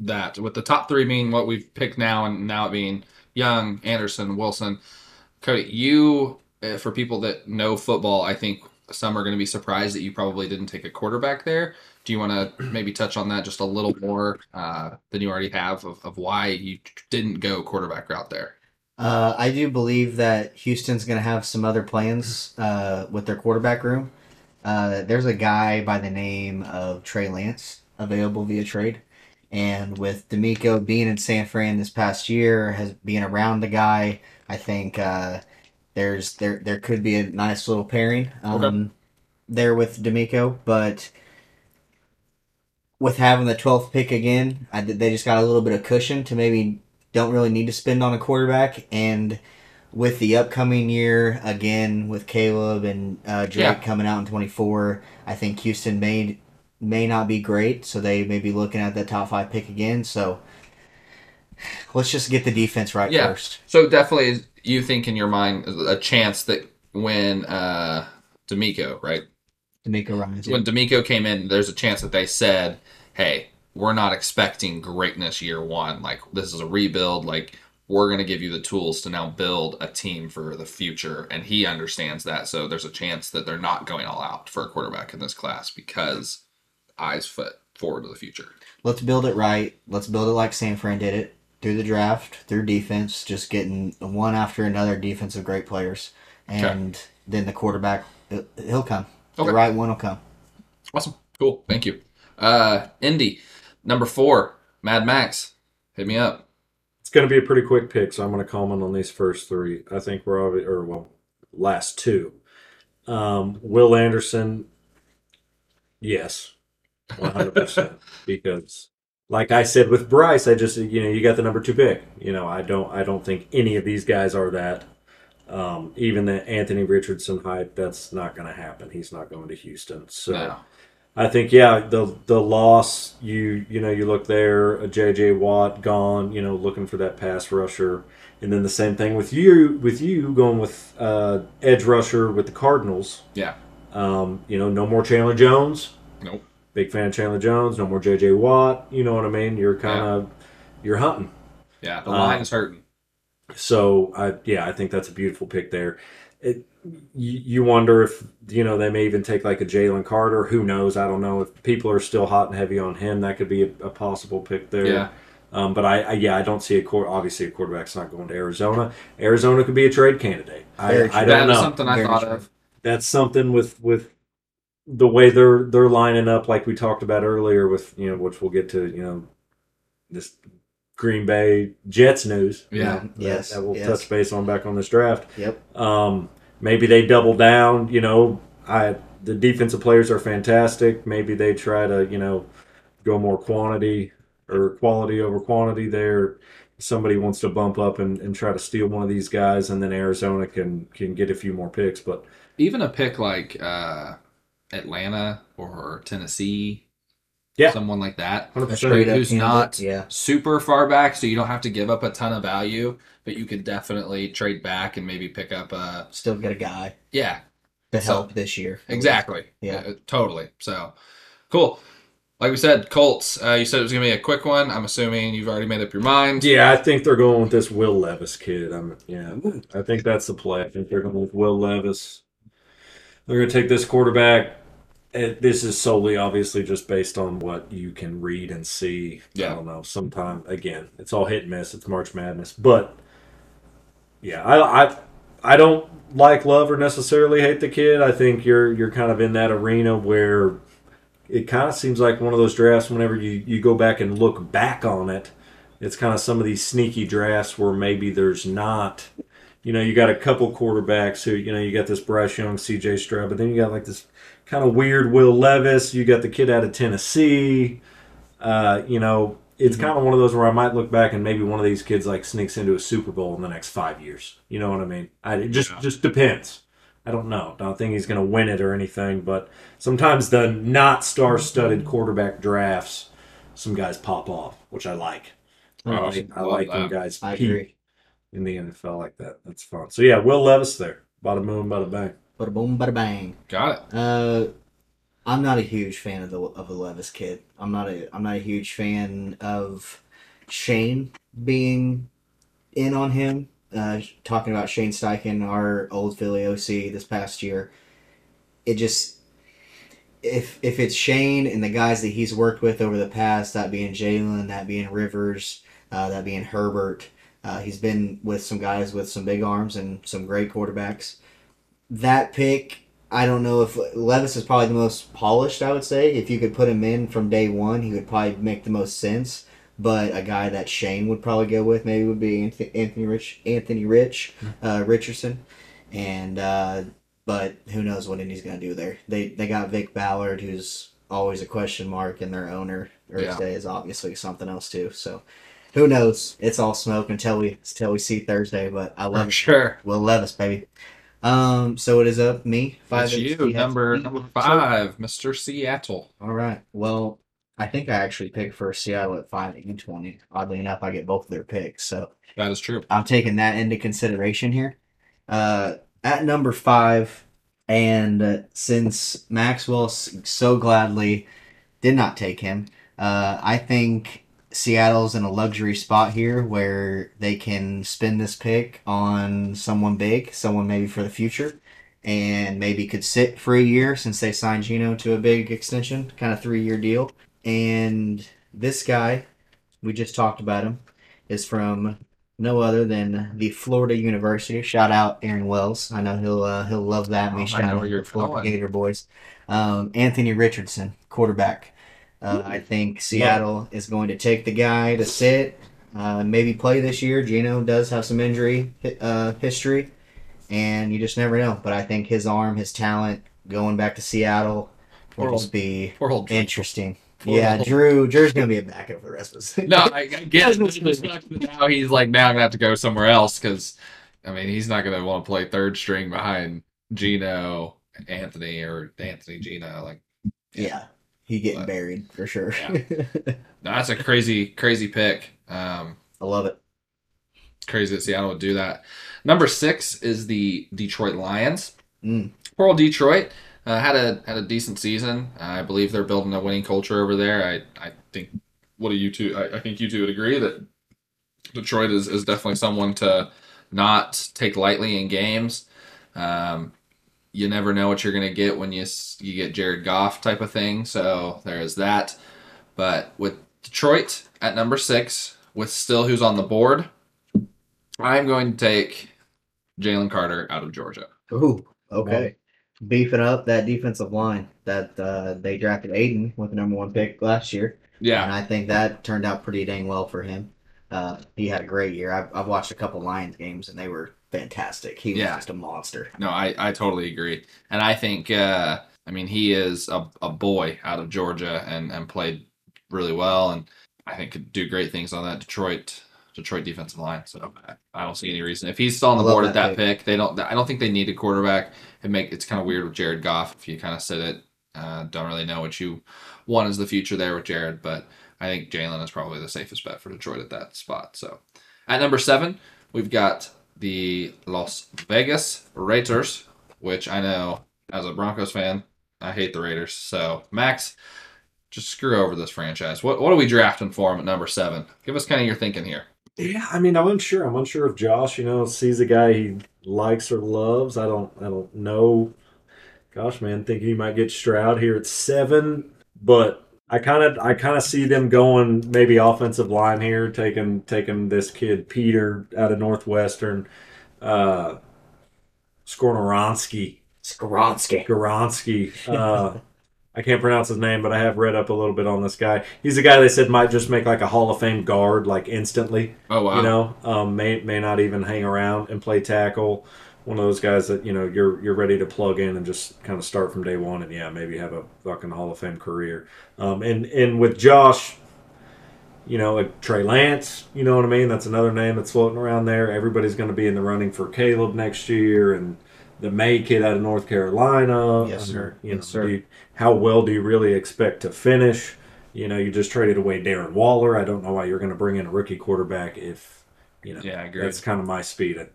S1: that. With the top three being what we've picked now, and now it being Young, Anderson, Wilson, Cody, you, uh, for people that know football, I think some are going to be surprised that you probably didn't take a quarterback there. Do you want to maybe touch on that just a little more uh, than you already have of, of why you didn't go quarterback route there?
S2: Uh, I do believe that Houston's going to have some other plans uh, with their quarterback room. Uh, there's a guy by the name of Trey Lance available via trade. And with D'Amico being in San Fran this past year, has being around the guy, I think uh, there's there there could be a nice little pairing um, there with D'Amico. But with having the 12th pick again, I, they just got a little bit of cushion to maybe don't really need to spend on a quarterback. And with the upcoming year, again with Caleb and uh, Drake
S1: Yeah.
S2: coming out in 24, I think Houston may may not be great, so they may be looking at that top five pick again. So Let's just get the defense right
S1: Yeah.
S2: first.
S1: So definitely, you think in your mind a chance that when uh D'Amico, right?
S2: D'Amico Ryan's.
S1: When D'Amico came in, there's a chance that they said, "Hey, we're not expecting greatness year one. Like this is a rebuild. Like we're gonna give you the tools to now build a team for the future." And he understands that, so there's a chance that they're not going all out for a quarterback in this class because eyes foot forward to the future.
S2: Let's build it right. Let's build it like San Fran did it through the draft, through defense, just getting one after another defensive great players, and then the quarterback he'll- he'll come.
S1: Okay.
S2: The right one will come.
S1: Awesome, cool, thank you. Uh, Indy, number four, Mad Max, hit me up.
S3: It's going to be a pretty quick pick, so I'm going to comment on these first three. I think we're already, or well, last two. Um, Will Anderson, yes, 100%. because, like I said with Bryce, I just you know you got the number two pick. You know I don't I don't think any of these guys are that. Um, even the Anthony Richardson hype, that's not going to happen. He's not going to Houston. So.
S1: No.
S3: I think yeah, the the loss you you know you look there, a JJ Watt gone, you know looking for that pass rusher, and then the same thing with you with you going with uh, edge rusher with the Cardinals.
S1: Yeah.
S3: Um, you know, no more Chandler Jones.
S1: Nope.
S3: Big fan of Chandler Jones. No more JJ Watt. You know what I mean? You're kind of you're hunting.
S1: Yeah, the
S3: Um,
S1: line is hurting.
S3: So I yeah, I think that's a beautiful pick there. It, you, you wonder if you know they may even take like a Jalen Carter. Who knows? I don't know if people are still hot and heavy on him. That could be a, a possible pick there.
S1: Yeah.
S3: Um, but I, I yeah I don't see a quarter. Obviously, a quarterback's not going to Arizona. Arizona could be a trade candidate. I,
S2: Very true.
S3: I
S1: That
S3: don't
S1: was
S3: know.
S1: something I
S2: Very
S1: thought
S2: true.
S1: of.
S3: That's something with with the way they're they're lining up, like we talked about earlier, with you know which we'll get to you know this Green Bay Jets news. you
S1: Yeah.
S3: know, that-
S2: Yes,
S3: that, we'll
S2: yes.
S3: touch base on back on this draft.
S2: Yep.
S3: Um, maybe they double down. You know, I the defensive players are fantastic. Maybe they try to you know go more quantity or quality over quantity there. Somebody wants to bump up and, and try to steal one of these guys, and then Arizona can can get a few more picks. But
S1: Even a pick like uh, Atlanta or Tennessee,
S3: Yeah.
S1: someone like that,
S3: 100%.
S1: Straight up who's
S2: candidate,
S1: not-
S2: Yeah.
S1: super far back, so you don't have to give up a ton of value, but you could definitely trade back and maybe pick up a
S2: Still get a guy
S1: yeah,
S2: to
S1: So-
S2: help this year.
S1: exactly,
S2: Yeah.
S1: Uh, totally. So cool. Like we said, Colts. Uh, you said it was gonna be a quick one. I'm assuming you've already made up your mind.
S3: Yeah, I think they're going with this Will Levis kid. I'm yeah, I think that's the play. I think they're going with Will Levis. They're going to take this quarterback. It, this is solely, obviously, just based on what you can read and see.
S1: Yeah.
S3: I don't know. Sometime again, it's all hit and miss. It's March Madness, but yeah, I I, I don't like love or necessarily hate the kid. I think you're you're kind of in that arena where it kind of seems like one of those drafts. Whenever you you go back and look back on it, it's kind of some of these sneaky drafts where maybe there's not. You know, you got a couple quarterbacks who, you know, you got this Bryce Young, CJ Stroud, but then you got like this kind of weird Will Levis. You got the kid out of Tennessee. Uh, you know, it's kind of one of those where I might look back and maybe one of these kids like sneaks into a Super Bowl in the next five years. You know what I mean? I, it just
S1: Yeah.
S3: just depends. I don't know. Don't think he's going to win it or anything, but sometimes the not star-studded quarterback drafts, some guys pop off, which I like. I
S1: Oh,
S3: like, I
S1: love
S3: like when
S1: that.
S3: guys
S2: I
S3: peak
S2: agree.
S3: in the NFL like that. That's fun. So yeah, Will Levis there. Bada boom, bada bang.
S2: Bada boom, bada bang.
S1: Got it.
S2: Uh, I'm not a huge fan of the of the Levis kid. I'm not a I'm not a huge fan of Shane being in on him. Uh, talking about Shane Steichen, our old Philly OC this past year, it just if if it's Shane and the guys that he's worked with over the past, that being Jalen, that being Rivers, uh, that being Herbert, uh, he's been with some guys with some big arms and some great quarterbacks. That pick I don't know if Levis is probably the most polished. I would say if you could put him in from day one, he would probably make the most sense. But a guy that Shane would probably go with maybe would be Anthony, Anthony Rich, Anthony Rich, uh, Richardson, and uh, but who knows what Indy's gonna do there? They they got Vic Ballard, who's always a question mark, and their owner
S1: Yeah.
S2: Thursday is obviously something else too. So who knows? It's all smoke until we until we see Thursday. But I
S1: Oh,
S2: love
S1: sure.
S2: Will Levis, baby. Um, so it is up me.
S1: It's
S2: and
S1: you,
S2: three has-
S1: number number five, Mr. Seattle.
S2: All right. Well, I think I actually picked for Seattle at five and twenty. Oddly enough, I get both of their picks, so
S1: That is true.
S2: I'm taking that into consideration here. Uh, at number five, and uh, since Maxwell s- so gladly did not take him, uh, I think Seattle's in a luxury spot here where they can spend this pick on someone big, someone maybe for the future, and maybe could sit for a year since they signed Gino to a big extension, kind of three year deal. And this guy, we just talked about him, is from no other than the Florida University. Shout out Aaron Wells. I know he'll uh, he'll love that. Me
S1: Oh, I
S2: shout
S1: know
S2: out
S1: where you're
S2: the Florida
S1: going.
S2: Gator boys. Um, Anthony Richardson, quarterback.
S1: Hmm.
S2: Uh, I think Seattle is going to take the guy to sit, uh, maybe play this year. Gino does have some injury hi- uh, history, and you just never know. But I think his arm, his talent, going back to Seattle will
S1: World.
S2: just be
S1: Poor old Drew.
S2: interesting.
S1: World.
S2: Yeah, Drew. Drew's gonna be a backup for the rest of us.
S1: No, I, I get it. It's just not- now he's like, now I'm gonna have to go somewhere else because, I mean, he's not gonna want to play third string behind Gino, Anthony, or Anthony Gino. Like,
S2: yeah, he getting
S1: But-
S2: buried for sure.
S1: Yeah. no, that's a crazy, crazy pick. Um,
S2: I love it.
S1: it's crazy that Seattle would do that. Number six is the Detroit Lions.
S2: Mm.
S1: Poor old Detroit uh, had a had a decent season. I believe they're building a winning culture over there. I I think. What do you two? I, I think you two would agree that Detroit is is definitely someone to not take lightly in games. Um, you never know what you're going to get when you s- you get Jared Goff type of thing. So there is that. But with Detroit at number six, with still who's on the board, I'm going to take Jalen Carter out of Georgia.
S2: Ooh, okay. Beefing up that defensive line that uh, they drafted Aiden with the number one pick last year.
S1: Yeah,
S2: And I think that turned out pretty dang well for him. Uh, he had a great year. I've, I've watched a couple Lions games and they were fantastic. He was
S1: Yeah.
S2: just a monster.
S1: no, I, I totally agree. And I think, uh, I mean, he is a, a boy out of Georgia and, and played really well and I think could do great things on that Detroit Detroit defensive line. So I- I don't see any reason if he's still on
S2: I
S1: the
S2: love
S1: board at that
S2: that
S1: pick. They don't. I don't think they need a quarterback. It make it's kind of weird with Jared Goff if you kind of sit it. Uh, don't really know what you want as the future there with Jared, but I think Jalen is probably the safest bet for Detroit at that spot. So at number seven, we've got the Las Vegas Raiders, which I know as a Broncos fan, I hate the Raiders. So Max, just screw over this franchise. What what are we drafting for him at number seven? Give us kind of your thinking here.
S3: Yeah, I mean, I'm unsure. I'm unsure if Josh, you know, sees a guy he likes or loves. I don't, I don't know. Gosh, man, thinking he might get Stroud here at seven, but I kind of, I kind of see them going maybe offensive line here, taking, taking this kid Peter out of Northwestern, uh, Skornoronsky.
S2: Skoronsky.
S3: Goronsky. Uh, I can't pronounce his name, but I have read up a little bit on this guy. He's a guy they said might just make like a Hall of Fame guard, like instantly.
S1: Oh wow.
S3: You know, um, may may not even hang around and play tackle. One of those guys that you know you're you're ready to plug in and just kind of start from day one, and yeah, maybe have a fucking Hall of Fame career. Um, and and with Josh, you know, like Trey Lance, you know what I mean? That's another name that's floating around there. Everybody's going to be in the running for Caleb next year, and the May kid out of North Carolina.
S2: Yes, sir.
S3: You know,
S2: Yes, sir.
S3: do you- how well do you really expect to finish? You know, you just traded away Darren Waller. I don't know why you're going to bring in a rookie quarterback if you know.
S1: Yeah, I agree.
S3: That's kind of my speed. I,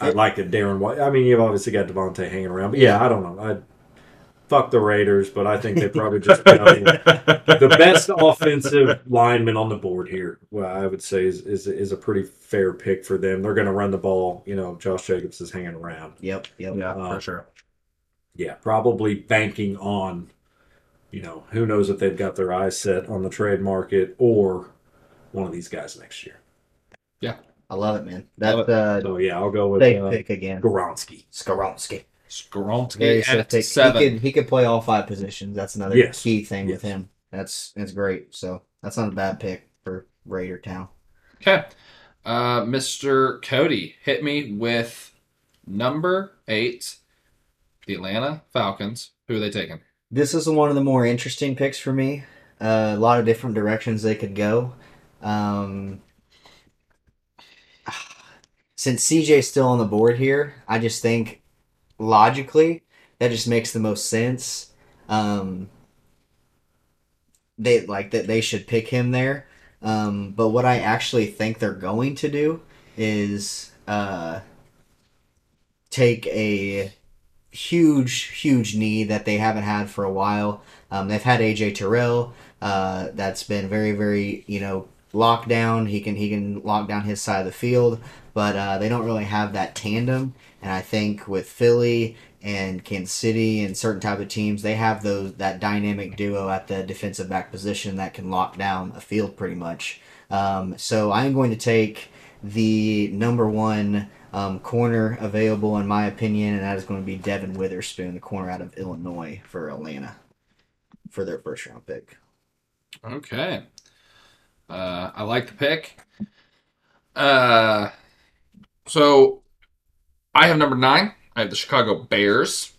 S3: I like that Darren. Wa- I mean, you've obviously got Devontae hanging around, but yeah, I don't know. I fuck the Raiders, but I think they probably just go the best offensive lineman on the board here. Well, I would say is is, is a pretty fair pick for them. They're going to run the ball. You know, Josh Jacobs is hanging around.
S2: Yep, yep.
S1: yeah,
S3: Um,
S1: for sure.
S3: Yeah, probably banking on. You know, who knows if they've got their eyes set on the trade market or one of these guys next year.
S2: I love it, man. That's
S1: Love
S2: uh,
S3: So yeah, I'll go with
S2: safe
S3: uh,
S2: pick again.
S3: Goronski.
S2: Skoronsky. Very
S1: Skronsky
S2: safe
S1: at
S2: pick.
S1: seven.
S2: He could he could play all five positions. That's another
S3: Yes.
S2: key thing with
S3: Yes.
S2: him. That's that's great. So that's not a bad pick for Raider Town.
S1: Okay. Uh, Mr. Cody, hit me with number eight, the Atlanta Falcons. Who are they taking?
S2: This is one of the more interesting picks for me. Uh, a lot of different directions they could go. Um, since CJ's still on the board here, I just think logically that just makes the most sense. Um, they like that they should pick him there. Um, but what I actually think they're going to do is uh, take a huge, huge knee that they haven't had for a while. Um, they've had AJ Terrell. Uh, that's been very, very you know locked down. He can he can lock down his side of the field, but uh, they don't really have that tandem. And I think with Philly and Kansas City and certain type of teams, they have those that dynamic duo at the defensive back position that can lock down a field pretty much. Um, so I'm going to take the number one um, corner available in my opinion, and that is going to be Devin Witherspoon, the corner out of Illinois for Atlanta for their first round pick.
S1: Okay. Uh, I like the pick. Uh, so I have number nine. I have the Chicago Bears.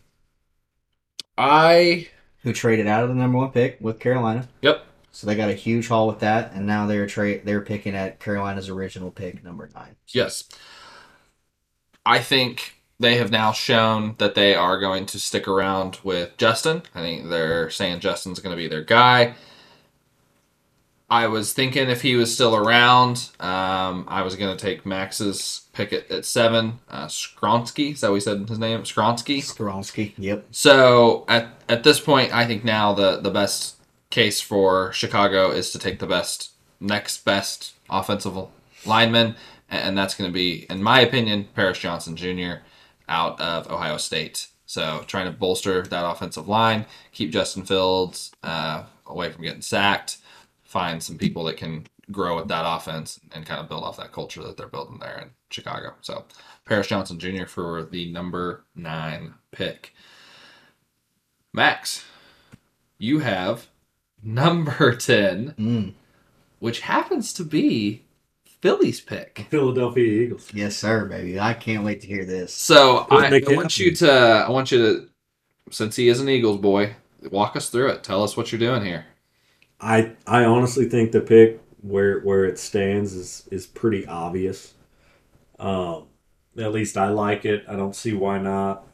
S1: I
S2: Who traded out of the number one pick with Carolina?
S1: Yep.
S2: So they got a huge haul with that, and now they're tra- they're picking at Carolina's original pick, number nine.
S1: yes, I think they have now shown that they are going to stick around with Justin. I think they're saying Justin's going to be their guy. I was thinking if he was still around, um, I was going to take Max's pick at, at seven. Uh, Skronsky, is that what he said his name? Skronsky.
S2: Skronsky. Yep.
S1: So at at this point, I think now the the best case for Chicago is to take the best next best offensive lineman, and that's going to be, in my opinion, Paris Johnson Jr. out of Ohio State. So trying to bolster that offensive line, keep Justin Fields uh, away from getting sacked, find some people that can grow with that offense and kind of build off that culture that they're building there in Chicago. So Paris Johnson Jr. for the number nine pick. Max, you have number 10,
S2: Mm.
S1: which happens to be Philly's pick.
S3: Philadelphia Eagles.
S2: Yes, sir, baby. I can't wait to hear this.
S1: So I,
S3: Doesn't make
S1: I want
S3: sense.
S1: you to, I want you to, since he is an Eagles boy, walk us through it. Tell us what you're doing here.
S3: I I honestly think the pick where where it stands is is pretty obvious. Um, at least I like it. I don't see why not,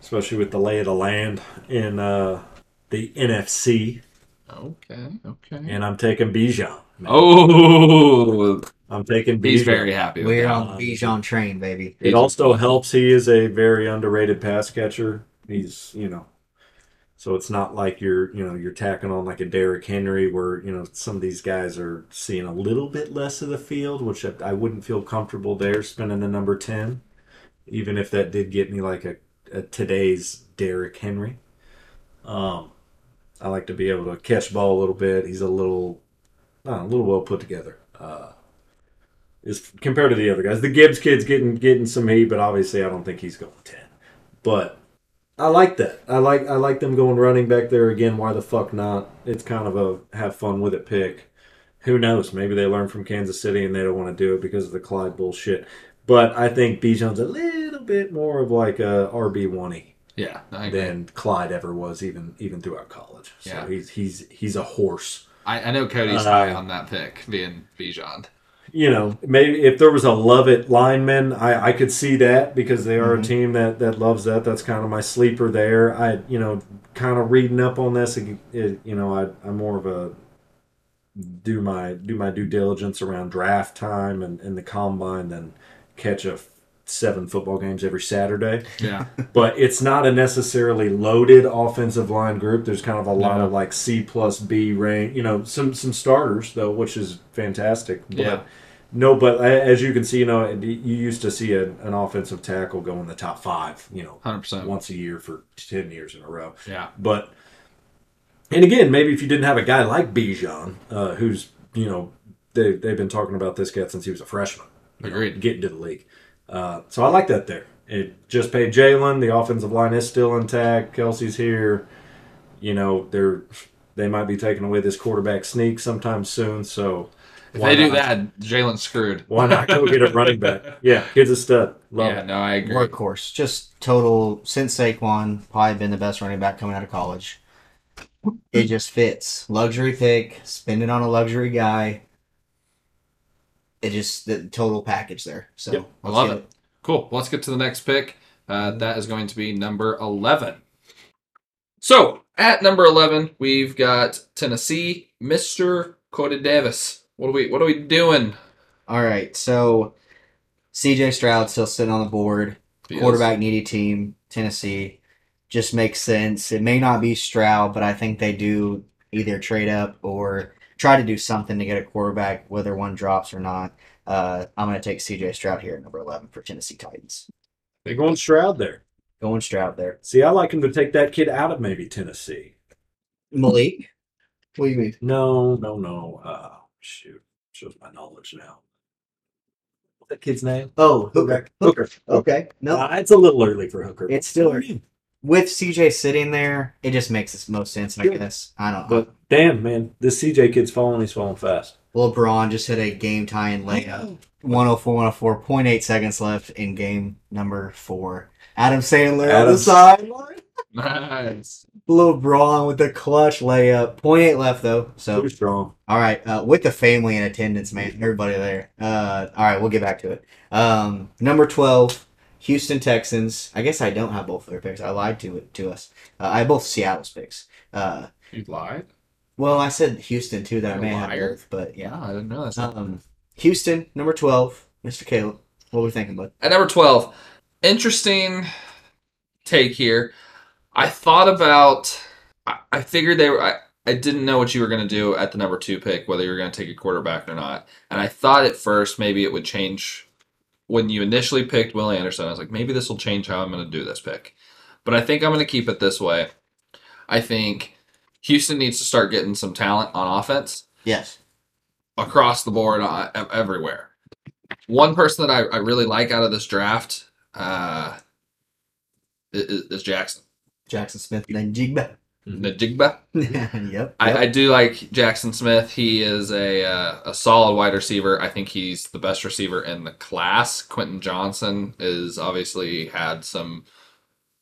S3: especially with the lay of the land in uh, the NFC.
S1: Okay, okay.
S3: And I'm taking Bijan. man.
S1: Oh,
S3: I'm taking
S1: he's
S3: Bijan.
S1: very happy with
S2: We're
S1: that.
S2: on the Bijan train, baby.
S3: It also helps. He is a very underrated pass catcher. He's you know, so it's not like you're you know you're tacking on like a Derrick Henry where you know some of these guys are seeing a little bit less of the field, which I, I wouldn't feel comfortable there spending the number ten, even if that did get me like a, a today's Derrick Henry. Um, I like to be able to catch ball a little bit. He's a little, uh, a little well put together. Uh, is compared to the other guys. The Gibbs kid's getting getting some heat, but obviously I don't think he's going ten. But I like that. I like I like them going running back there again. Why the fuck not? It's kind of a have fun with it pick. Who knows? Maybe they learn from Kansas City and they don't want to do it because of the Clyde bullshit. But I think Bijan's a little bit more of like a RB one e
S1: Yeah, I agree.
S3: than Clyde ever was, even even throughout college. So
S1: Yeah.
S3: he's he's he's a horse.
S1: I, I know Cody's
S3: Uh,
S1: high on that pick being Bijan.
S3: you know, maybe if there was a love it lineman, I, I could see that because they are a team that, that loves that. That's kind of my sleeper there. I, you know, kind of reading up on this, it, it- you know, I, I'm more of a do my do my due diligence around draft time and, and the combine than catch a f- seven football games every Saturday
S1: Yeah,
S3: but it's not a necessarily loaded offensive line group. There's kind of a lot
S1: No.
S3: of like C plus B rank, you know, some some starters though, which is fantastic. But-
S1: Yeah.
S3: No, but a- as you can see, you know, you used to see a, an offensive tackle go in the top five, you know,
S1: hundred percent.
S3: once a year for ten years in a row.
S1: Yeah,
S3: But and again, maybe if you didn't have a guy like Bijan, uh, who's you know they they've been talking about this guy since he was a freshman, you know,
S1: Agreed.
S3: getting to the league. Uh, so I like that there. It just paid Jalen. The offensive line is still intact. Kelsey's here. You know they're they might be taking away this quarterback sneak sometime soon. So
S1: if
S3: why
S1: they do
S3: not-
S1: that, Jalen's screwed.
S3: Why not go get a running back? Yeah, kid's a stud. Love
S1: yeah,
S3: it.
S1: no, I agree.
S2: Workhorse. Just total since Saquon, probably been the best running back coming out of college.
S1: Hmm.
S2: It just fits. Luxury pick, spend it on a luxury guy. It just the total package there. So
S3: Yep.
S1: I
S2: let's
S1: love
S2: get
S1: it. Cool. Well, let's get to the next pick. Uh, that is going to be number 11. So at number eleven, we've got Tennessee, Mister Cody Davis. What are we? What are we doing?
S2: All right, so C.J. Stroud still sitting on the board.
S1: Because-
S2: Quarterback needy team, Tennessee, just makes sense. It may not be Stroud, but I think they do either trade up or try to do something to get a quarterback, whether one drops or not. Uh, I'm going to take C.J. Stroud here at number 11 for Tennessee Titans.
S3: They're going Stroud there.
S2: Going Stroud there.
S3: See, I like him to take that kid out of maybe Tennessee.
S2: Malik, what do you mean?
S3: No, no, no. Uh, shoot, shows my knowledge now. What's that kid's name?
S2: Oh, Hooker.
S3: Hooker.
S2: Okay, no,
S3: Uh, it's a little early for Hooker.
S2: It's still early. with CJ sitting there, it just makes the most sense, I
S3: Yeah.
S2: guess. I don't know.
S3: But damn, man, this CJ kid's falling. He's falling fast.
S2: LeBron just hit a game tying layup. 104, 104.8 seconds left in game number four. Adam Sandler on the
S3: Adam-
S2: sideline.
S1: Nice.
S2: LeBron with the clutch layup. 0.8 left though. So
S3: Too strong.
S2: all right, uh, with the family in attendance, man, everybody there. Uh, all right, we'll get back to it. Um, number twelve, Houston Texans. I guess I don't have both of their picks. I lied to it to us. Uh, I have both Seattle's picks. Uh,
S1: You lied.
S2: well, I said Houston too. That I
S1: You
S2: may
S1: liar.
S2: have both, but yeah.
S1: Yeah, I didn't realize that.
S2: Um, Houston, number 12, Mr. Caleb. What were we thinking, bud?
S1: At number 12, interesting take here. I thought about, I, I figured they were, I, I didn't know what you were going to do at the number two pick, whether you were going to take a quarterback or not. And I thought at first maybe it would change when you initially picked Willie Anderson. I was like, maybe this will change how I'm going to do this pick. But I think I'm going to keep it this way. I think Houston needs to start getting some talent on offense
S2: Yes.
S1: across the board uh, ev- everywhere. One person that I, I really like out of this draft uh, is, is Jackson
S2: Jackson Smith and Jigba.
S1: Najigba.
S2: yep. yep.
S1: I, I do like Jackson Smith. He is a uh, a solid wide receiver. I think he's the best receiver in the class. Quentin Johnson is obviously had some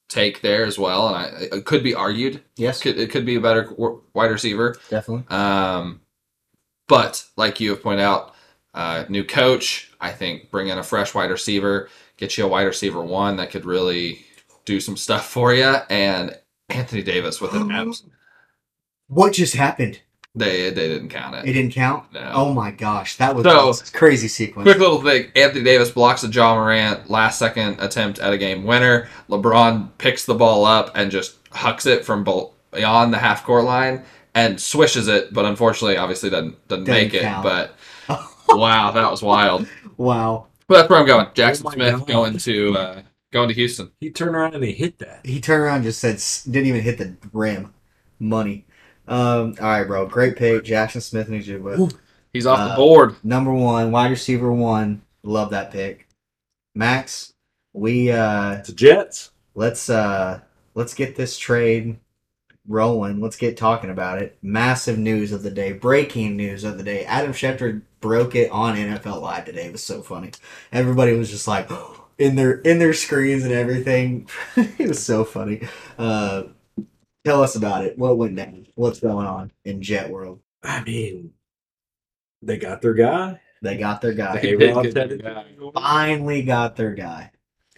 S1: take there as well, and I, it could be argued
S2: yes,
S1: could, it could be a better qu- wide receiver.
S2: definitely.
S1: Um, but like you have pointed out, uh, new coach, I think bring in a fresh wide receiver, get you a wide receiver one that could really do some stuff for you, and Anthony Davis with an abs.
S2: What just happened?
S1: They they didn't count
S2: It
S1: it.
S2: didn't count?
S1: No.
S2: Oh my gosh. That was
S1: So-
S2: a crazy sequence.
S1: Quick little thing: Anthony Davis blocks a John Morant last second attempt at a game winner. LeBron picks the ball up and just hucks it from bel- beyond the half court line and swishes it, but unfortunately, obviously doesn't doesn't,
S2: Doesn't
S1: make
S2: count.
S1: it. But wow, that was wild.
S2: wow.
S1: Well, that's where I'm going. Jackson
S3: Oh my
S1: Smith
S3: God.
S1: going to uh, going to Houston.
S3: He turned around and he hit that.
S2: He turned around and just said, s- didn't even hit the rim. Money. Um, all right, bro. Great pick. Jackson Smith and Jigba.
S3: Ooh.
S1: He's off
S2: Uh,
S1: the board.
S2: Number one, wide receiver one. Love that pick. Max, we uh
S3: It's the Jets.
S2: let's uh let's get this trade rolling let's get talking about it massive news of the day breaking news of the day adam Schefter broke it on nfl live today it was so funny everybody was just like in their in their screens and everything it was so funny uh tell us about it what went down what's going on in jet world
S3: I mean, they got their guy.
S2: they got their guy
S1: They
S3: A
S1: did
S3: Rod's
S1: get
S3: headed
S1: their
S3: to
S1: guy.
S3: New York.
S2: finally got their guy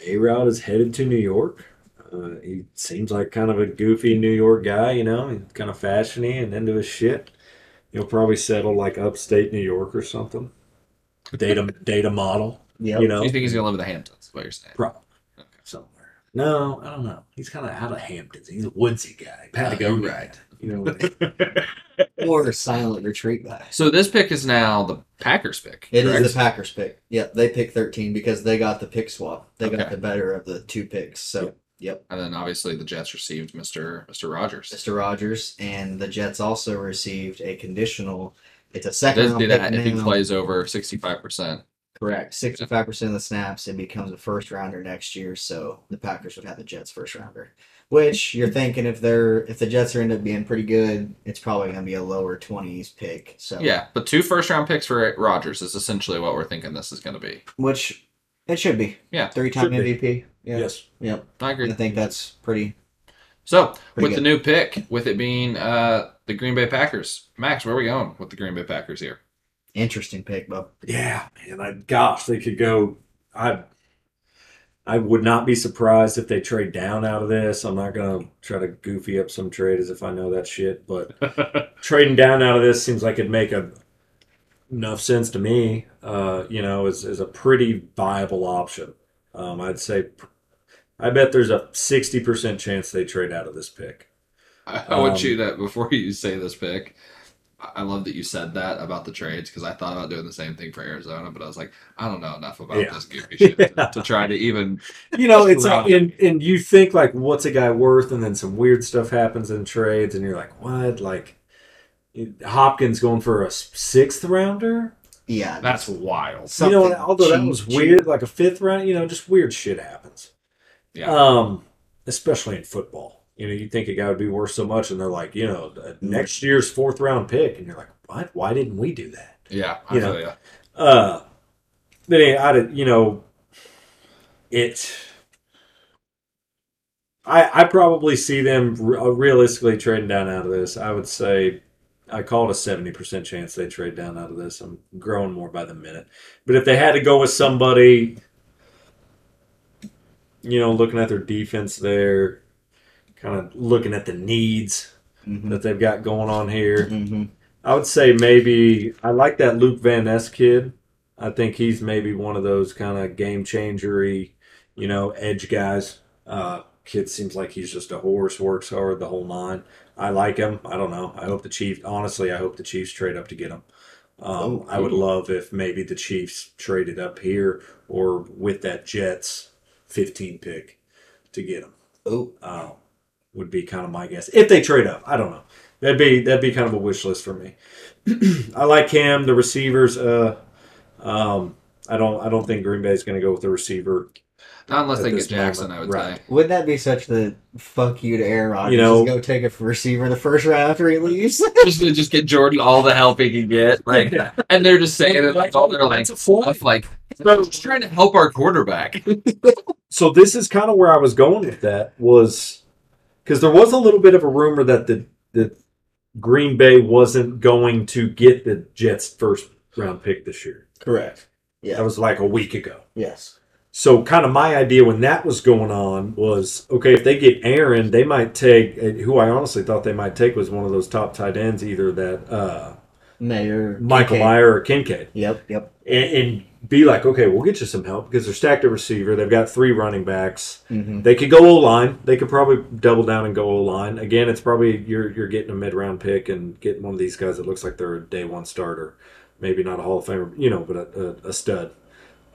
S3: A Rod is headed to New York. Uh, he seems like kind of a goofy New York guy, you know, he's kind of fashiony and into his shit. He'll probably settle like upstate New York or something. Data data model,
S2: yep
S3: you
S1: Do
S3: know,
S1: you think he's gonna live in the Hamptons? Is what you're saying?
S3: Pro- somewhere. No, I don't know. He's kind of out of Hamptons. He's a woodsy guy, Patagonia.
S1: right.
S3: You know, what I mean?
S2: or silent retreat guy
S1: So this pick is now the Packers pick.
S2: It is
S1: correct?
S2: the Packers pick. Yep, they picked 13 because they got the pick swap. They got
S1: Okay.
S2: the better of the two picks. So, yep,
S1: and then obviously the Jets received Mr. Mr. Rogers.
S2: Mr. Rogers and the Jets also received a conditional. It's a second
S1: Does
S2: round
S1: do
S2: pick
S1: that
S2: now.
S1: if he plays over 65 percent.
S2: Correct. 65% of the snaps, it becomes a first rounder next year. So the Packers would have the Jets first rounder. Which you're thinking if they're if the Jets are end up being pretty good, it's probably going to be a lower 20s pick. So
S1: Yeah, but two first round picks for Rogers is essentially what we're thinking this is going to be.
S2: which it should be.
S1: Yeah,
S2: three time
S3: should be.
S2: MVP. Yeah,
S3: Yes.
S2: yep.
S1: I
S2: I
S1: agree.
S2: think that's pretty
S1: So
S2: Pretty
S1: with the
S2: good.
S1: new pick, with it being uh, the Green Bay Packers, Max, where are we going with the Green Bay Packers here?
S2: Interesting pick, Bub.
S3: Yeah, man. I, gosh, they could go. I I would not be surprised if they trade down out of this. I'm not going to try to goofy up some trade as if I know that shit, but trading down out of this seems like it'd make a, enough sense to me, uh, you know, is, is a pretty viable option. Um, I'd say, pr- I bet there's a 60% chance they trade out of this pick.
S1: I, I want
S3: Um,
S1: you to before you say this pick. I I love that you said that about the trades because I thought about doing the same thing for Arizona, but I was like, I don't know enough about
S3: Yeah.
S1: this goofy shit to, to try to even.
S3: You know, it's
S1: Right.
S3: and, and you think like, what's a guy worth? And then some weird stuff happens in trades, and you're like, what? Like, it- Hopkins going for a s- sixth rounder?
S2: Yeah.
S1: That's wild.
S3: you know,
S2: Something
S3: although that
S2: cheap,
S3: was
S2: cheap.
S3: weird, like a fifth round, you know, just weird shit happens.
S1: Yeah.
S3: Um, especially in football. You know, you think a guy would be worth so much, and they're like, you know, uh, next year's fourth round pick, and you're like, what? Why didn't we do that?
S1: Yeah, I
S3: You
S1: feel
S3: know.
S1: ya.
S3: Uh, but anyway, I did, you know, it. I I probably see them re- uh, realistically trading down out of this. I would say I call it a seventy percent chance they trade down out of this. I'm growing more by the minute. But if they had to go with somebody, you know, looking at their defense there, kind of looking at the needs
S2: Mhm.
S3: that they've got going on here.
S2: Mhm.
S3: I would say maybe I like that Luke Van Ness kid. I think he's maybe one of those kind of game changery, you know, edge guys. Uh, kid seems like he's just a horse, works hard the whole nine. I like him. I don't know. I hope the Chiefs. Honestly, I hope the Chiefs trade up to get him. Um,
S2: Oh,
S3: I would
S1: ooh.
S3: love if maybe the Chiefs traded up here or with that Jets 15 pick to get him
S2: Oh,
S3: uh, would be kind of my guess if they trade up. I don't know. That'd be that'd be kind of a wish list for me. I like him. The receivers. Uh, um, I don't I don't think Green Bay's going to go with the receiver.
S1: Not unless
S3: At
S1: they get
S3: this
S1: Jackson,
S3: moment,
S1: I would
S3: right.
S1: say.
S2: Wouldn't that be such the fuck you to Aaron Rodgers?
S3: You know-
S2: just go take a receiver the first round after he leaves.
S1: Just to just get Jordan all the help he can get, like, and they're just saying it like all their like stuff, like "We're just trying to help our quarterback.
S3: So this is kind of where I was going with that was because there was a little bit of a rumor that the the Green Bay wasn't going to get the Jets first round pick this year.
S2: Correct. Yeah.
S3: That was like a week ago.
S2: Yes.
S3: So, kind of my idea when that was going on was okay, if they get Aaron, they might take eh, who I honestly thought they might take was one of those top tight ends, either that uh,
S2: Mayor
S3: Michael
S2: Kincaid.
S3: Meyer or Kincaid,
S2: Yep. Yep.
S3: and, and be like, okay, we'll get you some help because they're stacked at receiver. They've got three running backs.
S2: Mm-hmm.
S3: They could go O line. They could probably double down and go O line. Again, it's probably you're you're getting a mid round pick and getting one of these guys that looks like they're a day one starter, maybe not a Hall of Famer, you know, but a, a, a stud.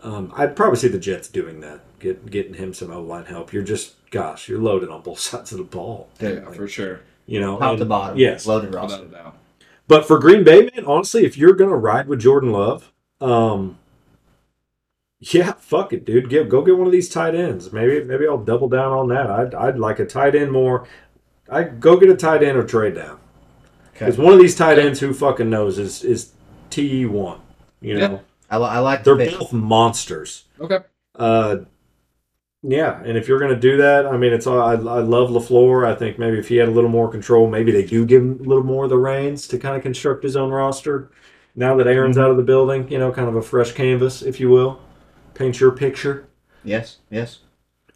S3: Um, I'd probably see the Jets doing that, get, getting him some O line help. You're just, gosh, you're loaded on both sides of the ball,
S1: yeah, for sure,
S3: you know.
S2: Top
S3: and-
S2: to bottom.
S3: yes.
S2: Loaded
S1: without a
S2: roster.
S1: doubt.
S3: But for Green Bay, man, honestly, if you're gonna ride with Jordan Love, um, yeah, fuck it, dude. Get, go get one of these tight ends. Maybe maybe I'll double down on that. I'd, I'd like a tight end more. I go get a tight end or trade down because
S2: Okay.
S3: one of these tight ends who fucking knows is is te one. You know,
S2: I, li- I like
S3: they're
S2: the pick.
S3: both monsters.
S1: Okay,
S3: Uh, yeah, and if you're going to do that, I mean, it's all, I, I love Lafleur. I think maybe if he had a little more control, maybe they do give him a little more of the reins to kind of construct his own roster. Now that Aaron's
S2: Mm-hmm.
S3: out of the building, you know, kind of a fresh canvas, if you will, paint your picture.
S2: Yes. Yes.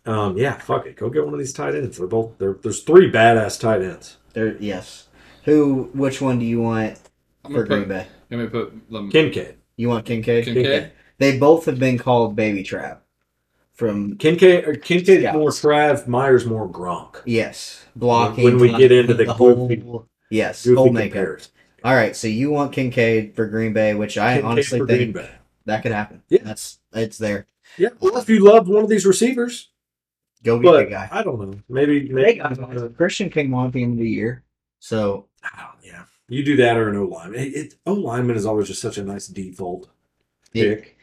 S3: Um, yeah, fuck it, go get one of these tight ends. They're both there. There's three badass tight ends.
S2: There. Yes. Who? Which one do you want
S1: I'm
S2: for
S1: gonna
S2: Green
S1: put,
S2: Bay?
S1: let me put them.
S3: Kincaid,
S2: You want Kincaid?
S1: Kincaid.
S2: They both have been called Baby Trap. From
S3: Kincaid, or Kincaid
S2: Yeah.
S3: more Trav, Myers more Gronk.
S2: yes, blocking.
S3: When we get into the goofy-
S2: whole, yes,
S3: Goofy
S2: whole makeup.
S3: comparison.
S2: All right, so you want Kincaid for Green Bay, which I
S3: Kincaid
S2: honestly
S3: for
S2: think
S3: Green Bay.
S2: that could happen.
S3: Yeah.
S2: That's it's there.
S3: Yeah, well, if you loved one of these receivers,
S2: Go get
S3: but
S2: the guy.
S3: I don't know. Maybe uh,
S2: They
S3: maybe
S2: got him. Christian came on at the end of the year, so
S3: Oh, yeah. You do that or an O lineman. It, it, o lineman is always just such a nice default
S2: yeah,
S3: pick,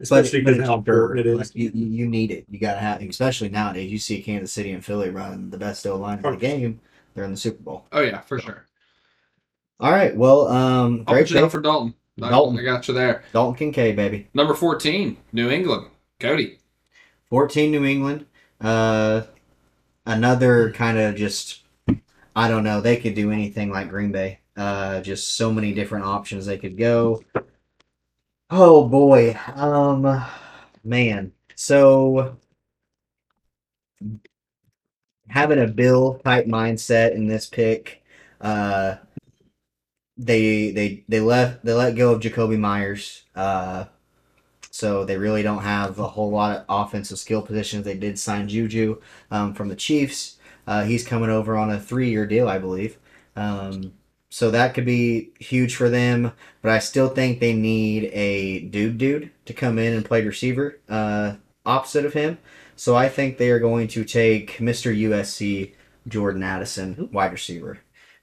S3: especially
S2: but
S3: because
S2: it's
S3: how important it
S2: dirt.
S3: is.
S2: Like, you, you you need it. You got to have, especially nowadays. You see Kansas City and Philly run the best O line in the
S3: Hundred percent.
S2: game. They're in the Super Bowl.
S1: Oh yeah, for sure.
S2: All right, well, um,
S1: I'll
S2: great
S1: put you down
S2: pick,
S1: for Dalton.
S2: Dalton.
S1: I got you there.
S2: Dalton Kincaid, baby.
S1: Number fourteen, New England, Cody.
S2: 14 New England. Uh, another kind of just, I don't know, they could do anything like Green Bay. Uh, just so many different options they could go. Oh boy. Um, man. So having a Bill type mindset in this pick. Uh, they they they left they let go of Jacoby Myers. Uh, so they really don't have a whole lot of offensive skill positions. They did sign Juju um, from the Chiefs. Uh, he's coming over on a three-year deal, I believe. Um, so that could be huge for them. But I still think they need a dude dude to come in and play receiver uh, opposite of him. So I think they are going to take Mr. USC Jordan Addison, wide receiver.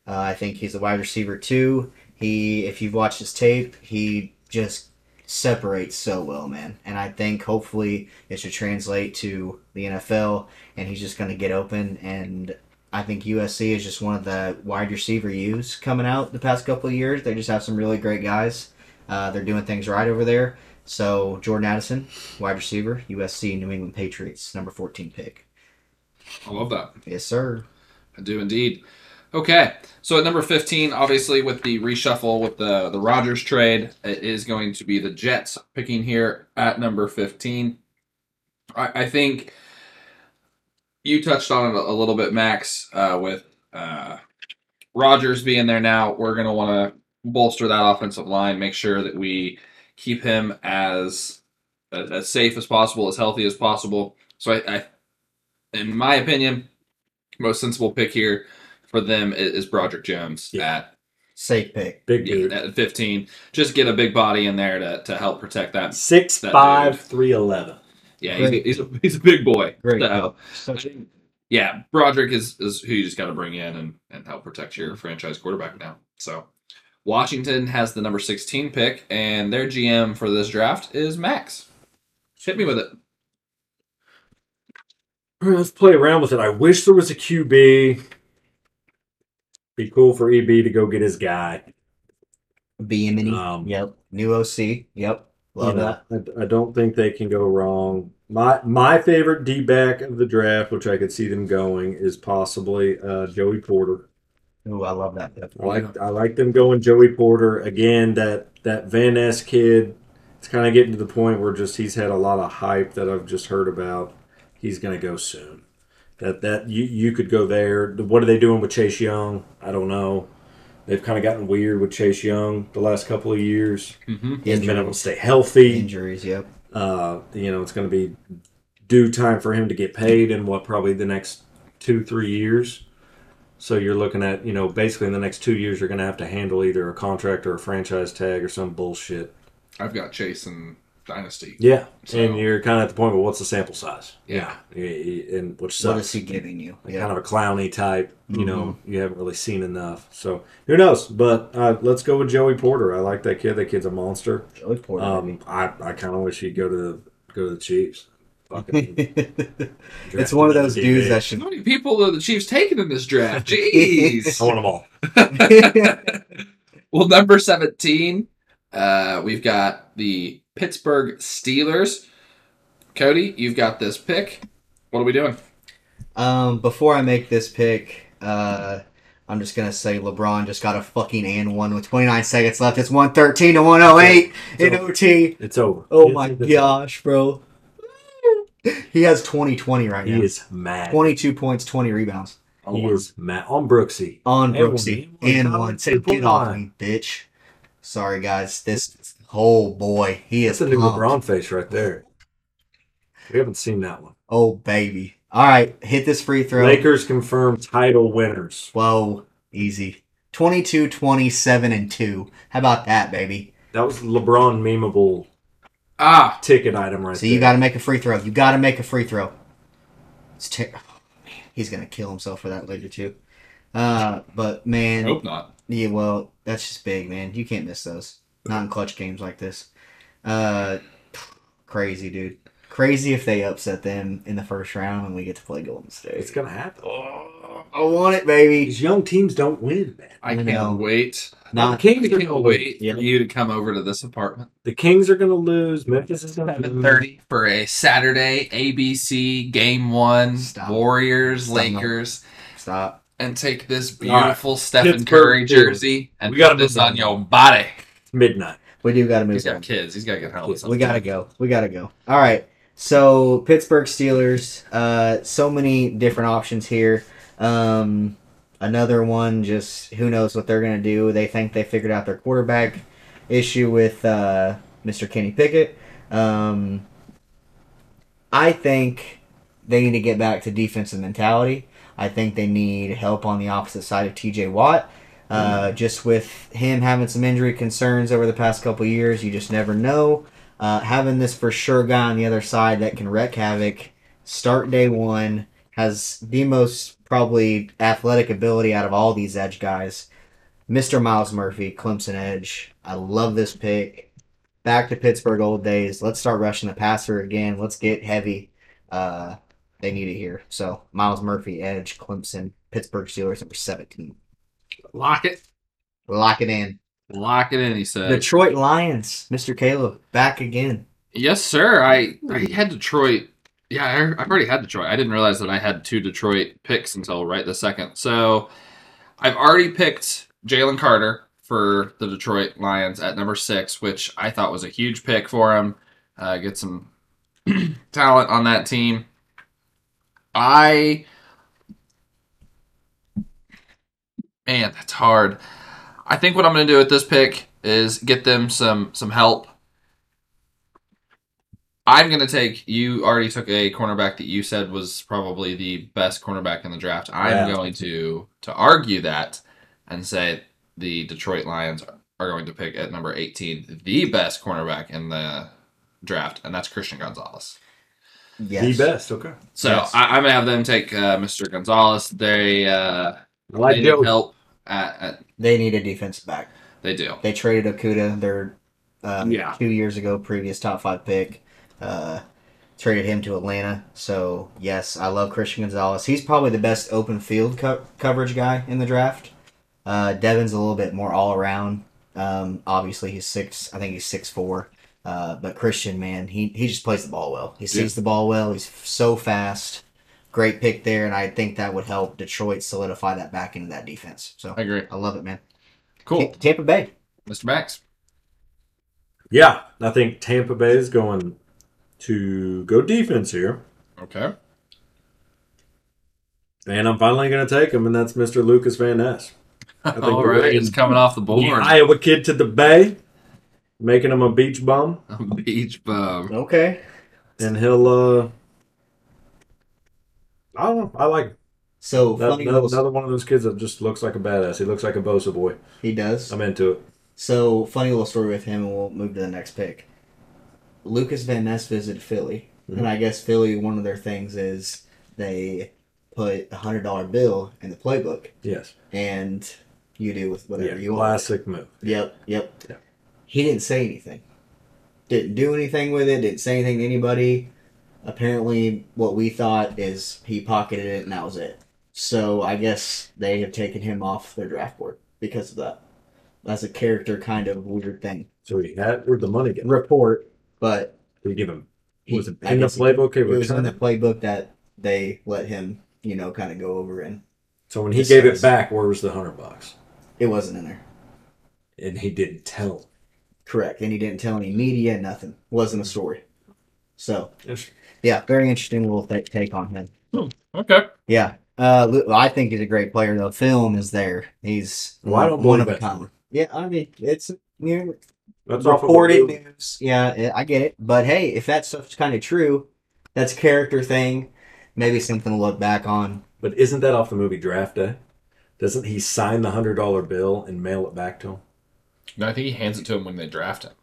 S2: Uh, I think he's a wide receiver too. He, if you've watched his tape, he just separates so well, man. And I think hopefully it should translate to the NFL, and he's just going to get open. And I think USC is just one of the wide receiver U's coming out the past couple of years. They just have some really great guys. Uh, they're doing things right over there. So Jordan Addison, wide receiver, USC, New England Patriots, number fourteen pick.
S1: I love that.
S2: Yes, sir.
S1: I do indeed. Okay, so at number fifteen, obviously with the reshuffle with the the Rogers trade, it is going to be the Jets picking here at number fifteen. I, I think you touched on it a a little bit, Max, uh, with uh, Rogers being there now. We're going to want to bolster that offensive line, make sure that we keep him as as as safe as possible, as healthy as possible. So I, I in my opinion, most sensible pick here for them i- is Broderick Jones
S3: Yeah.
S1: at
S2: Safe pick.
S3: Big dude.
S1: at 15. Just get a big body in there to, to help protect that.
S3: Six
S1: That
S3: five
S1: dude.
S3: three eleven.
S1: Yeah, he's,
S2: Great.
S1: he's, a, he's a big boy.
S2: Great.
S1: So,
S2: Such
S1: yeah, Broderick is, is who you just got to bring in and, and help protect your franchise quarterback now. So Washington has the number 16 pick, and their GM for this draft is Max. Hit me with it.
S3: Let's play around with it. I wish there was a QB. Be cool for EB to go get his guy.
S2: Beamini.
S3: Um,
S2: E. Yep. New OC. Yep. Love
S3: you know,
S2: that.
S3: I, I don't think they can go wrong. My my favorite D back of the draft, which I could see them going, is possibly uh, Joey Porter.
S2: Ooh, I love that. pick.
S3: I like I like them going Joey Porter again. That that Van Ness kid. It's kind of getting to the point where just he's had a lot of hype that I've just heard about. He's going to go soon. That that you you could go there. What are they doing with Chase Young? I don't know. They've kind of gotten weird with Chase Young the last couple of years.
S1: Mm-hmm.
S3: He's been able to
S2: Injuries.
S3: stay healthy
S2: Injuries. Yep.
S3: uh, you know, it's going to be due time for him to get paid in what probably the next two, three years. So you're looking at, you know, basically in the next two years, you're going to have to handle either a contract or a franchise tag or some bullshit.
S1: I've got Chase and Dynasty.
S3: Yeah.
S1: So-
S3: and you're kind of at the point where what's the sample size?
S1: Yeah.
S3: Yeah, yeah, And which
S2: What is
S3: sucks.
S2: he Mm-hmm. giving you?
S3: Like,
S2: Yeah.
S3: Kind of a clowny type, you know, you haven't really seen enough. So who knows? But uh, let's go with Joey Porter. I like that kid. That kid's a monster.
S2: Joey Porter.
S3: Um, I, I kind of wish he'd go to the, go to the Chiefs. Fucking
S2: it's one of those dudes that
S1: How
S2: should.
S1: many people are the Chiefs taking in this draft? Jeez.
S3: I want them all.
S1: Well, number 17, uh, we've got the Pittsburgh Steelers. Cody, you've got this pick. What are we doing?
S2: um, before I make this pick, uh, I'm just gonna say LeBron just got a fucking and one with 29 seconds left. It's 113 to 108 in
S3: So-
S2: OT.
S3: It's over.
S2: Oh
S3: It's-
S2: my
S3: it's-
S2: gosh, bro. He has 20-20 right
S3: He
S2: now.
S3: is mad.
S2: 22 points, 20 rebounds
S3: He is mad on Brooksy.
S2: on
S3: And one,
S2: Brooksy
S3: and one,
S2: and
S3: Colin,
S2: one. So
S3: and
S2: get
S3: one.
S2: off me, bitch. Sorry guys, this whole boy, he is
S3: That's a new
S2: pumped.
S3: LeBron face right there. We haven't seen that one.
S2: Oh baby. All right, hit this free throw.
S3: Lakers confirm title winners.
S2: Whoa, easy. 22, 27, and 2. How about that, baby?
S3: That was LeBron memeable
S1: Ah,
S3: ticket item right
S2: So
S3: there.
S2: you got to make a free throw. You got to make a free throw. It's ter- oh, man, He's going to kill himself for that later, too. Uh, but,
S1: I
S2: man,
S1: hope not.
S2: yeah, well, that's just big, man. You can't miss those. Not in clutch games like this. Uh, crazy, dude. Crazy if they upset them in the first round and we get to play Golden
S3: it's
S2: State.
S3: gonna happen.
S1: Oh,
S2: I want it, baby.
S3: These young teams don't win, man.
S1: I
S2: I
S1: can't
S2: know.
S1: wait. I
S2: Not
S1: can't wait
S2: Yeah.
S1: for you to come over to this apartment.
S3: The Kings are gonna lose. Memphis is gonna lose.
S1: 7.30 for a Saturday ABC Game 1,
S2: Stop.
S1: Warriors,
S2: Stop.
S1: Lakers,
S2: stop.
S1: and take this
S3: right.
S1: beautiful Stephen
S3: Pittsburgh
S1: Curry
S3: Steelers.
S1: jersey and
S3: We gotta
S1: put this
S3: move on.
S1: on your body.
S3: Midnight.
S2: We do got to move
S1: He's got
S2: on.
S1: kids. He's got to get help.
S2: We gotta go. We gotta go. All right. So Pittsburgh Steelers, uh, so many different options here. Um, another one, just who knows what they're gonna do. They think they figured out their quarterback issue with uh, Mr. Kenny Pickett. Um, I think they need to get back to defensive mentality. I think they need help on the opposite side of T.J. Watt. Uh, Just with him having some injury concerns over the past couple years, you just never know. Uh, having this for sure guy on the other side that can wreak havoc, start day one, has the most probably athletic ability out of all these edge guys. Mr. Miles Murphy, Clemson Edge. I love this pick. Back to Pittsburgh old days. Let's start rushing the passer again. Let's get heavy. Uh, they need it here. So Miles Murphy, Edge, Clemson, Pittsburgh Steelers, number 17.
S1: Lock it.
S2: Lock it in.
S1: Lock it in, he said.
S2: Detroit Lions, Mr. Caleb, back again.
S1: Yes, sir. I, I had Detroit. Yeah, I, I've already had Detroit. I didn't realize that I had two Detroit picks until right the second. So I've already picked Jalen Carter for the Detroit Lions at number six, which I thought was a huge pick for him. Uh, get some talent on that team. I. Man, that's hard. I think what I'm going to do with this pick is get them some some help. I'm going to take. You already took a cornerback that you said was probably the best cornerback in the draft. I'm
S3: Yeah.
S1: going to to argue that and say the Detroit Lions are going to pick at number 18 the best cornerback in the draft, and that's Christian Gonzalez.
S2: Yes.
S3: The best. Okay.
S1: So
S2: Yes.
S1: I, I'm gonna have them take uh, Mr. Gonzalez. They uh,
S3: I like
S1: they need
S3: Joey.
S1: help. At, at,
S2: They need a defensive back.
S1: they do.
S2: They traded Okuda, their uh,
S3: Yeah.
S2: two years ago previous top five pick. Uh, traded him to Atlanta. So yes, I love Christian Gonzalez. He's probably the best open field co- coverage guy in the draft. Uh, Devin's a little bit more all around. Um, obviously, he's six. I think he's six four. Uh, but Christian, man, he, he just plays the ball well. He sees the ball well. He's f- so fast. Great pick there, and I think that would help Detroit solidify that back into that defense. So
S1: I agree.
S2: I love it, man.
S1: Cool,
S2: Ta- Tampa Bay.
S1: Mr. Max.
S3: Yeah, I think Tampa Bay is going to go defense here,
S1: Okay.
S3: and I'm finally going to take him, and that's Mr. Lucas Van Ness. I think
S1: All
S3: we're
S1: right,
S3: ready.
S1: it's coming off the board.
S3: The Iowa kid to the Bay, making him a beach bum,
S1: Beach bum.
S2: Okay.
S3: and he'll. uh I don't know. I like him.
S2: So
S3: That-
S2: funny
S3: that-
S2: little
S3: another one of those kids that just looks like a badass. He looks like a Bosa boy.
S2: he does.
S3: I'm into it.
S2: So funny little story with him, and we'll move to the next pick. Lucas Van Ness visited Philly, and I guess Philly one of their things is they put a hundred dollar bill in the playbook,
S3: Yes.
S2: and you do with whatever
S3: Yeah,
S2: you want.
S3: classic move.
S2: Yep, yep.
S3: Yeah.
S2: He didn't say anything. Didn't do anything with it. Didn't say anything to anybody. Apparently, what we thought is he pocketed it, and that was it. So I guess they have taken him off their draft board because of that. That's a character kind of weird thing.
S3: So he had where'd the money get?
S2: Report, but
S3: Did he give him?
S2: he-
S3: was it
S2: I
S3: in the
S2: guess it-
S3: playbook?
S2: It was in the playbook that they let him, you know, kind of go over, and
S3: So when he gave it
S2: Yes.
S3: back, where was the hundred bucks?
S2: it wasn't in there.
S3: And he didn't tell.
S2: Correct, and he didn't tell any media, nothing. Wasn't a story. So
S3: Yes.
S2: yeah, very interesting little th- take on him.
S1: Okay.
S2: Yeah. Uh, Lu- I think he's a great player. The film is there. He's
S3: Well, I don't
S2: one of
S3: believe
S2: a
S3: it.
S2: kind. Yeah, I mean it's you know,
S3: That's off of
S2: reported
S3: Google.
S2: news. Yeah, I I get it. But hey, if that stuff's kind of true, that's a character thing. Maybe something to look back on.
S3: But isn't that off the movie Draft Day? Doesn't he sign the hundred dollar bill and mail it back to him?
S1: No, I think he hands it to him when they draft him.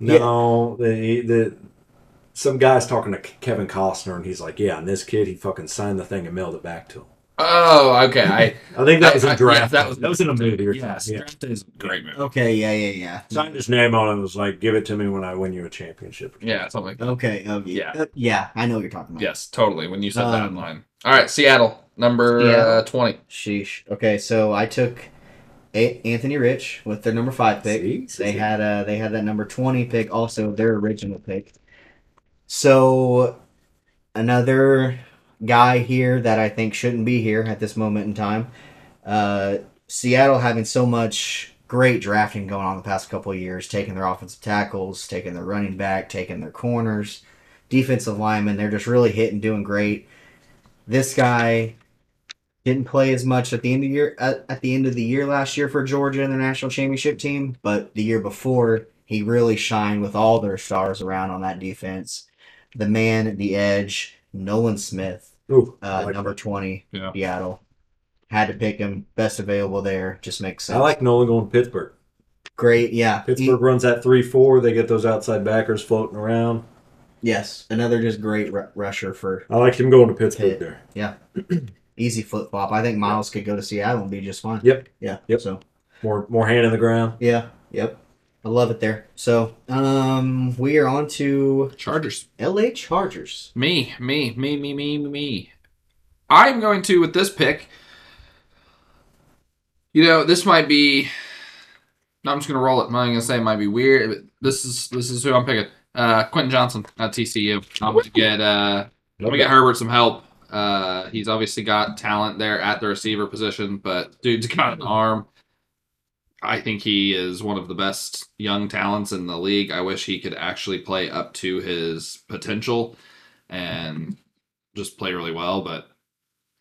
S3: No, the the some guy's talking to Kevin Costner and he's like, "Yeah, and this kid, he fucking signed the thing and mailed it back to him."
S1: Oh, okay. I
S3: I think that was
S1: I-
S3: in
S1: I-
S3: draft.
S1: yeah, that
S3: Day.
S1: was-
S3: in a movie. or
S1: yes,
S3: something, yeah.
S1: draft is a great move.
S2: Okay. Yeah. Yeah. Yeah.
S3: Signed his name on it. and Was like, "Give it to me when I win you a championship."
S1: Yeah, something like that.
S2: Okay. Um, yeah.
S1: Yeah.
S2: uh, yeah. I know what you're talking about.
S1: Yes, totally. When you said that
S2: Um,
S1: online. All right, Seattle number Uh,
S2: Seattle.
S1: twenty.
S2: Sheesh. Okay. So I took a- Anthony Rich with their number five pick.
S3: See?
S2: They
S3: See?
S2: had uh they had that number twenty pick, also their original pick. So another guy here that I think shouldn't be here at this moment in time. Uh, Seattle having so much great drafting going on the past couple of years, taking their offensive tackles, taking their running back, taking their corners, defensive linemen. They're just really hitting, doing great. This guy didn't play as much at the end of year at, at the end of the year last year for Georgia in their national championship team, but the year before he really shined with all their stars around on that defense. The man at the edge, Nolan Smith,
S3: Ooh, I
S2: uh,
S3: like
S2: number twenty,
S1: Yeah.
S2: Seattle. Had to pick him. Best available there. Just makes
S3: I
S2: sense.
S3: like Nolan going to Pittsburgh.
S2: Great, yeah.
S3: Pittsburgh runs that three four. They get those outside backers floating around.
S2: Yes, another just great ru- rusher for
S3: I like him going to Pittsburgh
S2: Pitt.
S3: there.
S2: easy flip flop. I think Miles could go to Seattle and be just fine.
S3: Yep.
S2: Yeah.
S3: Yep.
S2: So
S3: More more hand in the ground.
S2: yeah. Yep. I love it there. So um, we are on to
S1: Chargers.
S2: L.A. Chargers.
S1: Me, me, me, me, me, me, me. I'm going to with this pick. You know, this might be. No, I'm just gonna roll it. I'm not gonna say it might be weird. But this is this is who I'm picking. Uh, Quentin Johnson at TCU. I'm gonna get uh, I'm gonna get Herbert some help. Uh, he's obviously got talent there at the receiver position, but dude's got an arm. I think he is one of the best young talents in the league. I wish he could actually play up to his potential and just play really well, but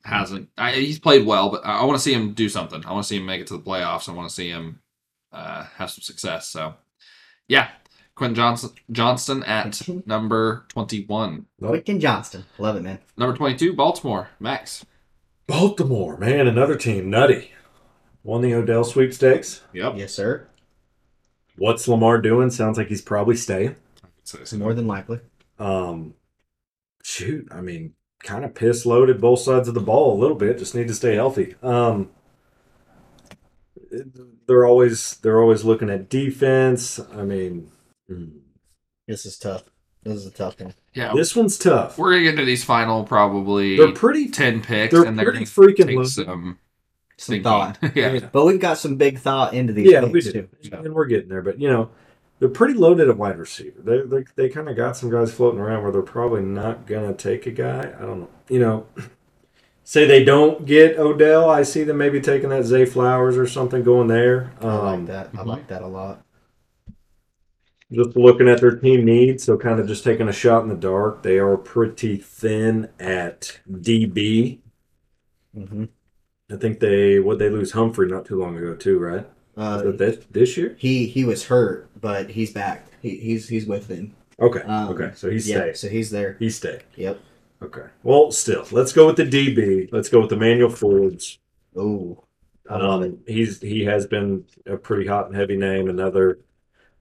S1: hasn't. I, he's played well, but I, I want to see him do something. I want to see him make it to the playoffs. I want to see him uh, have some success. So, yeah, Quentin Johnson Johnston at number twenty-one.
S3: Nope.
S2: Quicken Johnston. Love it, man.
S1: Number twenty-two, Baltimore. Max.
S3: Baltimore, man, another team nutty. Won the Odell sweepstakes.
S1: Yep.
S2: Yes, sir.
S3: What's Lamar doing? Sounds like he's probably staying.
S2: More than likely.
S3: Um, shoot, I mean, kind of piss loaded both sides of the ball a little bit. Just need to stay healthy. Um, they're always they're always looking at defense. I mean, mm,
S2: This is tough. This is a tough one.
S1: Yeah,
S3: this one's tough.
S1: we're gonna get into these final probably
S3: They're pretty.
S1: ten picks,
S3: they're
S1: and they're
S3: pretty
S1: gonna
S3: freaking
S1: take
S3: low.
S1: some
S2: Some
S1: thinking.
S2: thought.
S1: yeah.
S2: But we've got some big thought into these
S3: yeah,
S2: things
S3: we
S2: too.
S3: do,
S1: Yeah.
S3: and we're getting there. But you know, they're pretty loaded at wide receiver. They they, they kind of got some guys floating around where they're probably not gonna take a guy. I don't know. You know, say they don't get Odell. I see them maybe taking that Zay Flowers or something going there. Um,
S2: I like that. I
S1: mhm.
S2: like that a lot.
S3: Just looking at their team needs, so kind of just taking a shot in the dark. They are pretty thin at DB.
S2: hmm
S3: I think they what they lose Humphrey not too long ago too, right?
S2: Uh,
S3: But this, this year?
S2: he he was hurt, but he's back. He, he's he's with them.
S3: Okay,
S2: Um,
S3: okay. So he
S2: yeah.
S3: stays.
S2: So he's there.
S3: He stays.
S2: Yep.
S3: Okay. Well, still, let's go with the DB. Let's go with Emmanuel Forbes.
S2: Oh.
S3: Um, he's he has been a pretty hot and heavy name. Another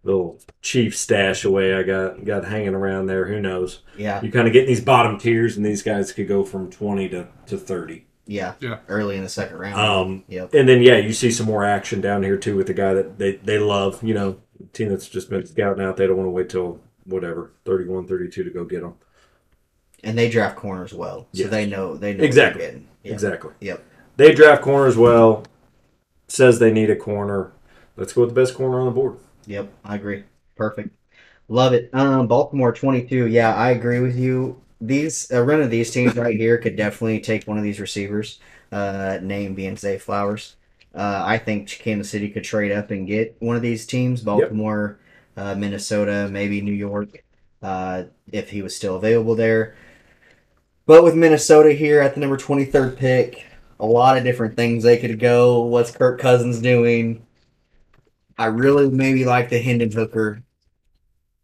S3: little chief stash away I got got hanging around there. Who knows?
S2: Yeah.
S3: You kind of get these bottom tiers, and these guys could go from twenty to to thirty.
S2: Yeah.
S1: Yeah.
S2: Early in the second round.
S3: Um,
S2: yep.
S3: and then yeah, you see some more action down here too with the guy that they they love. You know, team that's just been scouting out. They don't want to wait till whatever 31, 32 to go get them.
S2: And they draft corners well, so
S3: Yes.
S2: they know they know
S3: Exactly.
S2: What they're getting. Yeah.
S3: Exactly.
S2: Yep.
S3: They draft corners well. Says they need a corner. Let's go with the best corner on the board.
S2: Yep. I agree. Perfect. Love it. Um, Baltimore twenty two. Yeah, I agree with you. These a run of these teams right here could definitely take one of these receivers. Uh, name being Zay Flowers. Uh, I think Kansas City could trade up and get one of these teams. Baltimore, uh, Minnesota, maybe New York, uh, if he was still available there. But with Minnesota here at the number 23rd pick, a lot of different things they could go. What's Kirk Cousins doing? I really maybe like the Hendon Hooker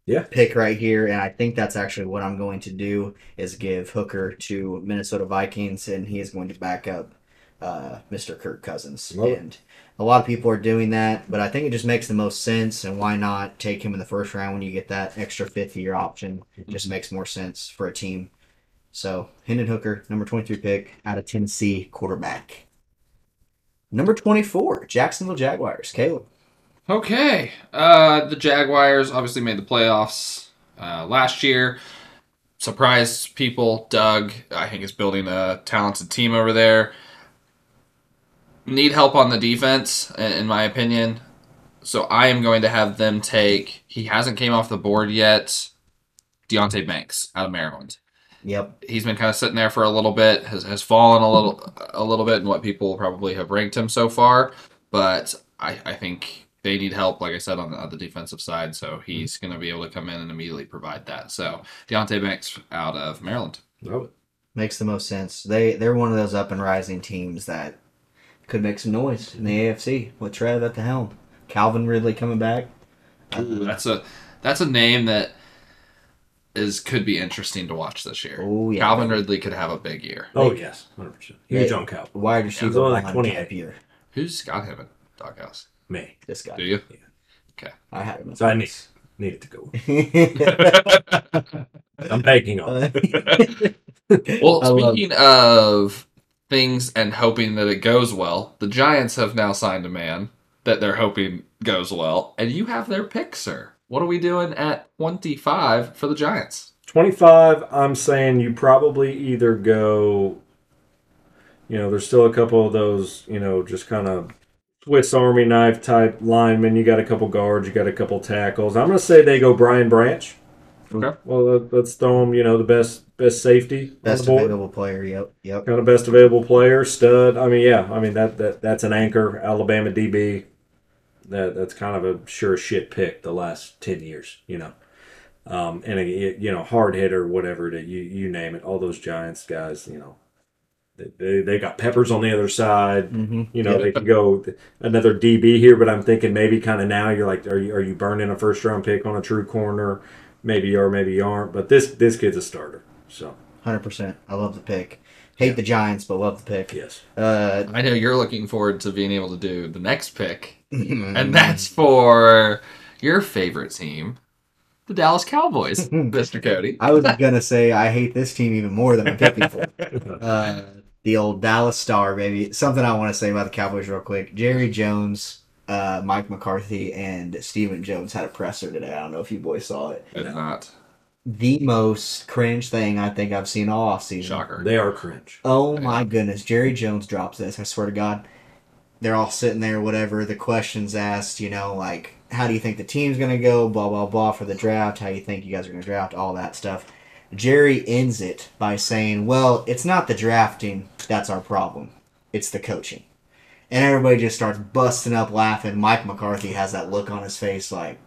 S3: Yeah.
S2: pick right here, and I think that's actually what I'm going to do is give Hooker to Minnesota Vikings, and he is going to back up uh, Mr. Kirk Cousins.
S3: Love it.
S2: and a lot of people are doing that, but I think it just makes the most sense. And why not take him in the first round when you get that extra fifth year option? It
S3: Mm-hmm.
S2: just makes more sense for a team. So Hendon Hooker, number 23 pick out of Tennessee quarterback. Number 24, Jacksonville Jaguars, Caleb.
S1: Okay. Uh, the Jaguars obviously made the playoffs uh, last year. Surprised people. Doug, I think, is building a talented team over there. Need help on the defense, i- in my opinion. So I am going to have them take. He hasn't came off the board yet. Deontay Banks out of Maryland
S2: Yep.
S1: he's been kind of sitting there for a little bit, has, has fallen a little a little bit in what people probably have ranked him so far, but I, I think they need help, like I said, on the, on the defensive side. So he's going to be able to come in and immediately provide that. So Deontay Banks out of Maryland.
S3: Love it.
S2: Makes the most sense. They they're one of those up and rising teams that could make some noise in the AFC with Trev at the helm. Calvin Ridley coming back.
S1: That's a that's a name that is could be interesting to watch this year.
S2: Oh, yeah.
S1: Calvin Ridley could have a big year.
S3: Oh yes, hundred percent. Huge
S2: Yeah.
S3: on Cal.
S2: Wide
S3: he's
S2: receiver
S3: only like
S2: one
S3: 28.
S2: gap year.
S1: Who's got him in doghouse?
S3: Me.
S2: This guy.
S1: Do you?
S2: I had him.
S3: So I need needed to go. I'm banking on. it.
S1: Well,
S2: I love-
S1: speaking of things and hoping that it goes well, the Giants have now signed a man that they're hoping goes well, and you have their pick, sir. What are we doing at 25 for the Giants?
S3: 25, I'm saying you probably either go, you know, there's still a couple of those, you know, just kind of Swiss Army knife type linemen. You got a couple guards, you got a couple tackles. I'm going to say they go Brian Branch.
S1: Okay.
S3: Well, let- let's throw him, you know, the best best safety
S2: Best
S3: on the board.
S2: available player. Yep. Yep.
S3: Kind of best available player, stud. I mean, yeah, I mean that, that that's an anchor, Alabama DB. That that's kind of a sure shit pick the last ten years, you know. Um, and a, you know, hard hitter, whatever to you you name it, all those Giants guys, you know, they they, they got peppers on the other side.
S2: Mm-hmm.
S3: You know, they could go th- another DB here, but I'm thinking maybe kind of now you're like, are you are you burning a first round pick on a true corner? Maybe you are, maybe you aren't. But this this kid's a starter, so
S2: Hundred percent. I love the pick. Hate the Giants, but love the pick.
S3: yes.
S2: Uh,
S1: I know you're looking forward to being able to do the next pick,
S2: Mm.
S1: and that's for your favorite team, the Dallas Cowboys, Mr. Cody.
S2: I was gonna say I hate this team even more than I'm picking for. Uh, the old Dallas Star, baby. Something I want to say about the Cowboys real quick. Jerry Jones, uh, Mike McCarthy, and Stephen Jones had a presser today. I don't know if you boys saw it.
S1: If not,
S2: The most cringe thing I think I've seen all offseason.
S1: shocker.
S3: They are cringe.
S2: Oh my goodness, Jerry Jones drops this. I swear to God, they're all sitting there. Whatever the questions asked, you know, like how do you think the team's gonna go? Blah blah blah for the draft. How you think you guys are gonna draft? All that stuff. Jerry ends it by saying, "Well, it's not the drafting that's our problem. It's the coaching." And everybody just starts busting up laughing. Mike McCarthy has that look on his face, like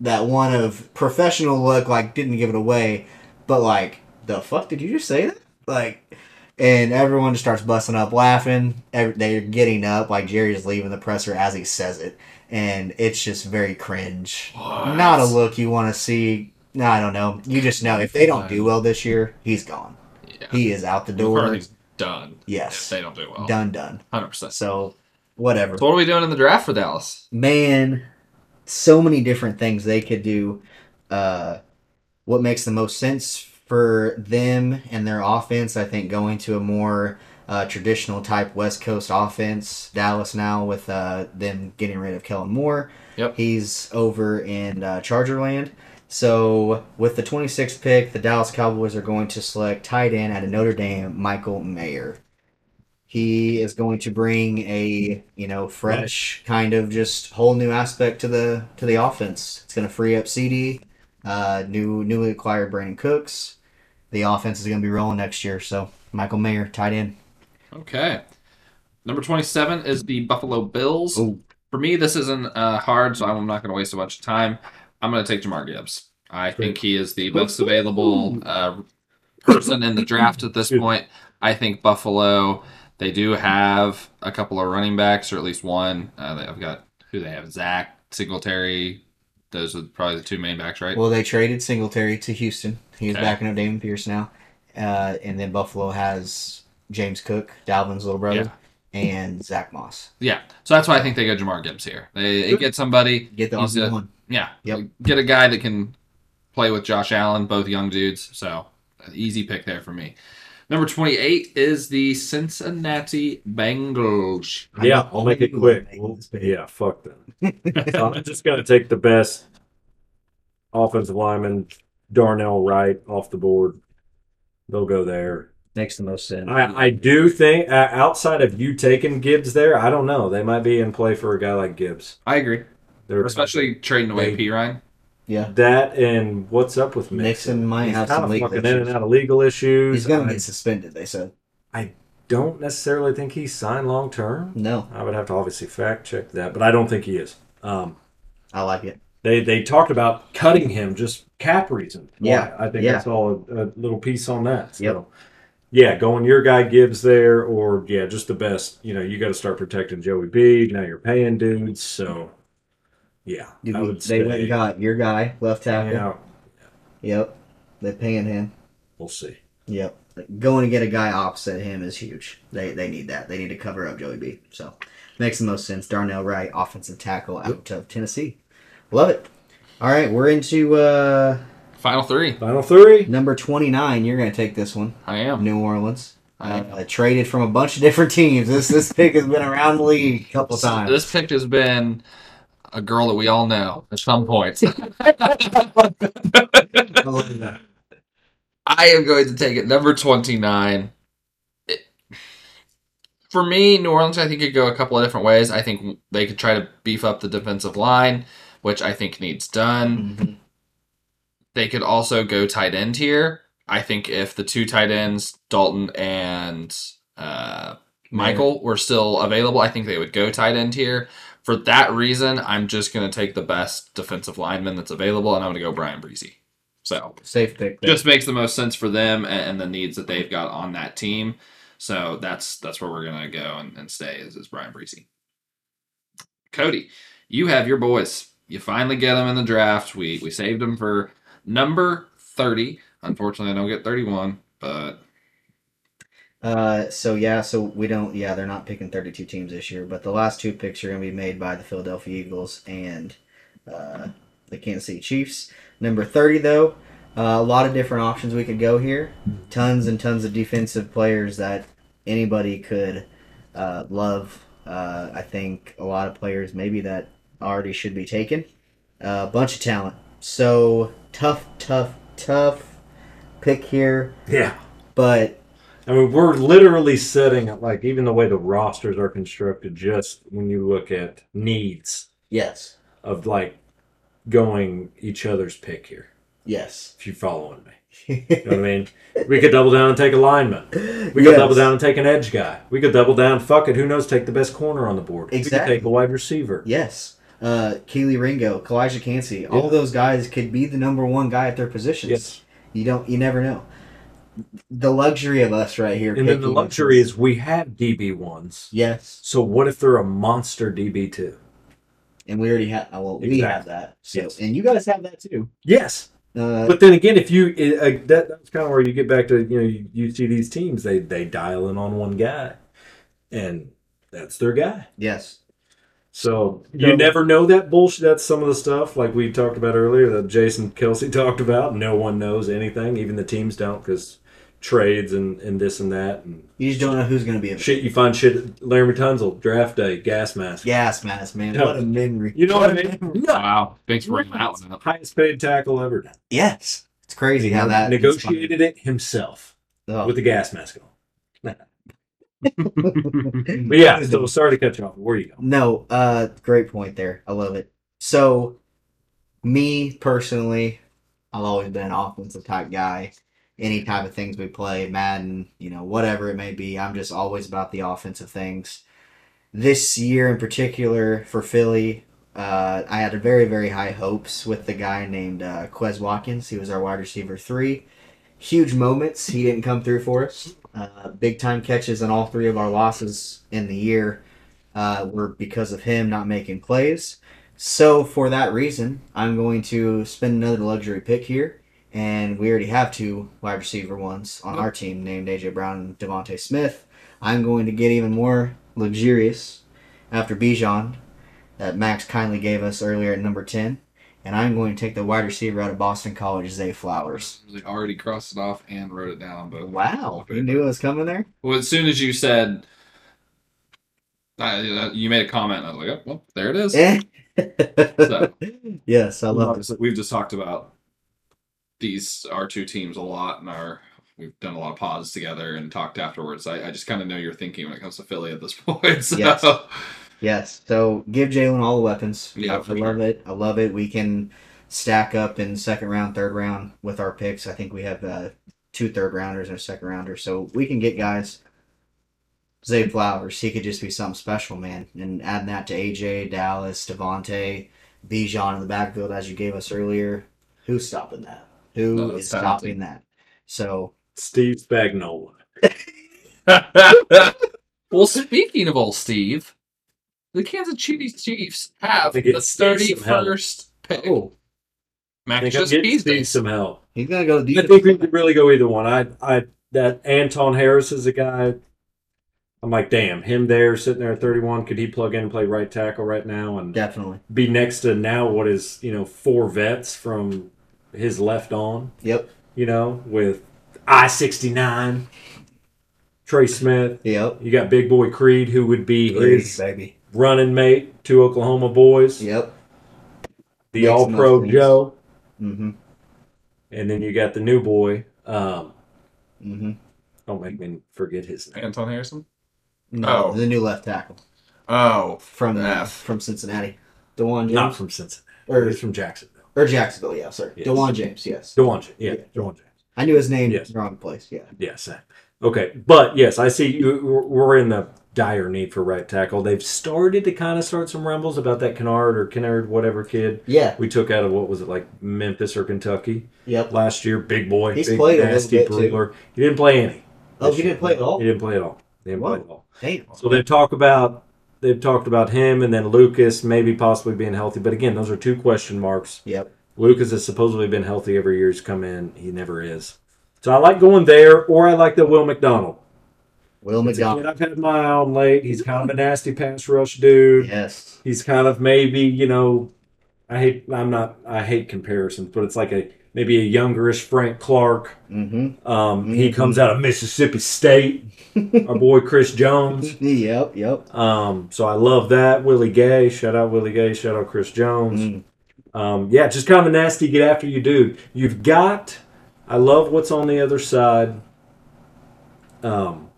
S2: that one of professional look, like didn't give it away, but like the fuck did you just say that? Like and everyone just starts busting up laughing. Ev- They're getting up, like Jerry's leaving the presser as he says it, and it's just very cringe.
S1: What?
S2: Not a look you want to see. No, I don't know. You just know if they don't do well this year, he's gone.
S1: Yeah.
S2: He is out the door.
S1: McCarthy's done. If
S2: yes,
S1: they don't do well.
S2: done, done.
S1: 100%. So
S2: So whatever
S1: what are we doing in the draft for Dallas?
S2: man, so many different things they could do. Uh, what makes the most sense for them and their offense? I think going to a more uh, traditional type West Coast offense. Dallas now with uh, them getting rid of Kellen Moore.
S1: Yep.
S2: He's over in uh, Chargerland. So with the 26th pick, the Dallas Cowboys are going to select tight end out of Notre Dame, Michael Mayer. He is going to bring a you know fresh kind of just whole new aspect to the to the offense. It's going to free up CD, uh, new newly acquired Brandon Cooks. The offense is going to be rolling next year. So Michael Mayer, tight end.
S1: Okay. Number 27 is the Buffalo Bills.
S2: Ooh.
S1: For me, this isn't uh, hard, so I'm not going to waste a bunch of time. I'm going to take Jamar Gibbs. I think he is the most available uh, person in the draft at this point. I think Buffalo, they do have a couple of running backs, or at least one. Uh, they- I've got who they have Zach, Singletary. Those are probably the two main backs, right?
S2: Well, they traded Singletary to Houston. He's
S1: Okay.
S2: back in Damon Pierce now. Uh, and then Buffalo has James Cook, Dalvin's little brother, and Zach Moss.
S1: yeah. So that's why I think they go Jamar Gibbs here. They, they get somebody.
S2: Get the
S1: He's
S2: awesome
S1: a-
S2: one.
S1: Yeah.
S2: Yep.
S1: Get a guy that can play with Josh Allen, both young dudes. So, an easy pick there for me. Number 28 is the Cincinnati Bengals.
S3: Yeah, I'll make it
S2: Only
S3: quick.
S2: make
S3: We'll-
S2: this big.
S3: yeah, fuck them. I'm just gonna take the best offensive lineman, Darnell Wright, off the board. They'll go there.
S2: Makes the most sense.
S3: I, I do think uh, outside of you taking Gibbs there, I don't know. They might be in play for a guy like Gibbs.
S1: I agree.
S3: They're,
S1: Especially trading away
S3: They-
S1: P. Ryan.
S2: yeah.
S3: that and what's up with Mixon?
S2: Mixon might
S3: He's
S2: have
S3: kind
S2: some
S3: of
S2: legal
S3: fucking in
S2: issues.
S3: and out of legal issues.
S2: He's going to
S3: I
S2: get suspended, they said.
S3: don't necessarily think he's signed long term.
S2: No.
S3: I would have to obviously fact check that, but I don't think he is. Um,
S2: I like it.
S3: they they talked about cutting him just cap reason. Why.
S2: Yeah,
S3: I think
S2: yeah.
S3: that's all a, a little piece on that. So,
S2: Yep.
S3: yeah, going your guy Gibbs there, or yeah, just the best. You know, you got to start protecting Joey B. Now you're paying dudes, so yeah,
S2: Dude,
S3: I would
S2: they went
S3: say,
S2: and got your guy left tackle.
S3: yeah,
S2: Yep, they're paying him.
S3: we'll see.
S2: Yep. Going to get a guy opposite him is huge. They they need that. They need to cover up Joey B. So makes the most sense. Darnell Wright, offensive tackle out of Tennessee. Love it. All right, we're into uh,
S1: Final three.
S3: Final three.
S2: number twenty nine. You're gonna take this one,
S1: I am.
S2: New Orleans.
S1: I
S2: Uh, traded from a bunch of different teams. This this pick has been around the league a couple times.
S1: This pick has been a girl that we all know at some point.
S2: I love that.
S1: I am going to take it number 29. It- For me, New Orleans, I think, could go a couple of different ways. I think they could try to beef up the defensive line, which I think needs done.
S2: Mhm.
S1: They could also go tight end here. I think if the two tight ends, Dalton and uh, Michael, were still available, I think they would go tight end here. For that reason, I'm just going to take the best defensive lineman that's available, and I'm going to go Brian Breezy. So
S2: Safe pick. there.
S1: just makes the most sense for them and, and the needs that they've got on that team. So that's that's where we're gonna go and, and stay is, is Brian Breesy. Cody, you have your boys. You finally get them in the draft. We we saved them for number thirty. Unfortunately, I don't get thirty one, but
S2: Uh, so yeah, so we don't. Yeah, they're not picking 32 teams this year, but the last two picks are going to be made by the Philadelphia Eagles and uh, the Kansas City Chiefs. Number 30, though, uh, a lot of different options we could go here. Tons and tons of defensive players that anybody could uh, love. Uh, I think a lot of players maybe that already should be taken. A bunch of talent. So tough, tough, tough pick here,
S3: Yeah,
S2: but
S3: I mean we're literally setting it like even the way the rosters are constructed. Just when you look at needs
S2: yes,
S3: of like going each other's pick here.
S2: yes.
S3: If you're following me. You know what I mean? We could double down and take a lineman. We could
S2: Yes.
S3: double down and take an edge guy. We could double down. Fuck it. Who knows? Take the best corner on the board. We
S2: Exactly.
S3: could take a wide receiver.
S2: Yes. Uh, Keely Ringo, Kalijah Cansey, all
S3: Yeah.
S2: those guys could be the number one guy at their positions.
S3: Yes.
S2: You don't. You never know. The luxury of us right here.
S3: And then the
S2: picking-
S3: luxury is we have DB ones.
S2: Yes,
S3: So what if they're a monster DB two?
S2: and we already have. Well, we
S3: Exactly.
S2: have that. So,
S3: Yes.
S2: and you guys have that too.
S3: Yes.
S2: Uh,
S3: But then again, if you uh, that that's kind of where you get back to you know you, you see these teams they they dial in on one guy, and that's their guy.
S2: yes.
S3: So
S2: No.
S3: you never know that bullshit. That's some of the stuff like we talked about earlier that Jason Kelsey talked about. No one knows anything, even the teams don't, because trades and, and this and that and
S2: You just don't know who's going to be a
S3: shit. You find shit. Larry Tunzel draft day gas mask.
S2: gas mask man.
S3: No.
S2: What a memory.
S3: You know what I mean?
S2: memory.
S3: No.
S1: wow, thanks for bringing that one up.
S3: Highest paid tackle ever. done.
S2: Yes. It's crazy how that
S3: negotiated it himself
S2: Oh.
S3: with the gas mask on. But yeah, so sorry to cut you off. Where you go?
S2: No, uh, great point there. I love it. So, me personally, I've always been an offensive type guy. Any type of things we play, Madden, you know, whatever it may be, I'm just always about the offensive things. This year in particular for Philly, uh, I had very, very high hopes with the guy named uh, Quez Watkins. He was our wide receiver three. Huge moments. He didn't come through for us. Uh, big time catches in all three of our losses in the year uh, were because of him not making plays. So for that reason, I'm going to spend another luxury pick here, and we already have two wide receiver ones on our team named AJ Brown and Devontae Smith. I'm going to get even more luxurious after Bijan that Max kindly gave us earlier at number ten, and I'm going to take the wide receiver out of Boston College, Zay Flowers.
S1: They already crossed it off and wrote it down, but
S2: Wow, you knew it was coming there.
S1: Well, as soon as you said, I, uh, you made a comment, and I was like, oh, well, there it is.
S2: Eh.
S1: So.
S2: yes, I love it.
S1: Obviously, We've just talked about these our two teams a lot, and our we've done a lot of pods together and talked afterwards. I, I just kind of know your thinking when it comes to Philly at this point. So.
S2: Yes. Yes. So give Jalen all the weapons.
S1: Yeah,
S2: I, I
S1: for
S2: love it. I love it. We can stack up in second round, third round with our picks. I think we have uh, two third rounders and a second rounder, so we can get guys. Zay Flowers. He could just be something special, man. And add that to AJ, Dallas, Devontae, Bijan in the backfield, as you gave us earlier. Who's stopping that? Who is
S1: No, that's talented.
S2: stopping that? So
S3: Steve Spagnola.
S1: well, speaking of old Steve, the Kansas City Chiefs have
S3: They
S1: the
S3: get Steve some help.
S1: 31st pick. Max
S3: I Oh, think I'm
S1: just
S3: getting
S1: teased
S3: Steve
S1: us.
S3: some help.
S2: he's gonna go to
S3: I
S2: defense.
S3: think we could really go either one. I, I that Anton Harris is a guy. I'm like, damn, him there sitting there at 31. Could he plug in and play right tackle right now and
S2: Definitely.
S3: be next to now what is you know four vets from his left on?
S2: Yep.
S3: You know, with I 69, Trey Smith.
S2: Yep.
S3: You got Big Boy Creed, who would be his
S2: baby.
S3: running mate, two Oklahoma boys,
S2: Yep.
S3: the
S2: Makes
S3: All Pro
S2: most sense.
S3: Joe,
S2: Mm-hmm.
S3: and then you got the new boy. Um,
S2: Mm-hmm.
S3: don't make me forget his name.
S1: Anton Harrison?
S2: No,
S1: Oh.
S2: the new left tackle
S1: Oh,
S2: from
S1: Nah.
S2: from Cincinnati, DeWan James
S3: Not from Cincinnati.
S2: or
S3: He's from Jacksonville.
S2: or Jacksonville. Yeah, sorry,
S3: Yes.
S2: DeWan James. Yes,
S3: Dewan James. Yeah,
S2: Yeah.
S3: Dewan James.
S2: I knew his name.
S3: Yes.
S2: Wrong place. Yeah.
S3: Yeah, same. Okay, but yes, I see you, we're- we're in the dire need for right tackle. They've started to kind of start some rumbles about that Kennard or Kennard, whatever kid
S2: Yeah.
S3: we took out of what was it like Memphis or Kentucky
S2: Yep.
S3: last year. Big boy,
S2: He's
S3: big
S2: played a little
S3: nasty
S2: bit, too.
S3: brawler. He didn't play any.
S2: Oh, he didn't play at all.
S3: He didn't play at all. He didn't play
S2: Wow.
S3: at all.
S2: Damn.
S3: So they've talked about they've talked about him and then Lucas maybe possibly being healthy, but again, those are two question marks.
S2: Yep.
S3: Lucas has supposedly been healthy every year he's come in. He never is. So I like going there, or I like the Will McDonald.
S2: Will
S3: It's a kid
S2: McDonald.
S3: I've had my eye on late. He's kind of a nasty pass rush dude.
S2: Yes.
S3: He's kind of maybe you know, I hate I'm not I hate comparisons, but it's like a maybe a youngerish Frank Clark.
S2: Mm-hmm.
S3: Um, He comes out of Mississippi State. Our boy Chris Jones.
S2: Yep. Yep.
S3: Um, so I love that Willie Gay. Shout out Willie Gay. Shout out Chris Jones.
S2: Mm.
S3: Um, yeah, just kind of a nasty get after you, dude. You've got. I love what's on the other side. Um,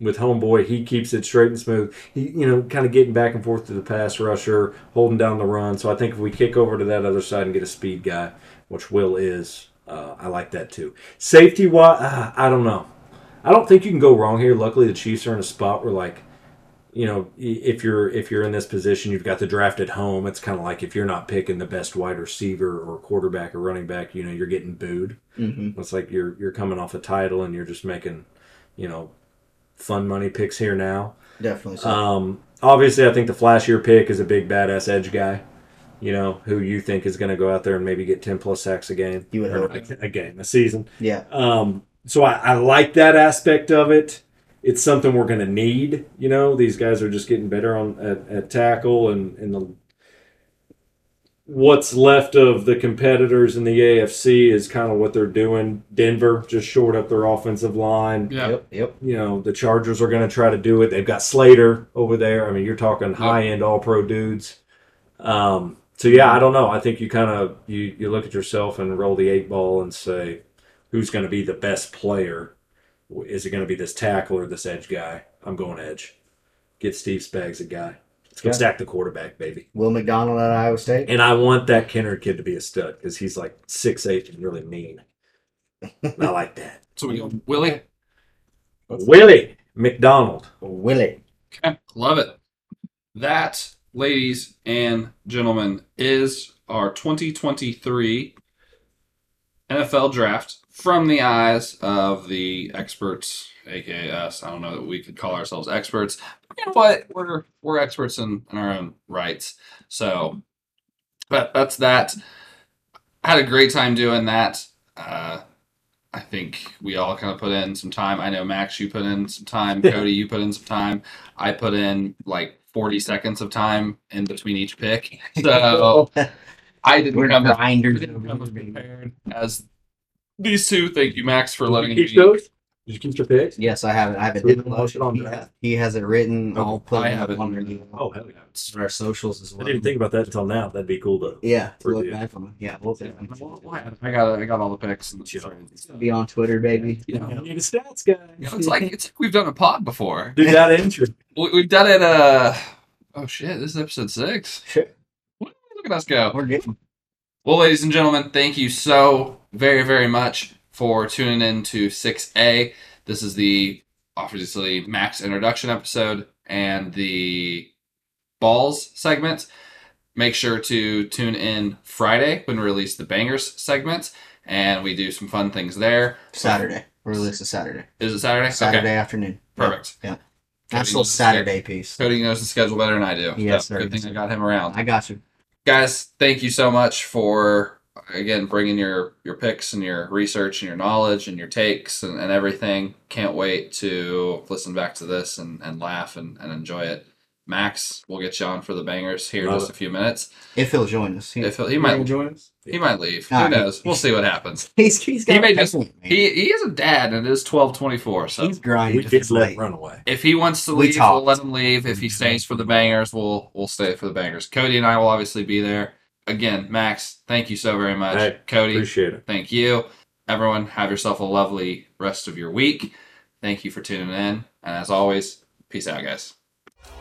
S3: with homeboy, he keeps it straight and smooth. He, you know, kind of getting back and forth to the pass rusher, holding down the run. So I think if we kick over to that other side and get a speed guy, which Will is, uh, I like that too. Safety wise, uh, I don't know. I don't think you can go wrong here. Luckily, the Chiefs are in a spot where like you know i- if you're if you're in this position you've got the draft at home it's kind of like if you're not picking the best wide receiver or quarterback or running back you know you're getting booed
S2: Mm-hmm.
S3: it's like you're you're coming off a title and you're just making you know fun money picks here now
S2: Definitely. So.
S3: um obviously i think the flashier pick is a big badass edge guy you know who you think is going to go out there and maybe get 10 plus sacks a game
S2: You would
S3: Or
S2: hope.
S3: not a game a season
S2: yeah.
S3: um, so I, I like that aspect of it. It's something we're going to need. You know, these guys are just getting better on at, at tackle and and the what's left of the competitors in the AFC is kind of what they're doing. Denver just shored up their offensive line.
S1: Yeah.
S2: Yep. Yep.
S3: You know, the Chargers are going to try to do it. They've got Slater over there. I mean, you're talking high end All Pro dudes. Um, so yeah, I don't know. I think you kind of you you look at yourself and roll the eight ball and say, who's going to be the best player? Is it going to be this tackle or this edge guy? I'm going edge. Get Steve Spags a guy. Let's go
S2: Yeah.
S3: stack the quarterback, baby.
S2: Will McDonald at Iowa State.
S3: And I want that Kennard kid to be a stud because he's like six eight and really mean. And I like that.
S1: So we go Willie.
S3: Willie McDonald.
S2: Willie.
S1: Okay. Love it. That, ladies and gentlemen, is our 2023 NFL draft from the eyes of the experts, aka us. I don't know that we could call ourselves experts. But you know what? We're we're experts in, in our own rights. So that that's that. I had a great time doing that. Uh, I think we all kind of put in some time. I know Max, you put in some time. Cody, you put in some time. I put in like 40 seconds of time in between each pick. So I didn't come
S2: grinders.
S1: didn't come as prepared as these two. Thank you, Max, for letting me.
S3: those? Did you keep your picks?
S2: Yes, I have it. I have it.
S3: So we
S2: in the
S3: can watch it on draft.
S2: He has it written. I'll
S1: Okay,
S2: put
S1: Oh, I
S2: it
S1: have it.
S2: up on the-
S3: Oh hell yeah!
S2: on our socials as
S3: I
S2: well.
S3: didn't think about that until now. That'd be cool though.
S2: Yeah, to
S3: Or
S2: look
S3: do.
S2: back on. Yeah, we'll do.
S1: I got I got all the picks. And
S2: Be on Twitter, baby.
S1: you know,
S3: need a stats guy.
S1: you know, it's like it's like we've done a pod before.
S3: Do that intro.
S1: We, we've done it. Uh oh shit! This is episode six.
S2: Shit.
S1: Look at us go.
S2: We're getting
S1: Well, ladies and gentlemen, thank you so very, very much for tuning in to 6A. This is the obviously Max introduction episode and the balls segment. Make sure to tune in Friday when we release the bangers segment, and we do some fun things there.
S2: Saturday. Release a Saturday.
S1: Is it Saturday?
S2: Saturday
S1: Okay,
S2: afternoon.
S1: perfect.
S2: That's still Saturday piece.
S1: Cody knows the schedule better than I do.
S2: Yes,
S1: So,
S2: sir.
S1: Good
S2: Yes,
S1: thing I
S2: sir.
S1: got him around.
S2: I got you.
S1: guys thank you so much for again bringing your your picks and your research and your knowledge and your takes and, and everything can't wait to listen back to this and, and laugh and, and enjoy it max we'll get you on for the bangers here in
S3: Love
S1: just
S3: it.
S1: a few minutes
S2: If he'll join us, he,
S1: if he, he might
S4: join us.
S1: he might leave
S2: Ah,
S1: who
S2: he-
S1: knows we'll see what happens
S2: he's he's
S1: he
S2: got
S1: may
S2: a
S1: just-
S2: petulant, man.
S1: he he is a dad and it is 1224 so
S2: he's grinding.
S3: We
S2: to
S3: did
S2: his
S3: let
S2: late.
S3: run away.
S1: if he wants to
S2: We
S1: leave, we will
S2: talked. Mm-hmm.
S1: let him leave. If he stays for the bangers, we'll we'll stay for the bangers. Cody and I will obviously be there. Again, Max, thank you so very much.
S3: Hey,
S1: Cody,
S3: Appreciate it.
S1: thank you. Everyone, have yourself a lovely rest of your week. Thank you for tuning in. And as always, peace out, guys.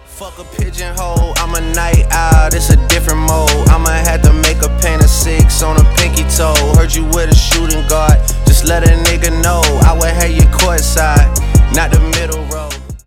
S5: Fuck a pigeonhole, I'm a night owl, this a different mode. I'ma have to make a pain of six on a pinky toe. Heard you with a shooting guard, just let a nigga know. I would have you courtside, not the middle.